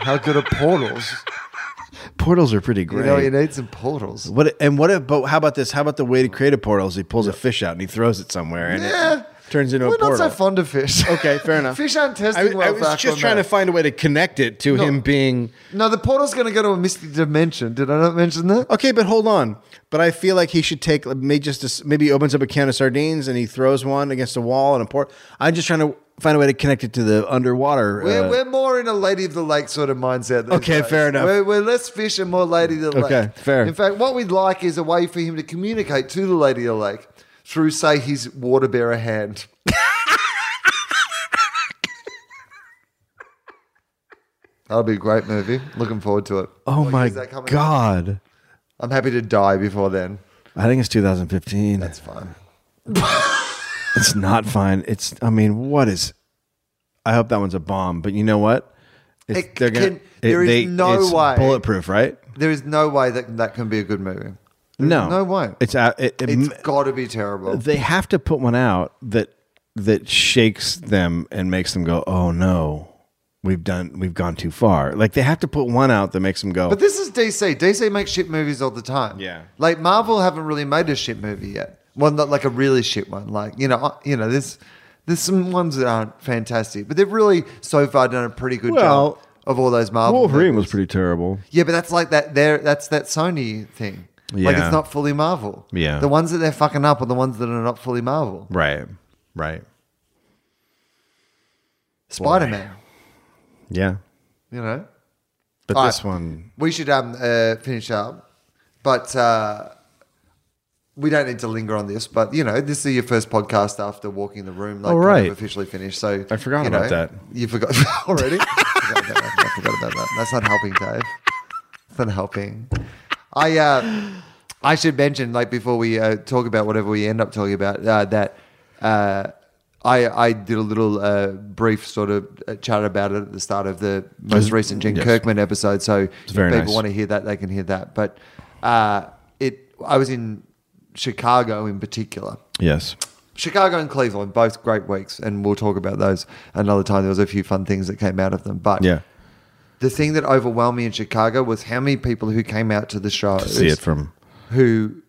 S2: How good are portals?
S3: Portals are pretty great.
S2: You know, you need some portals.
S3: what and what? If, but how about this? How about the way to create a portal is he pulls a fish out and he throws it somewhere and
S2: Oh. Yeah.
S3: it turns into
S2: We're
S3: a portal.
S2: not so fond of fish.
S3: Okay,
S2: [laughs]
S3: fair enough.
S2: Fish aren't
S3: I,
S2: testing
S3: I
S2: well.
S3: was
S2: for
S3: just trying
S2: Aquaman.
S3: to find a way to connect it to him being
S2: No, the portal's going to go to a mystic dimension. Did I not mention that?
S3: okay. But hold on. But I feel like he should take maybe just a s maybe he opens up a can of sardines and he throws one against a wall and a port. I'm just trying to find a way to connect it to the underwater.
S2: We're,
S3: uh,
S2: we're more in a lady of the lake sort of mindset. these
S3: Okay,
S2: days.
S3: fair enough.
S2: We're, we're less fish and more lady of the lake.
S3: Okay, fair.
S2: In fact, what we'd like is a way for him to communicate to the lady of the lake through, say, his water bearer hand. [laughs] That'll be a great movie. Looking forward to it.
S3: oh
S2: Like,
S3: my
S2: is that coming out?
S3: god.
S2: I'm happy to die before then.
S3: I think it's 2015.
S2: It's fine.
S3: it's not fine. It's I mean, what is I hope that one's a bomb, but you know what? It's-
S2: It
S3: they're gonna-
S2: can- there is no
S3: it's
S2: way.
S3: bulletproof, right?
S2: There is no way that that can be a good movie. There's
S3: no,
S2: no way.
S3: It's out. It, it-
S2: it's got to be terrible.
S3: they have to put one out that that shakes them and makes them go, "Oh no, we've done, we've gone too far." Like they have to put one out that makes them go,
S2: But this is DC. DC makes shit movies all the time.
S3: Yeah.
S2: Like Marvel haven't really made a shit movie yet. One that like a really shit one. Like you know, uh, you know, there's there's some ones that aren't fantastic, but they've really so far done a pretty good
S3: Well,
S2: job of all those Marvel.
S3: "Wolverine
S2: movies.
S3: was pretty terrible."
S2: Yeah, but that's like that. There, that's that Sony thing. Like
S3: Yeah.
S2: it's not fully Marvel.
S3: Yeah.
S2: The ones that they're fucking up are the ones that are not fully Marvel.
S3: Right, right,
S2: Spider Man.
S3: yeah.
S2: You know.
S3: But
S2: All right.
S3: this one,
S2: We should um, uh, finish up, but uh, we don't need to linger on this. But you know, this is your first podcast after walking the room, like kind
S3: Oh,
S2: of
S3: right.
S2: officially finished. So
S3: I forgot
S2: you
S3: about that.
S2: You forgot [laughs] already. forgot about that. I forgot about that. That's not helping, Dave. It's not helping. I uh, I should mention, like before we uh, talk about whatever we end up talking about, uh, that uh, I I did a little uh, brief sort of uh, chat about it at the start of the most recent Jen
S3: Mm-hmm. yes.
S2: Kirkman episode. So
S3: very
S2: if people
S3: nice.
S2: want to hear that, they can hear that. But uh, it, I was in Chicago in particular.
S3: yes,
S2: Chicago and Cleveland, both great weeks, and we'll talk about those another time. There was a few fun things that came out of them, but
S3: yeah.
S2: the thing that overwhelmed me in Chicago was how many people who came out to the show
S3: See it from
S2: who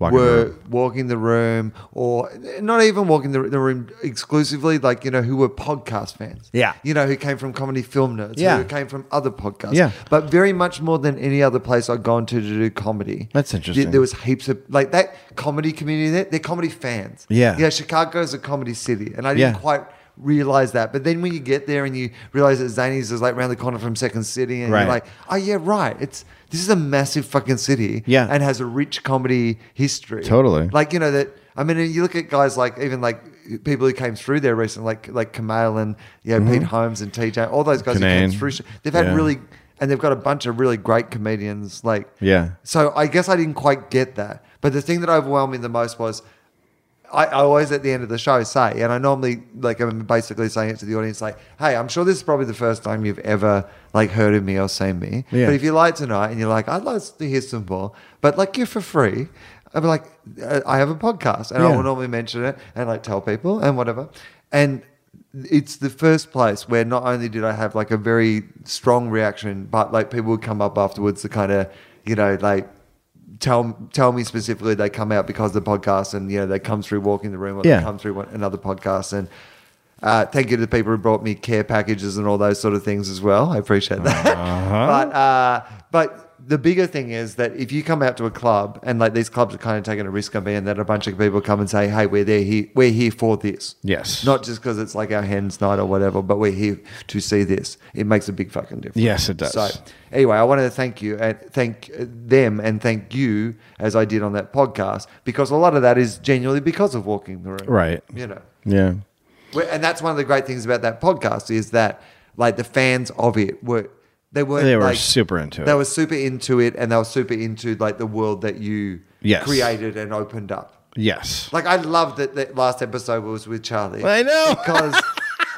S3: Walking the
S2: were
S3: room.
S2: walking the room or not even walking the, the room exclusively, like, you know, who were podcast fans.
S3: Yeah.
S2: You know, who came from Comedy Film Nerds,
S3: Yeah.
S2: who came from other podcasts.
S3: Yeah.
S2: But very much more than any other place I've gone to to do comedy.
S3: That's
S2: There-
S3: interesting.
S2: There was heaps of, like, that comedy community, they're, they're comedy fans.
S3: Yeah.
S2: Yeah, Chicago's a comedy city. And I didn't
S3: Yeah.
S2: quite realize that. But then when you get there and you realize that Zanies is like round the corner from Second City and
S3: Right.
S2: you're like, oh, yeah, right. It's, this is a massive fucking city
S3: Yeah.
S2: and has a rich comedy history.
S3: Totally.
S2: Like you know that. I mean, you look at guys like even like people who came through there recently, like like Kamal and you know Pete Holmes and TJ, all those guys who
S3: Mm-hmm. Kinane.
S2: came through. They've had
S3: Yeah.
S2: really, and they've got a bunch of really great comedians. Like
S3: Yeah.
S2: So I guess I didn't quite get that. But the thing that overwhelmed me the most was. I, I always at the end of the show say, and I normally like I'm basically saying it to the audience, like, "Hey, I'm sure this is probably the first time you've ever like heard of me or seen me.
S3: Yeah.
S2: But if you like tonight and you're like, I'd like to hear some more, but like you're for free, I'm like, uh, I have a podcast and I
S3: Yeah.
S2: will normally mention it and like tell people and whatever. And it's the first place where not only did I have like a very strong reaction, but like people would come up afterwards to kind of, you know, like tell tell me specifically they come out because of the podcast and you know they come through walking the room or
S3: Yeah.
S2: they come through one, another podcast and uh, thank you to the people who brought me care packages and all those sort of things as well. I appreciate that.
S3: Uh-huh.
S2: [laughs] but uh, but the bigger thing is that if you come out to a club and like these clubs are kind of taking a risk on me, and that a bunch of people come and say, "Hey, we're there here, we're here for this."
S3: Yes.
S2: Not just because it's like our hens night or whatever, but we're here to see this. It makes a big fucking difference.
S3: Yes, it does.
S2: So anyway, I wanted to thank you and thank them and thank you as I did on that podcast because a lot of that is genuinely because of walking the room,
S3: Right.
S2: You know.
S3: yeah,
S2: Well, And that's one of the great things about that podcast is that like the fans of it were they weren't
S3: They were
S2: like,
S3: super into it.
S2: They were super into it and they were super into like the world that you
S3: Yes.
S2: created and opened up.
S3: yes.
S2: Like I love that that last episode was with Charlie.
S3: I know.
S2: Because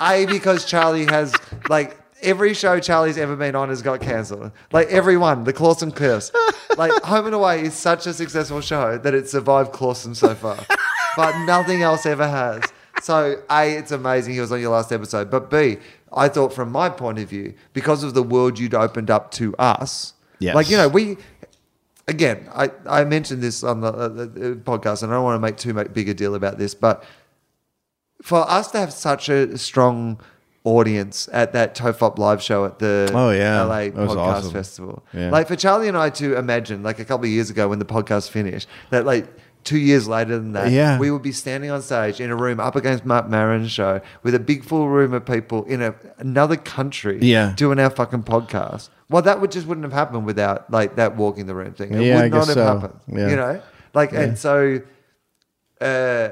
S2: A because Charlie has like every show Charlie's ever been on has got cancelled. Like everyone, the Clawson curse. Like Home and Away is such a successful show that it survived Clawson so far. but nothing else ever has. So A, it's amazing he was on your last episode. But B, I thought from my point of view, because of the world you'd opened up to us,
S3: Yes.
S2: like you know, we again, I, I mentioned this on the, uh, the uh, podcast, and I don't want to make too much big a deal about this, but for us to have such a strong audience at that Tofop live show at the
S3: Oh, yeah.
S2: LA
S3: That was
S2: Podcast
S3: awesome.
S2: Festival,
S3: Yeah.
S2: like for Charlie and I to imagine, like a couple of years ago when the podcast finished, that like. Two years later than that,
S3: Yeah.
S2: we would be standing on stage in a room up against Mark Maron's show with a big full room of people in a, another country
S3: Yeah.
S2: doing our fucking podcast. Well, that would just wouldn't have happened without like that walking the room thing. It
S3: Yeah,
S2: would
S3: I
S2: not have
S3: guess so.
S2: happened.
S3: Yeah.
S2: You know? Like and so uh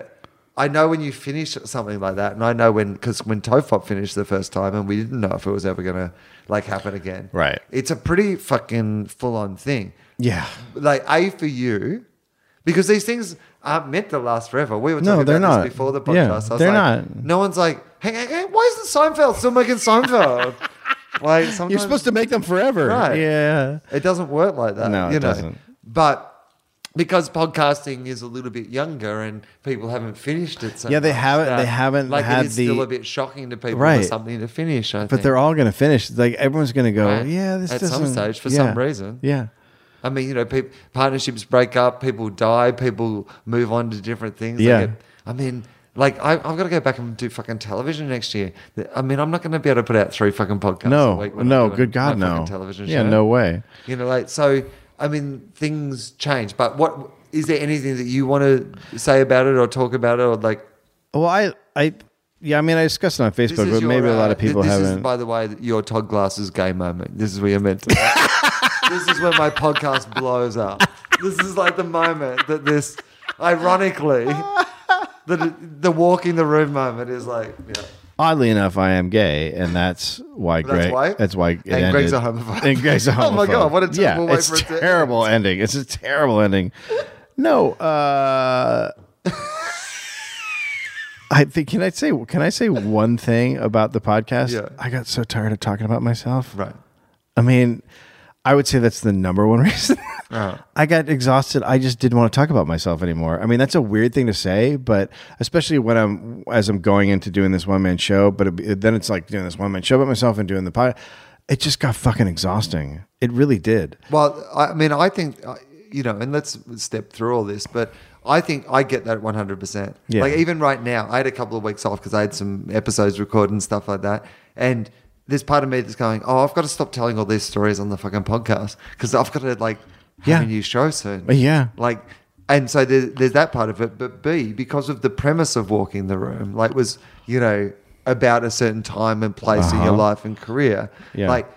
S2: I know when you finish something like that, and I know when because when Tofop finished the first time, and we didn't know if it was ever gonna like happen again.
S3: Right.
S2: It's a pretty fucking full on thing.
S3: Yeah.
S2: Like a for you, because these things aren't meant to last forever. We were talking
S3: No, they're
S2: about
S3: not.
S2: this before the podcast.
S3: Yeah,
S2: I was
S3: they're
S2: like,
S3: not. [laughs]
S2: No one's like, hey, hey, hey, why isn't Seinfeld still making Seinfeld? Like sometimes
S3: You're supposed to make them forever.
S2: Right.
S3: Yeah.
S2: It doesn't work like that.
S3: No, it
S2: you know?
S3: doesn't.
S2: But because podcasting is a little bit younger and people haven't finished it, so
S3: Yeah, they
S2: much
S3: haven't-
S2: that-
S3: they haven't
S2: Like
S3: had
S2: it is
S3: the-
S2: still a bit shocking to people
S3: Right.
S2: for something to finish. I
S3: But they're all going to finish. Like everyone's going to go,
S2: Right.
S3: yeah, this
S2: At some
S3: doesn't.
S2: stage, for
S3: yeah.
S2: some reason.
S3: Yeah.
S2: I mean, you know, peop partnerships break up, people die, people move on to different things. They
S3: Yeah.
S2: get- I mean, like, I, I've got to go back and do fucking television next year. I mean, I'm not going to be able to put out three fucking podcasts. a
S3: No,
S2: week when
S3: no,
S2: I'm doing
S3: good God,
S2: my fucking
S3: no.
S2: Television
S3: yeah,
S2: show.
S3: no way.
S2: You know, like so. I mean, things change. But what is there anything that you want to say about it or talk about it or like?
S3: Well, I, I, yeah, I mean, I discussed it on
S2: this
S3: Facebook,
S2: is
S3: but
S2: your,
S3: maybe a lot
S2: uh,
S3: of people
S2: th- this
S3: haven't.
S2: Is, by the way, your Todd Glass's gay moment. This is where you're meant to.
S3: [laughs]
S2: this is where my podcast blows up. This is like the moment that this,
S3: [laughs]
S2: ironically, the the walk in the room moment is like. Yeah.
S3: Oddly enough, I am gay, and that's why
S2: That's
S3: Greg.
S2: why?
S3: That's why. It
S2: And Greg's
S3: ended.
S2: a homophobe.
S3: And Greg's a homophobe.
S2: [laughs] Oh my God, what a
S3: yeah,
S2: terrible way
S3: it's
S2: for it to end.
S3: terrible ending. It's a terrible ending. No, uh, [laughs] I think. Can I say? Can I say one thing about the podcast?
S2: Yeah.
S3: I got so tired of talking about myself.
S2: Right.
S3: I mean, I would say that's the number one [laughs] reason. I got exhausted. I just didn't want to talk about myself anymore. I mean, that's a weird thing to say, but especially when I'm as I'm going into doing this one man show. But it, then it's like doing this one man show about myself and doing the pod. It just got fucking exhausting. It really did.
S2: Well, I mean, I think uh, you know, and let's step through all this, but I think I get that one hundred percent.
S3: Yeah.
S2: Like even right now, I had a couple of weeks off because I had some episodes recorded and stuff like that, and there's part of me that's going, "Oh, I've got to stop telling all these stories on the fucking podcast because I've got to like have
S3: Yeah. Uh,
S2: a new show soon."
S3: Yeah.
S2: like. And so there's, there's that part of it, but B, because of the premise of walking the room, like was you know about a certain time and place in your life and career,
S3: Uh-huh. Yeah.
S2: like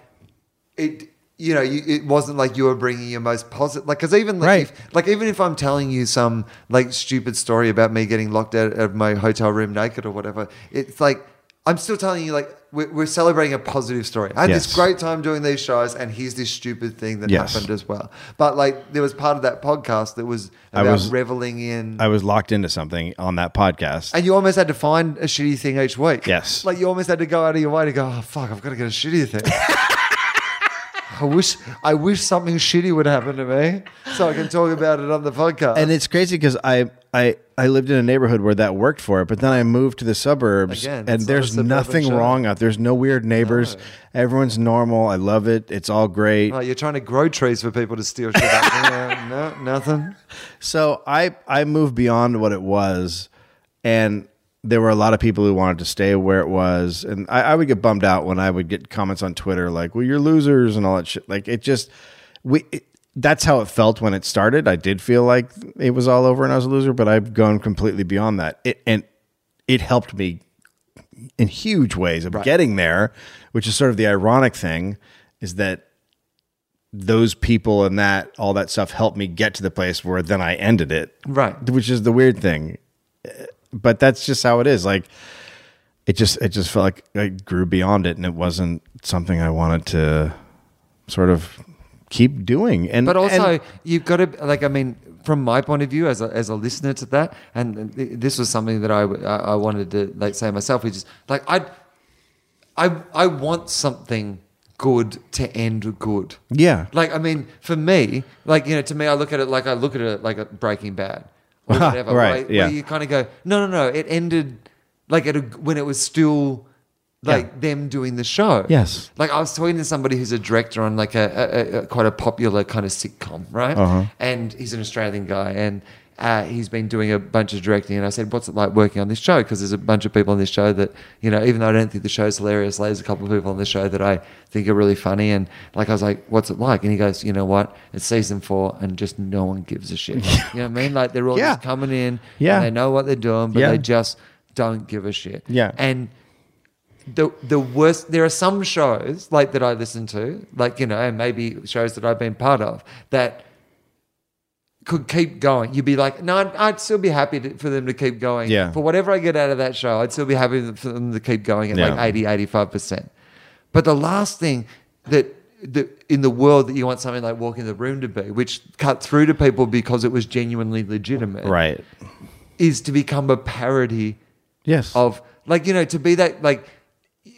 S2: it you know you, it wasn't like you were bringing your most positive like because even like,
S3: Right.
S2: if, like even if i'm telling you some like stupid story about me getting locked out of my hotel room naked or whatever it's like i'm still telling you like we're, we're celebrating a positive story i had
S3: Yes.
S2: this great time doing these shows and here's this stupid thing that
S3: Yes.
S2: happened as well but like there was part of that podcast that was
S3: I
S2: about
S3: was-
S2: reveling in
S3: I was locked into something on that podcast.
S2: and you almost had to find a shitty thing each week.
S3: Yes.
S2: Like you almost had to go out of your way to go, oh fuck, I've got to get a shitty
S3: [laughs]
S2: thing. I wish I wish something shitty would happen to me so I can talk about it on the podcast.
S3: and it's crazy because I, I I lived in a neighborhood where that worked for it, but then I moved to the suburbs,
S2: Again, it's
S3: and
S2: not a
S3: there's
S2: suburban
S3: nothing
S2: show.
S3: wrong out. There's no weird neighbors. Everyone's normal. I love it. It's all great.
S2: Oh, you're trying to grow trees for people to steal shit. up.
S3: [laughs]
S2: Yeah, no, nothing.
S3: So I I moved beyond what it was, and there were a lot of people who wanted to stay where it was, and I, I would get bummed out when I would get comments on Twitter like, "Well, you're losers" and all that shit. Like it just we. It, that's how it felt when it started. I did feel like it was all over and I was a loser, but I've gone completely beyond that. It and it helped me in huge ways of getting there, which is sort of the ironic thing, is that those people and that all that stuff helped me get to the place where then I ended it.
S2: Right.
S3: Which is the weird thing. Uh, But that's just how it is. Like it just it just felt like I grew beyond it and it wasn't something I wanted to sort of keep doing. And
S2: But also,
S3: and-
S2: you've got to like. I mean, from my point of view as a, as a listener to that, and th- this was something that I w- I- I wanted to like say myself, which is like I I I want something good to end good.
S3: Yeah.
S2: Like I mean, for me, like you know, to me, I look at it like I look at it like a Breaking Bad or
S3: [laughs]
S2: whatever.
S3: Right,
S2: where- where
S3: yeah.
S2: you kind of go, no, no, no. It ended like at a, when it was still. Like them doing the show.
S3: Yes.
S2: Like I was talking to somebody who's a director on like a, a, a- a quite a popular kind of sitcom, right?
S3: Uh-huh.
S2: And he's an Australian guy, and uh, he's been doing a bunch of directing. And I said, "What's it like working on this show?" Because there's a bunch of people on this show that you know, even though I don't think the show's hilarious, like, there's a couple of people on this show that I think are really funny. And like I was like, "What's it like?" And he goes, "You know what? It's season four, and just no one gives a
S3: [laughs]
S2: shit. you know what I mean? Like they're all
S3: Yeah.
S2: just coming in,
S3: Yeah.
S2: and they know what they're doing, but
S3: Yeah.
S2: they just don't give a shit.
S3: Yeah.
S2: and the the worst there are some shows like that I listen to, like you know, and maybe shows that I've been part of that could keep going. You'd be like, no, I'd, I'd still be happy to, for them to keep going.
S3: Yeah.
S2: For whatever I get out of that show, I'd still be happy for them to keep going at like
S3: Yeah.
S2: 80, 85%. But the last thing that, that in the world that you want something like Walking the Room to be, which cut through to people because it was genuinely legitimate,
S3: right.
S2: is to become a parody
S3: Yes.
S2: of like you know to be that like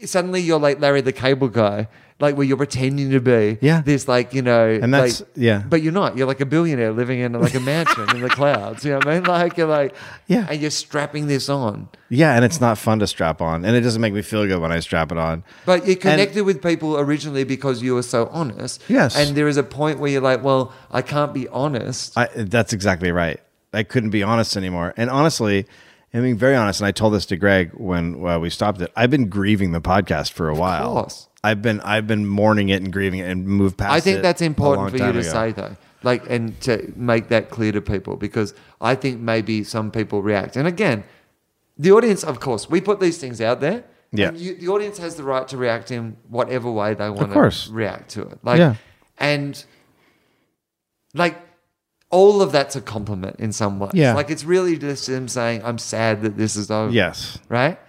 S2: suddenly you're like Larry the Cable Guy, like where you're pretending to be.
S3: Yeah.
S2: This like you know,
S3: And that's-
S2: like-
S3: yeah.
S2: But you're not. You're like a billionaire living in like a mansion
S3: [laughs]
S2: in the clouds. You know what I mean? Like you're like
S3: Yeah.
S2: and you're strapping this on.
S3: Yeah, and it's not fun to strap on, and it doesn't make me feel good when I strap it on.
S2: But you
S3: And-
S2: connected with people originally because you were so honest.
S3: Yes.
S2: And there is a point where you're like, well, I can't be honest.
S3: I, that's exactly right. I couldn't be honest anymore. And honestly, I mean, very honest. And I told this to Greg when uh, we stopped it. I've been grieving the podcast for a while.
S2: course.
S3: I've been I've been mourning it and grieving it and moved past.
S2: I think
S3: it
S2: that's
S3: a
S2: important
S3: long
S2: for you
S3: time
S2: to
S3: ago.
S2: say though. Like and to make that clear to people because I think maybe some people react. And again, the audience, of course, we put these things out there.
S3: Yeah.
S2: And you, the audience has the right to react in whatever way they want
S3: course.
S2: to react to it. Like
S3: Yeah.
S2: and like all of that's a compliment in some ways.
S3: Yeah.
S2: Like it's really just them saying, I'm sad that this is over
S3: Yes.
S2: right?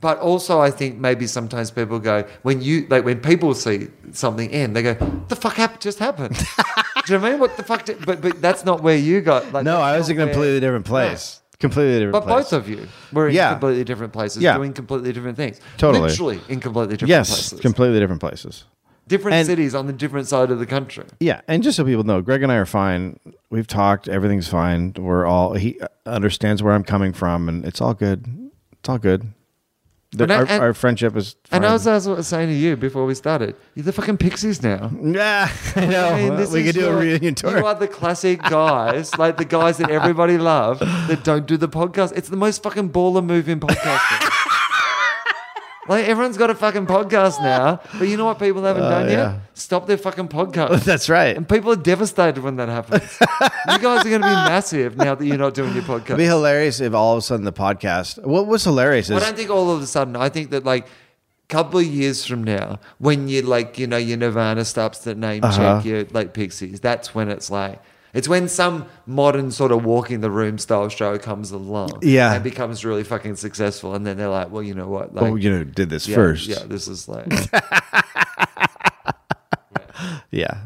S2: But also, I think maybe sometimes people go when you like when people see something end, they go, "The fuck hap- just happened." [laughs] Do you know what I mean what the fuck? Did, but but that's not where you got. Like,
S3: No,
S2: that's
S3: I was in
S2: not
S3: a
S2: where-
S3: completely different place. Completely different.
S2: But
S3: place.
S2: both of you were in
S3: Yeah.
S2: completely different places,
S3: Yeah.
S2: doing completely different things.
S3: Totally.
S2: literally in completely different
S3: yes,
S2: places,
S3: completely different places.
S2: different
S3: and-
S2: cities on the different side of the country.
S3: Yeah, and just so people know, Greg and I are fine. We've talked. Everything's fine. We're all. He understands where I'm coming from, and it's all good. It's all good. The-
S2: And I-
S3: our,
S2: and-
S3: our friendship is. Fine.
S2: And as I was, I was saying to you before we started, you're the fucking pixies now.
S3: [laughs] Yeah, I know.
S2: [laughs] I mean, this
S3: we
S2: is
S3: could do a
S2: your-
S3: reunion tour.
S2: You are the classic guys, like the guys that everybody loved that don't do the podcast. It's the most fucking baller move in
S3: [laughs]
S2: podcasting. like everyone's got a fucking podcast now, but you know what people haven't done
S3: Oh, yeah.
S2: yet? Stop their
S3: [laughs]
S2: fucking podcast.
S3: [laughs] That's right.
S2: And people are devastated when that happens. you guys are
S3: [laughs]
S2: going to be massive now that you're not doing your podcast.
S3: It'd be hilarious if all of a sudden the podcast. What was hilarious
S2: I
S3: is
S2: don't think all of a sudden. I think that like couple of years from now, when you like you know your Nirvana stops that name
S3: Uh-huh.
S2: check your like Pixies, that's when it's like. It's when some modern sort of walk in the room style show comes along,
S3: Yeah.
S2: and becomes really fucking successful, and then they're like, "Well, you know what? Like,
S3: oh, you know, did this
S2: yeah,
S3: first.
S2: yeah, this is
S3: [laughs]
S2: like,
S3: Yeah.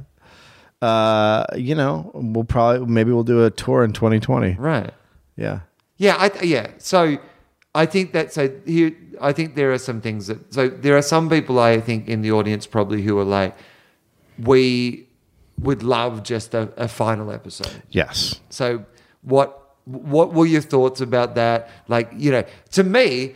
S3: Uh, you know, we'll probably maybe we'll do a tour in 2020.
S2: right?
S3: Yeah.
S2: Yeah, I th- yeah. So I think that so here I think there are some things that so there are some people I think in the audience probably who are like we would love just a, a final episode.
S3: Yes.
S2: So what what were your thoughts about that? Like you know, to me,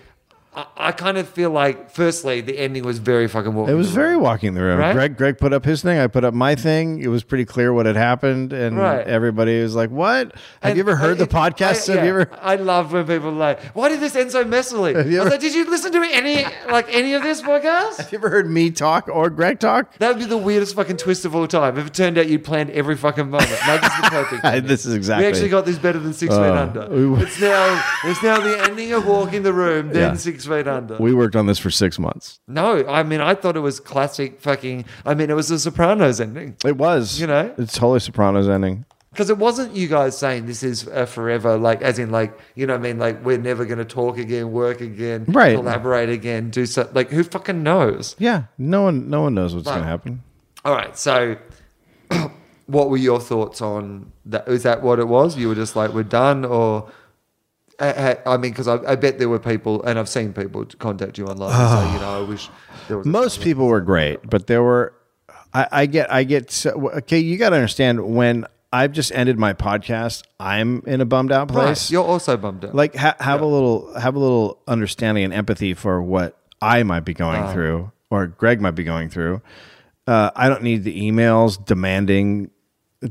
S2: I, I kind of feel like firstly the ending was very fucking.
S3: It was very walking the room.
S2: Right?
S3: Greg Greg put up his thing. I put up my thing. It was pretty clear what had happened, and
S2: Right.
S3: everybody was like, "What? Have you ever heard the podcast?
S2: I,
S3: Have you
S2: yeah,
S3: ever?"
S2: I love when people are like, "Why did this end so messily?" I was
S3: you ever-
S2: like, "Did you listen to any like any of this podcast?"
S3: Have you ever heard me talk or Greg talk?
S2: That would be the weirdest fucking twist of all time. If it turned out you'd planned every fucking moment, like this is the perfect. ending.
S3: [laughs] This is exactly- Oh.
S2: We actually got this better than six feet under.
S3: we-
S2: It's now it's now the ending of walking the room, then
S3: Yeah.
S2: six feet under.
S3: We worked on this for six months.
S2: no, I mean I thought it was classic fucking. I mean it was a Sopranos ending
S3: It was,
S2: You know?
S3: it's totally Sopranos ending.
S2: because it wasn't you guys saying this is uh, forever, like as in like you know what I mean like we're never going to talk again, work again,
S3: Right.
S2: collaborate again, do so. Like who fucking knows?
S3: Yeah, no one, no one knows what's
S2: Right.
S3: going to happen.
S2: All right, so [clears throat] what were your thoughts on that? Is that what it was? You were just like, we're done, or I, I I mean, because I, I bet there were people, and I've seen people contact you online and
S3: [sighs]
S2: say, you know, I wish there was.
S3: Most people were great, but there were. I, I get, I get. So, okay, you got to understand when I've just ended my podcast, I'm in a bummed out
S2: Right,
S3: place.
S2: You're also bummed out.
S3: like ha- have a little, have a little understanding and empathy for what I might be going through or Greg might be going through. Uh, I don't need the emails demanding,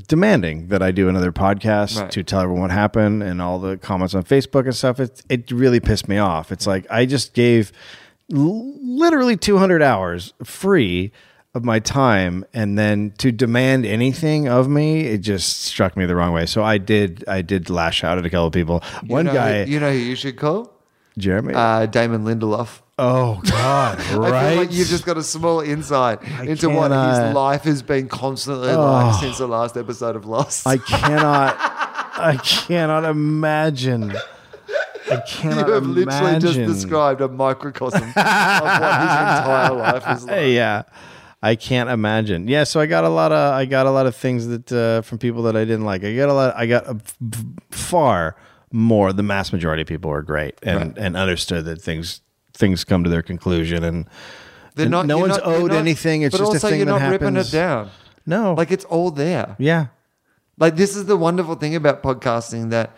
S3: demanding that I do another podcast
S2: Right.
S3: to tell everyone what happened and all the comments on Facebook and stuff. It it really pissed me off. It's like I just gave l- literally 200 hours free of my time and then to demand anything of me it just struck me the wrong way so i did i did lash out at a couple of people
S2: You
S3: one
S2: know who-
S3: guy
S2: you know who you should call?
S3: jeremy
S2: Uh, Damon Lindelof.
S3: oh god
S2: [laughs]
S3: right
S2: I feel like you've just got a small insight into what his
S3: cannot- Oh.
S2: life has been constantly like since the last episode of Lost. [laughs]
S3: i cannot i cannot imagine i cannot
S2: you have literally just
S3: imagine.
S2: described a microcosm of what his entire life
S3: [laughs]
S2: is like.
S3: Uh, yeah i can't imagine yeah so i got a lot of i got a lot of things that uh, from people that i didn't like i got a lot i got a f- f- far more the mass majority of people were great and and understood that things things come to their conclusion and,
S2: They're
S3: and
S2: not,
S3: no
S2: you're
S3: one's
S2: not- you're
S3: owed
S2: not-
S3: anything. It's
S2: but
S3: just
S2: also
S3: a thing
S2: you're
S3: that
S2: not
S3: happens. Oh.
S2: ripping it down.
S3: No.
S2: Like it's all there.
S3: yeah.
S2: Like this is the wonderful thing about podcasting that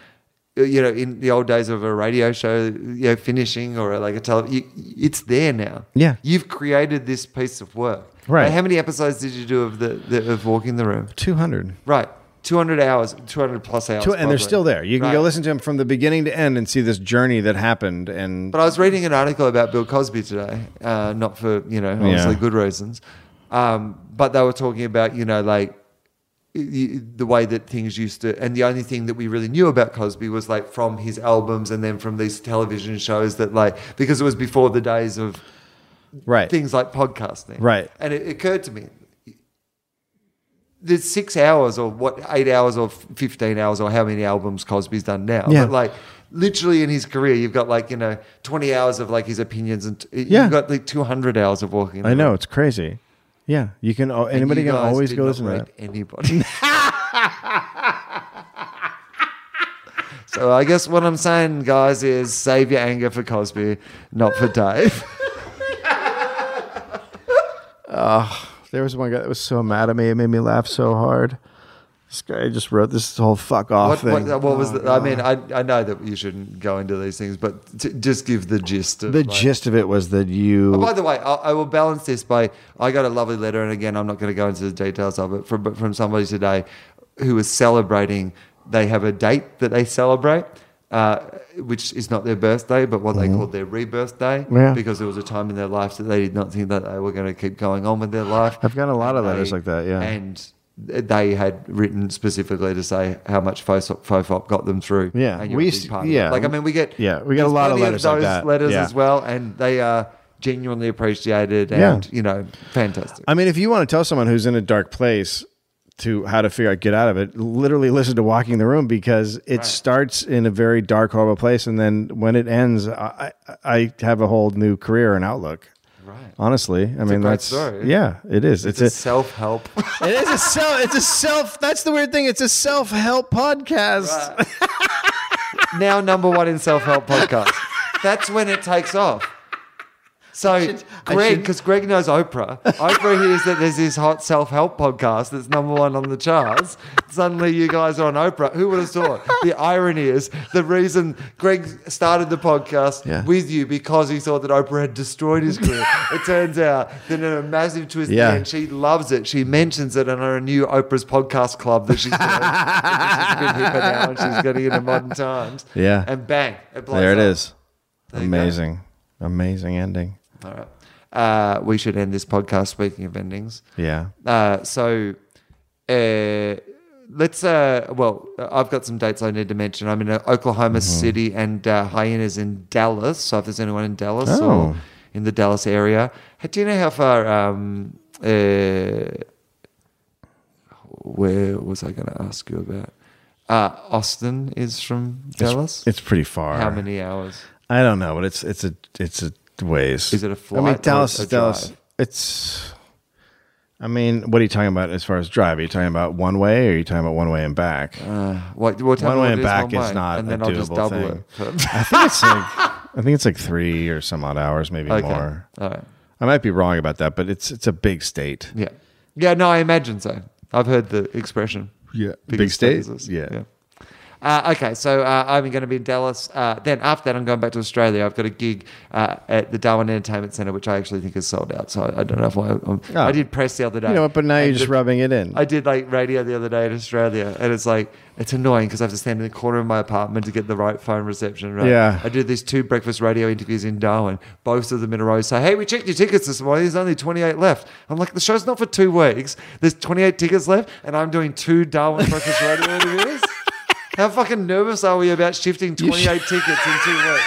S2: uh, you know in the old days of a radio show, you know, finishing or like a tele, you, it's there now.
S3: Yeah.
S2: you've created this piece of work.
S3: Right.
S2: Like, how many episodes did you do of the, the of walking the room?
S3: 200.
S2: Right. 200 hours, 200 plus hours.
S3: Two, and
S2: probably.
S3: they're still there. You can
S2: Right.
S3: go listen to them from the beginning to end and see this journey that happened. And
S2: But I was reading an article about Bill Cosby today, uh, not for you know obviously
S3: Yeah.
S2: good reasons, um, but they were talking about you know like y- the way that things used to, and the only thing that we really knew about Cosby was like from his albums and then from these television shows that like because it was before the days of
S3: right,
S2: things like podcasting,
S3: Eh. Right.
S2: And it occurred to me. There's six hours or what, eight hours or 15 hours or how many albums Cosby's done now.
S3: Yeah.
S2: But like literally in his career, you've got like, you know, 20 hours of like his opinions and t-
S3: Yeah.
S2: you've got like 200 hours of walking.
S3: I know it's crazy. Yeah, you can. oh, Anybody can always go listen to that.
S2: Anybody. [laughs] so I guess what I'm saying, guys, is save your anger for Cosby, not for Dave.
S3: There was one guy that was so mad at me; it made me laugh so hard. This guy just wrote this whole "fuck off"
S2: What,
S3: thing.
S2: what, what was the, I mean, I, I know that you shouldn't go into these things, but t- just give the gist of
S3: the
S2: like-
S3: gist of it was that you.
S2: Oh, by the way, I, I will balance this by I got a lovely letter, and again, I'm not going to go into the details of it from from somebody today who was celebrating. They have a date that they celebrate, uh, which is not their birthday, but what they called their rebirth day,
S3: Mm-hmm. Yeah.
S2: because there was a time in their life that they did not think that they were going to keep going on with their life.
S3: I've gotten a lot of
S2: And
S3: letters like that, yeah.
S2: and they had written specifically to say how much Fofop Fofop got them through.
S3: Yeah,
S2: and you
S3: we
S2: we
S3: used-
S2: used, part yeah,
S3: yeah.
S2: it. like I mean, we get
S3: Yeah, we get a
S2: there's
S3: lot of
S2: plenty
S3: letters like that.
S2: Letters
S3: Yeah.
S2: as well, and they are genuinely appreciated and you know fantastic.
S3: I mean, if you want to tell someone who's in a dark place to how to figure out get out of it, literally listen to Walking the Room because it starts in a very dark, horrible place, and then when it ends, I, I I have a whole new career and outlook.
S2: Right.
S3: Honestly, I
S2: great
S3: mean that's
S2: story.
S3: yeah, it is. It's,
S2: It's a self help. [laughs]
S3: a, it is a self. It's a self. That's the weird thing. It's a self help podcast. [laughs]
S2: now number one in self help podcast. That's when it takes off. So
S3: I
S2: Greg,
S3: should-
S2: because Greg knows Oprah, Oprah hears that there's this hot self help podcast that's number one on the charts. Suddenly, you guys are on Oprah. Who would have thought? The irony is the reason Greg started the podcast
S3: Yeah.
S2: with you because he thought that Oprah had destroyed his career. it turns out that in a massive twist, at the
S3: Yeah.
S2: end, she loves it. She mentions it in her new Oprah's podcast club that she's doing. she's a bit hipper now and she's getting into modern times.
S3: [laughs] Yeah.
S2: And bang, it blows
S3: There it
S2: up.
S3: is.
S2: you go.
S3: Amazing, amazing ending.
S2: All right. Uh, we should end this podcast. Speaking of endings,
S3: Yeah.
S2: uh, so uh, let's. Uh, well, I've got some dates I need to mention. I'm in uh,
S3: Mm-hmm.
S2: Oklahoma City, and uh, Hyenas in Dallas. So if there's anyone in Dallas
S3: Oh.
S2: or in the Dallas area, do you know how far? Um, uh, where was I going to ask you about? Uh, Austin is from Dallas.
S3: It's pretty far.
S2: how many hours?
S3: I don't know, but it's it's a it's a ways.
S2: Is it a
S3: I mean,
S2: flight or
S3: Dallas
S2: a
S3: is Dallas.
S2: drive?
S3: It's. I mean, what are you talking about as far as drive? Are you talking about one way, or are you talking about one way and back?
S2: Uh, what, what
S3: one
S2: time
S3: way
S2: it
S3: and
S2: is,
S3: back
S2: one
S3: is
S2: way,
S3: not
S2: and then
S3: a
S2: I'll just
S3: doable
S2: double
S3: thing. [laughs]
S2: it.
S3: I think it's like I think it's like three or some odd hours, maybe
S2: okay.
S3: more.
S2: All right.
S3: I might be wrong about that, but it's it's a big state.
S2: Yeah. Yeah. No, I imagine so. I've heard the expression.
S3: Yeah.
S2: Big
S3: Big state?
S2: distances.
S3: Yeah.
S2: Uh, okay, so uh, I'm going to be in Dallas. Uh, then after that, I'm going back to Australia. I've got a gig uh, at the Darwin Entertainment Centre, which I actually think is sold out. So I, I don't know if I, I'm,
S3: Oh.
S2: I did press the other day.
S3: You know what? But now you're
S2: And
S3: just
S2: the-
S3: rubbing it in.
S2: I did like radio the other day in Australia, and it's like it's annoying because I have to stand in the corner of my apartment to get the right phone reception. Right?
S3: Yeah.
S2: I did these two breakfast radio interviews in Darwin, both of them in a row. Say, hey, we checked your tickets this morning. There's only 28 left. I'm like, the show's not for two weeks. There's 28 tickets left, and I'm doing two Darwin breakfast
S3: [laughs]
S2: radio interviews. How fucking nervous are we about shifting 28 tickets in two weeks?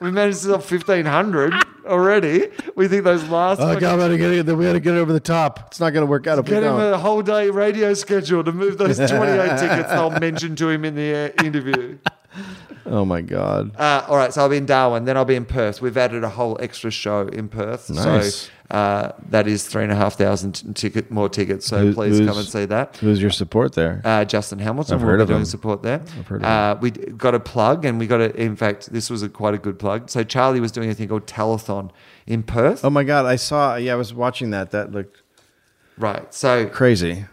S2: We managed to sell 1,500 already. We think those last.
S3: oh
S2: fucking-
S3: God, we gotta get it. We gotta get it over the top. It's not gonna work out if we
S2: Get him
S3: don't.
S2: a whole day
S3: [laughs]
S2: radio schedule to move those 28 tickets they'll mention to him in the uh, interview.
S3: Oh my god.
S2: Uh, all right, so I'll be in Darwin, then I'll be in Perth. We've added a whole extra show in Perth,
S3: Nice.
S2: so uh, that is three and a half thousand t- ticket more tickets. So
S3: Who-
S2: please come
S3: who's-
S2: and see that.
S3: Who's your support there?
S2: Uh, Justin Hamilton
S3: I've
S2: will
S3: heard
S2: be
S3: of
S2: doing
S3: him.
S2: support there.
S3: I've heard of
S2: uh, we d- got a plug, and we got a. In fact, this was a quite a good plug. So Charlie was doing a thing called Telethon in Perth.
S3: oh my god, I saw. Yeah, I was watching that. That looked
S2: Right, so
S3: crazy.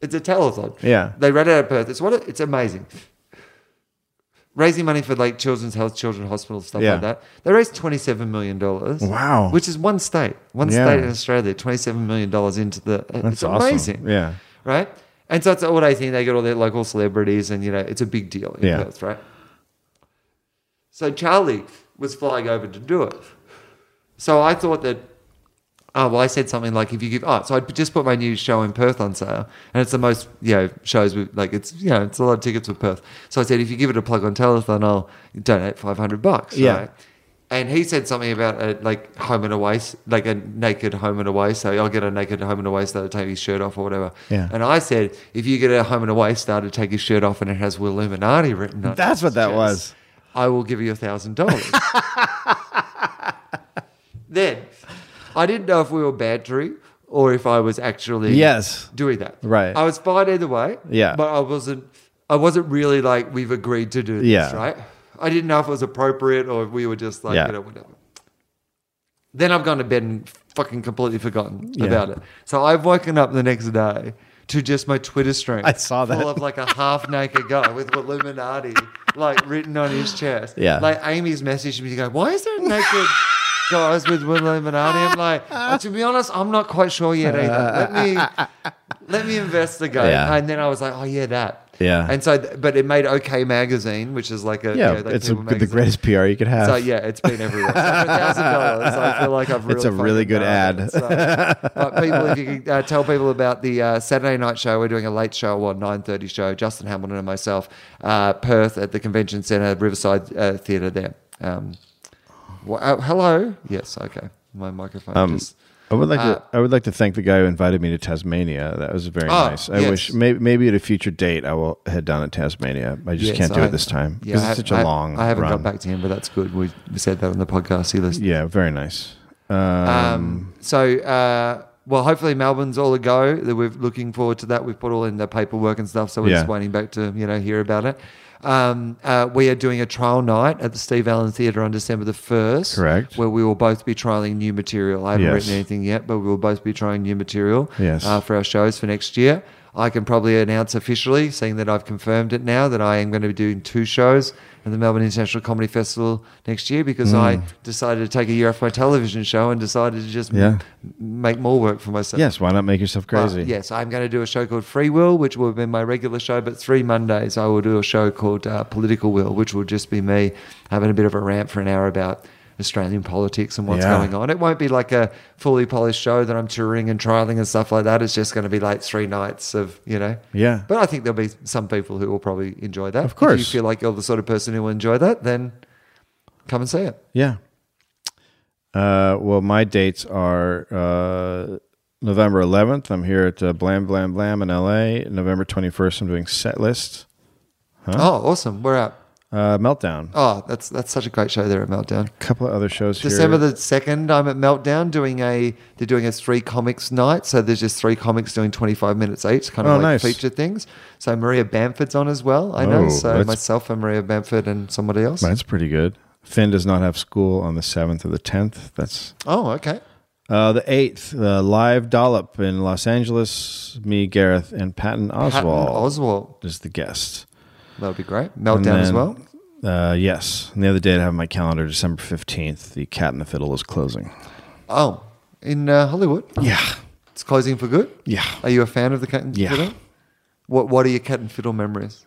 S2: It's a telethon.
S3: Yeah.
S2: They ran out of Perth. It's what it- it's amazing. Raising money for like children's health, children's hospitals, stuff
S3: Yeah.
S2: like that. They raised twenty seven million dollars.
S3: Wow.
S2: Which is one state. One
S3: Yeah.
S2: state in Australia, twenty seven million dollars into the uh, it's
S3: That's awesome.
S2: amazing.
S3: Yeah.
S2: Right? And so it's all day thing. They get all their local celebrities and you know, it's a big deal in
S3: Yeah.
S2: Perth, right? So Charlie was flying over to do it. So I thought that, oh, well, I said something like, if you give, oh, so I just put my new show in Perth on sale. And it's the most, you know, shows with, like, it's, you know, it's a lot of tickets for Perth. So I said, if you give it a plug on Telethon, I'll donate 500 bucks.
S3: Yeah.
S2: right? And he said something about a, like home and away, s- like a naked home and away. So I'll get a naked home and away starter, take his shirt off or whatever.
S3: Yeah.
S2: And I said, if you get a home and away starter, take his shirt off and it has Will Illuminati written on it.
S3: That's what that
S2: Yes.
S3: was.
S2: I will give you a thousand
S3: [laughs]
S2: dollars. Then I didn't know if we were bantering or if I was actually
S3: Yes.
S2: doing that.
S3: Right.
S2: I was fine either way.
S3: Yeah.
S2: But I wasn't I wasn't really like we've agreed to do this,
S3: Yeah.
S2: right? I didn't know if it was appropriate or if we were just like,
S3: Yeah.
S2: you know, whatever. Then I've gone to bed and fucking completely forgotten
S3: Yeah.
S2: about it. So I've woken up the next day to just my Twitter stream.
S3: I saw that.
S2: Full of like a half naked guy with Illuminati like written on his chest.
S3: Yeah.
S2: Like Amy's messaged me going, Why is there naked guys with Illuminati? I'm like, "Oh, to be honest, I'm not quite sure yet either. Let me let me investigate.
S3: Yeah.
S2: And then I was like, Oh yeah, that.
S3: Yeah.
S2: And so th- but it made OK magazine, which is like a
S3: Yeah,
S2: you know, like
S3: it's a,
S2: people
S3: the
S2: magazine.
S3: greatest [laughs] PR you could have.
S2: So yeah, it's been everywhere. So for thousand dollars, I feel like I've really.
S3: It's a really
S2: fucking
S3: good
S2: nailed
S3: ad.
S2: it. So, uh, people, if you could uh, tell people about the uh, Saturday night show, we're doing a late show or nine thirty show. Justin Hamilton and myself, uh, Perth at the Convention Centre, Riverside uh, Theatre. There. Um, wha- oh, hello. Yes. Okay. My microphone.
S3: Um,
S2: just, uh,
S3: I would like to. I would like to thank the guy who invited me to Tasmania. That was very
S2: Oh,
S3: nice. I
S2: yes.
S3: wish maybe, maybe at a future date I will head down to Tasmania. I just
S2: yes,
S3: can't do
S2: I-
S3: it this time
S2: yeah,
S3: because
S2: I-
S3: it's such a
S2: I-
S3: long.
S2: I haven't
S3: run.
S2: got back to him, but that's good. We we said that on the podcast. He listened.
S3: Yeah, very nice. Um,
S2: Um, so, uh, well, hopefully Melbourne's all a go. That We're looking forward to that. We've put all in the paperwork and stuff, so we're just
S3: Yeah.
S2: waiting back to you know hear about it. Um, uh, we are doing a trial night at the Steve Allen Theatre on December the first.
S3: Correct.
S2: Where we will both be trialing new material. I haven't
S3: Yes.
S2: written anything yet, but we will both be trying new material.
S3: Yes.
S2: Uh, for our shows for next year. I can probably announce officially, seeing that I've confirmed it now, that I am going to be doing two shows at the Melbourne International Comedy Festival next year because I decided to take a year off my television show and decided to just m-
S3: Yeah.
S2: m- make more work for myself.
S3: yes, why not make yourself
S2: But
S3: crazy?
S2: yes, I'm going to do a show called Free Will, which will be my regular show, but three Mondays I will do a show called uh, Political Will, which will just be me having a bit of a rant for an hour about Australian politics and what's
S3: Yeah.
S2: going on. It won't be like a fully polished show that I'm touring and trialing and stuff like that. It's just going to be like three nights of, you know.
S3: Yeah.
S2: But I think there'll be some people who will probably enjoy that. Of If
S3: course.
S2: you feel like you're the sort of person who will enjoy that, then come and see it.
S3: Yeah. Uh, well, my dates are uh, November 11th. I'm here at uh, Blam Blam Blam in LA. November 21st, I'm doing Setlist.
S2: Oh, awesome. We're out.
S3: Uh, Meltdown.
S2: Oh, that's that's such a great show there at Meltdown.
S3: A couple of other shows here.
S2: December the second, I'm at Meltdown doing a they're doing a three comics night. So there's just three comics doing 25 minutes each, kind of
S3: Oh,
S2: like
S3: nice.
S2: feature things. So Maria Bamford's on as well. I know.
S3: Oh,
S2: So
S3: that's-
S2: myself and Maria Bamford and somebody else.
S3: That's pretty good. Finn does not have school on the 7th or the 10th. That's
S2: Oh, okay.
S3: uh, the 8th, uh, live dollop in Los Angeles. Me, Gareth, and Patton
S2: Patton
S3: Oswald
S2: Oswald.
S3: is the guest.
S2: That would be great.
S3: And
S2: Meltdown as
S3: then,
S2: well.
S3: Uh, yes. And the other date I have on my calendar, December 15th, the Cat and the Fiddle is closing.
S2: Oh, in uh, Hollywood.
S3: Yeah.
S2: It's closing for good.
S3: Yeah.
S2: Are you a fan of the Cat and
S3: Yeah.
S2: Fiddle? What What are your Cat and Fiddle memories?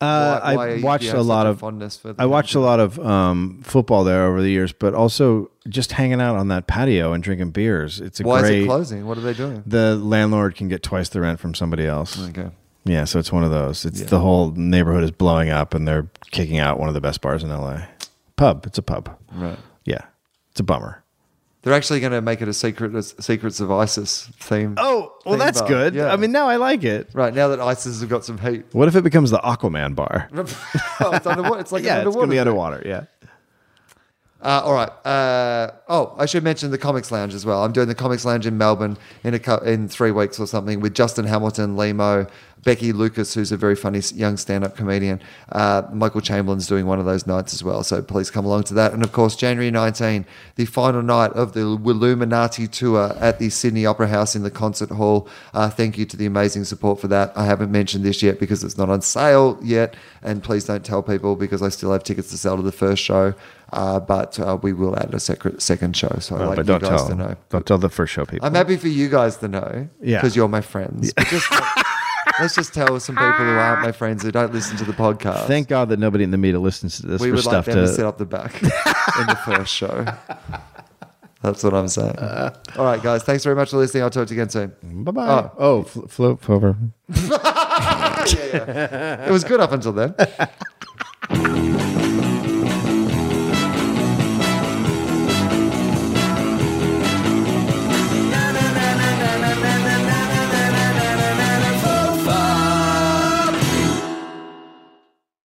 S3: Uh,
S2: Why- why do
S3: I
S2: you
S3: watched
S2: have
S3: a lot
S2: such a
S3: of
S2: fondness for the
S3: I watched a
S2: country?
S3: lot of um, football there over the years, but also just hanging out on that patio and drinking beers. It's a
S2: Why
S3: great.
S2: is it closing? What are they doing?
S3: The landlord can get twice the rent from somebody else.
S2: Okay.
S3: Yeah, so it's one of those. It's the whole neighborhood is blowing up, and they're kicking out one of the best bars in LA. Pub. It's a pub.
S2: Right.
S3: Yeah, it's a bummer.
S2: They're actually going to make it a secret a Secrets of ISIS theme.
S3: Oh, well,
S2: theme
S3: that's
S2: bar.
S3: good.
S2: Yeah.
S3: I mean, now I like it.
S2: right now that ISIS have got some heat, [laughs]
S3: What if it becomes the Aquaman bar?
S2: oh, it's underwater. It's like
S3: [laughs] yeah,
S2: an
S3: it's gonna
S2: underwater.
S3: be
S2: thing.
S3: underwater. Yeah.
S2: Uh, all right. Uh, oh, I should mention the Comics Lounge as well. I'm doing the Comics Lounge in Melbourne in a, cou- in three weeks or something with Justin Hamilton, Lemo, Becky Lucas, who's a very funny s- young stand-up comedian. Uh, Michael Chamberlain's doing one of those nights as well, so please come along to that. And of course, January 19, the final night of the Willuminati tour at the Sydney Opera House in the Concert Hall. Uh, thank you to the amazing support for that. I haven't mentioned this yet because it's not on sale yet, and please don't tell people because I still have tickets to sell to the first show uh, but uh, we will add a secret second show. So I'd
S3: Oh,
S2: like
S3: but
S2: you
S3: don't
S2: guys
S3: tell.
S2: to know.
S3: Don't tell the first show people.
S2: I'm happy for you guys to know
S3: Yeah.
S2: because you're my friends. But Just, let's just tell some people who aren't my friends who don't listen to the podcast.
S3: Thank God that nobody in the media listens to this
S2: we
S3: for
S2: would like
S3: stuff
S2: them to... sit up the back [laughs] in the first show. That's what I'm saying. All right, guys. Thanks very much for listening. I'll talk to you again soon.
S3: Bye bye. Oh, fl- flip over.
S2: It was good up until then.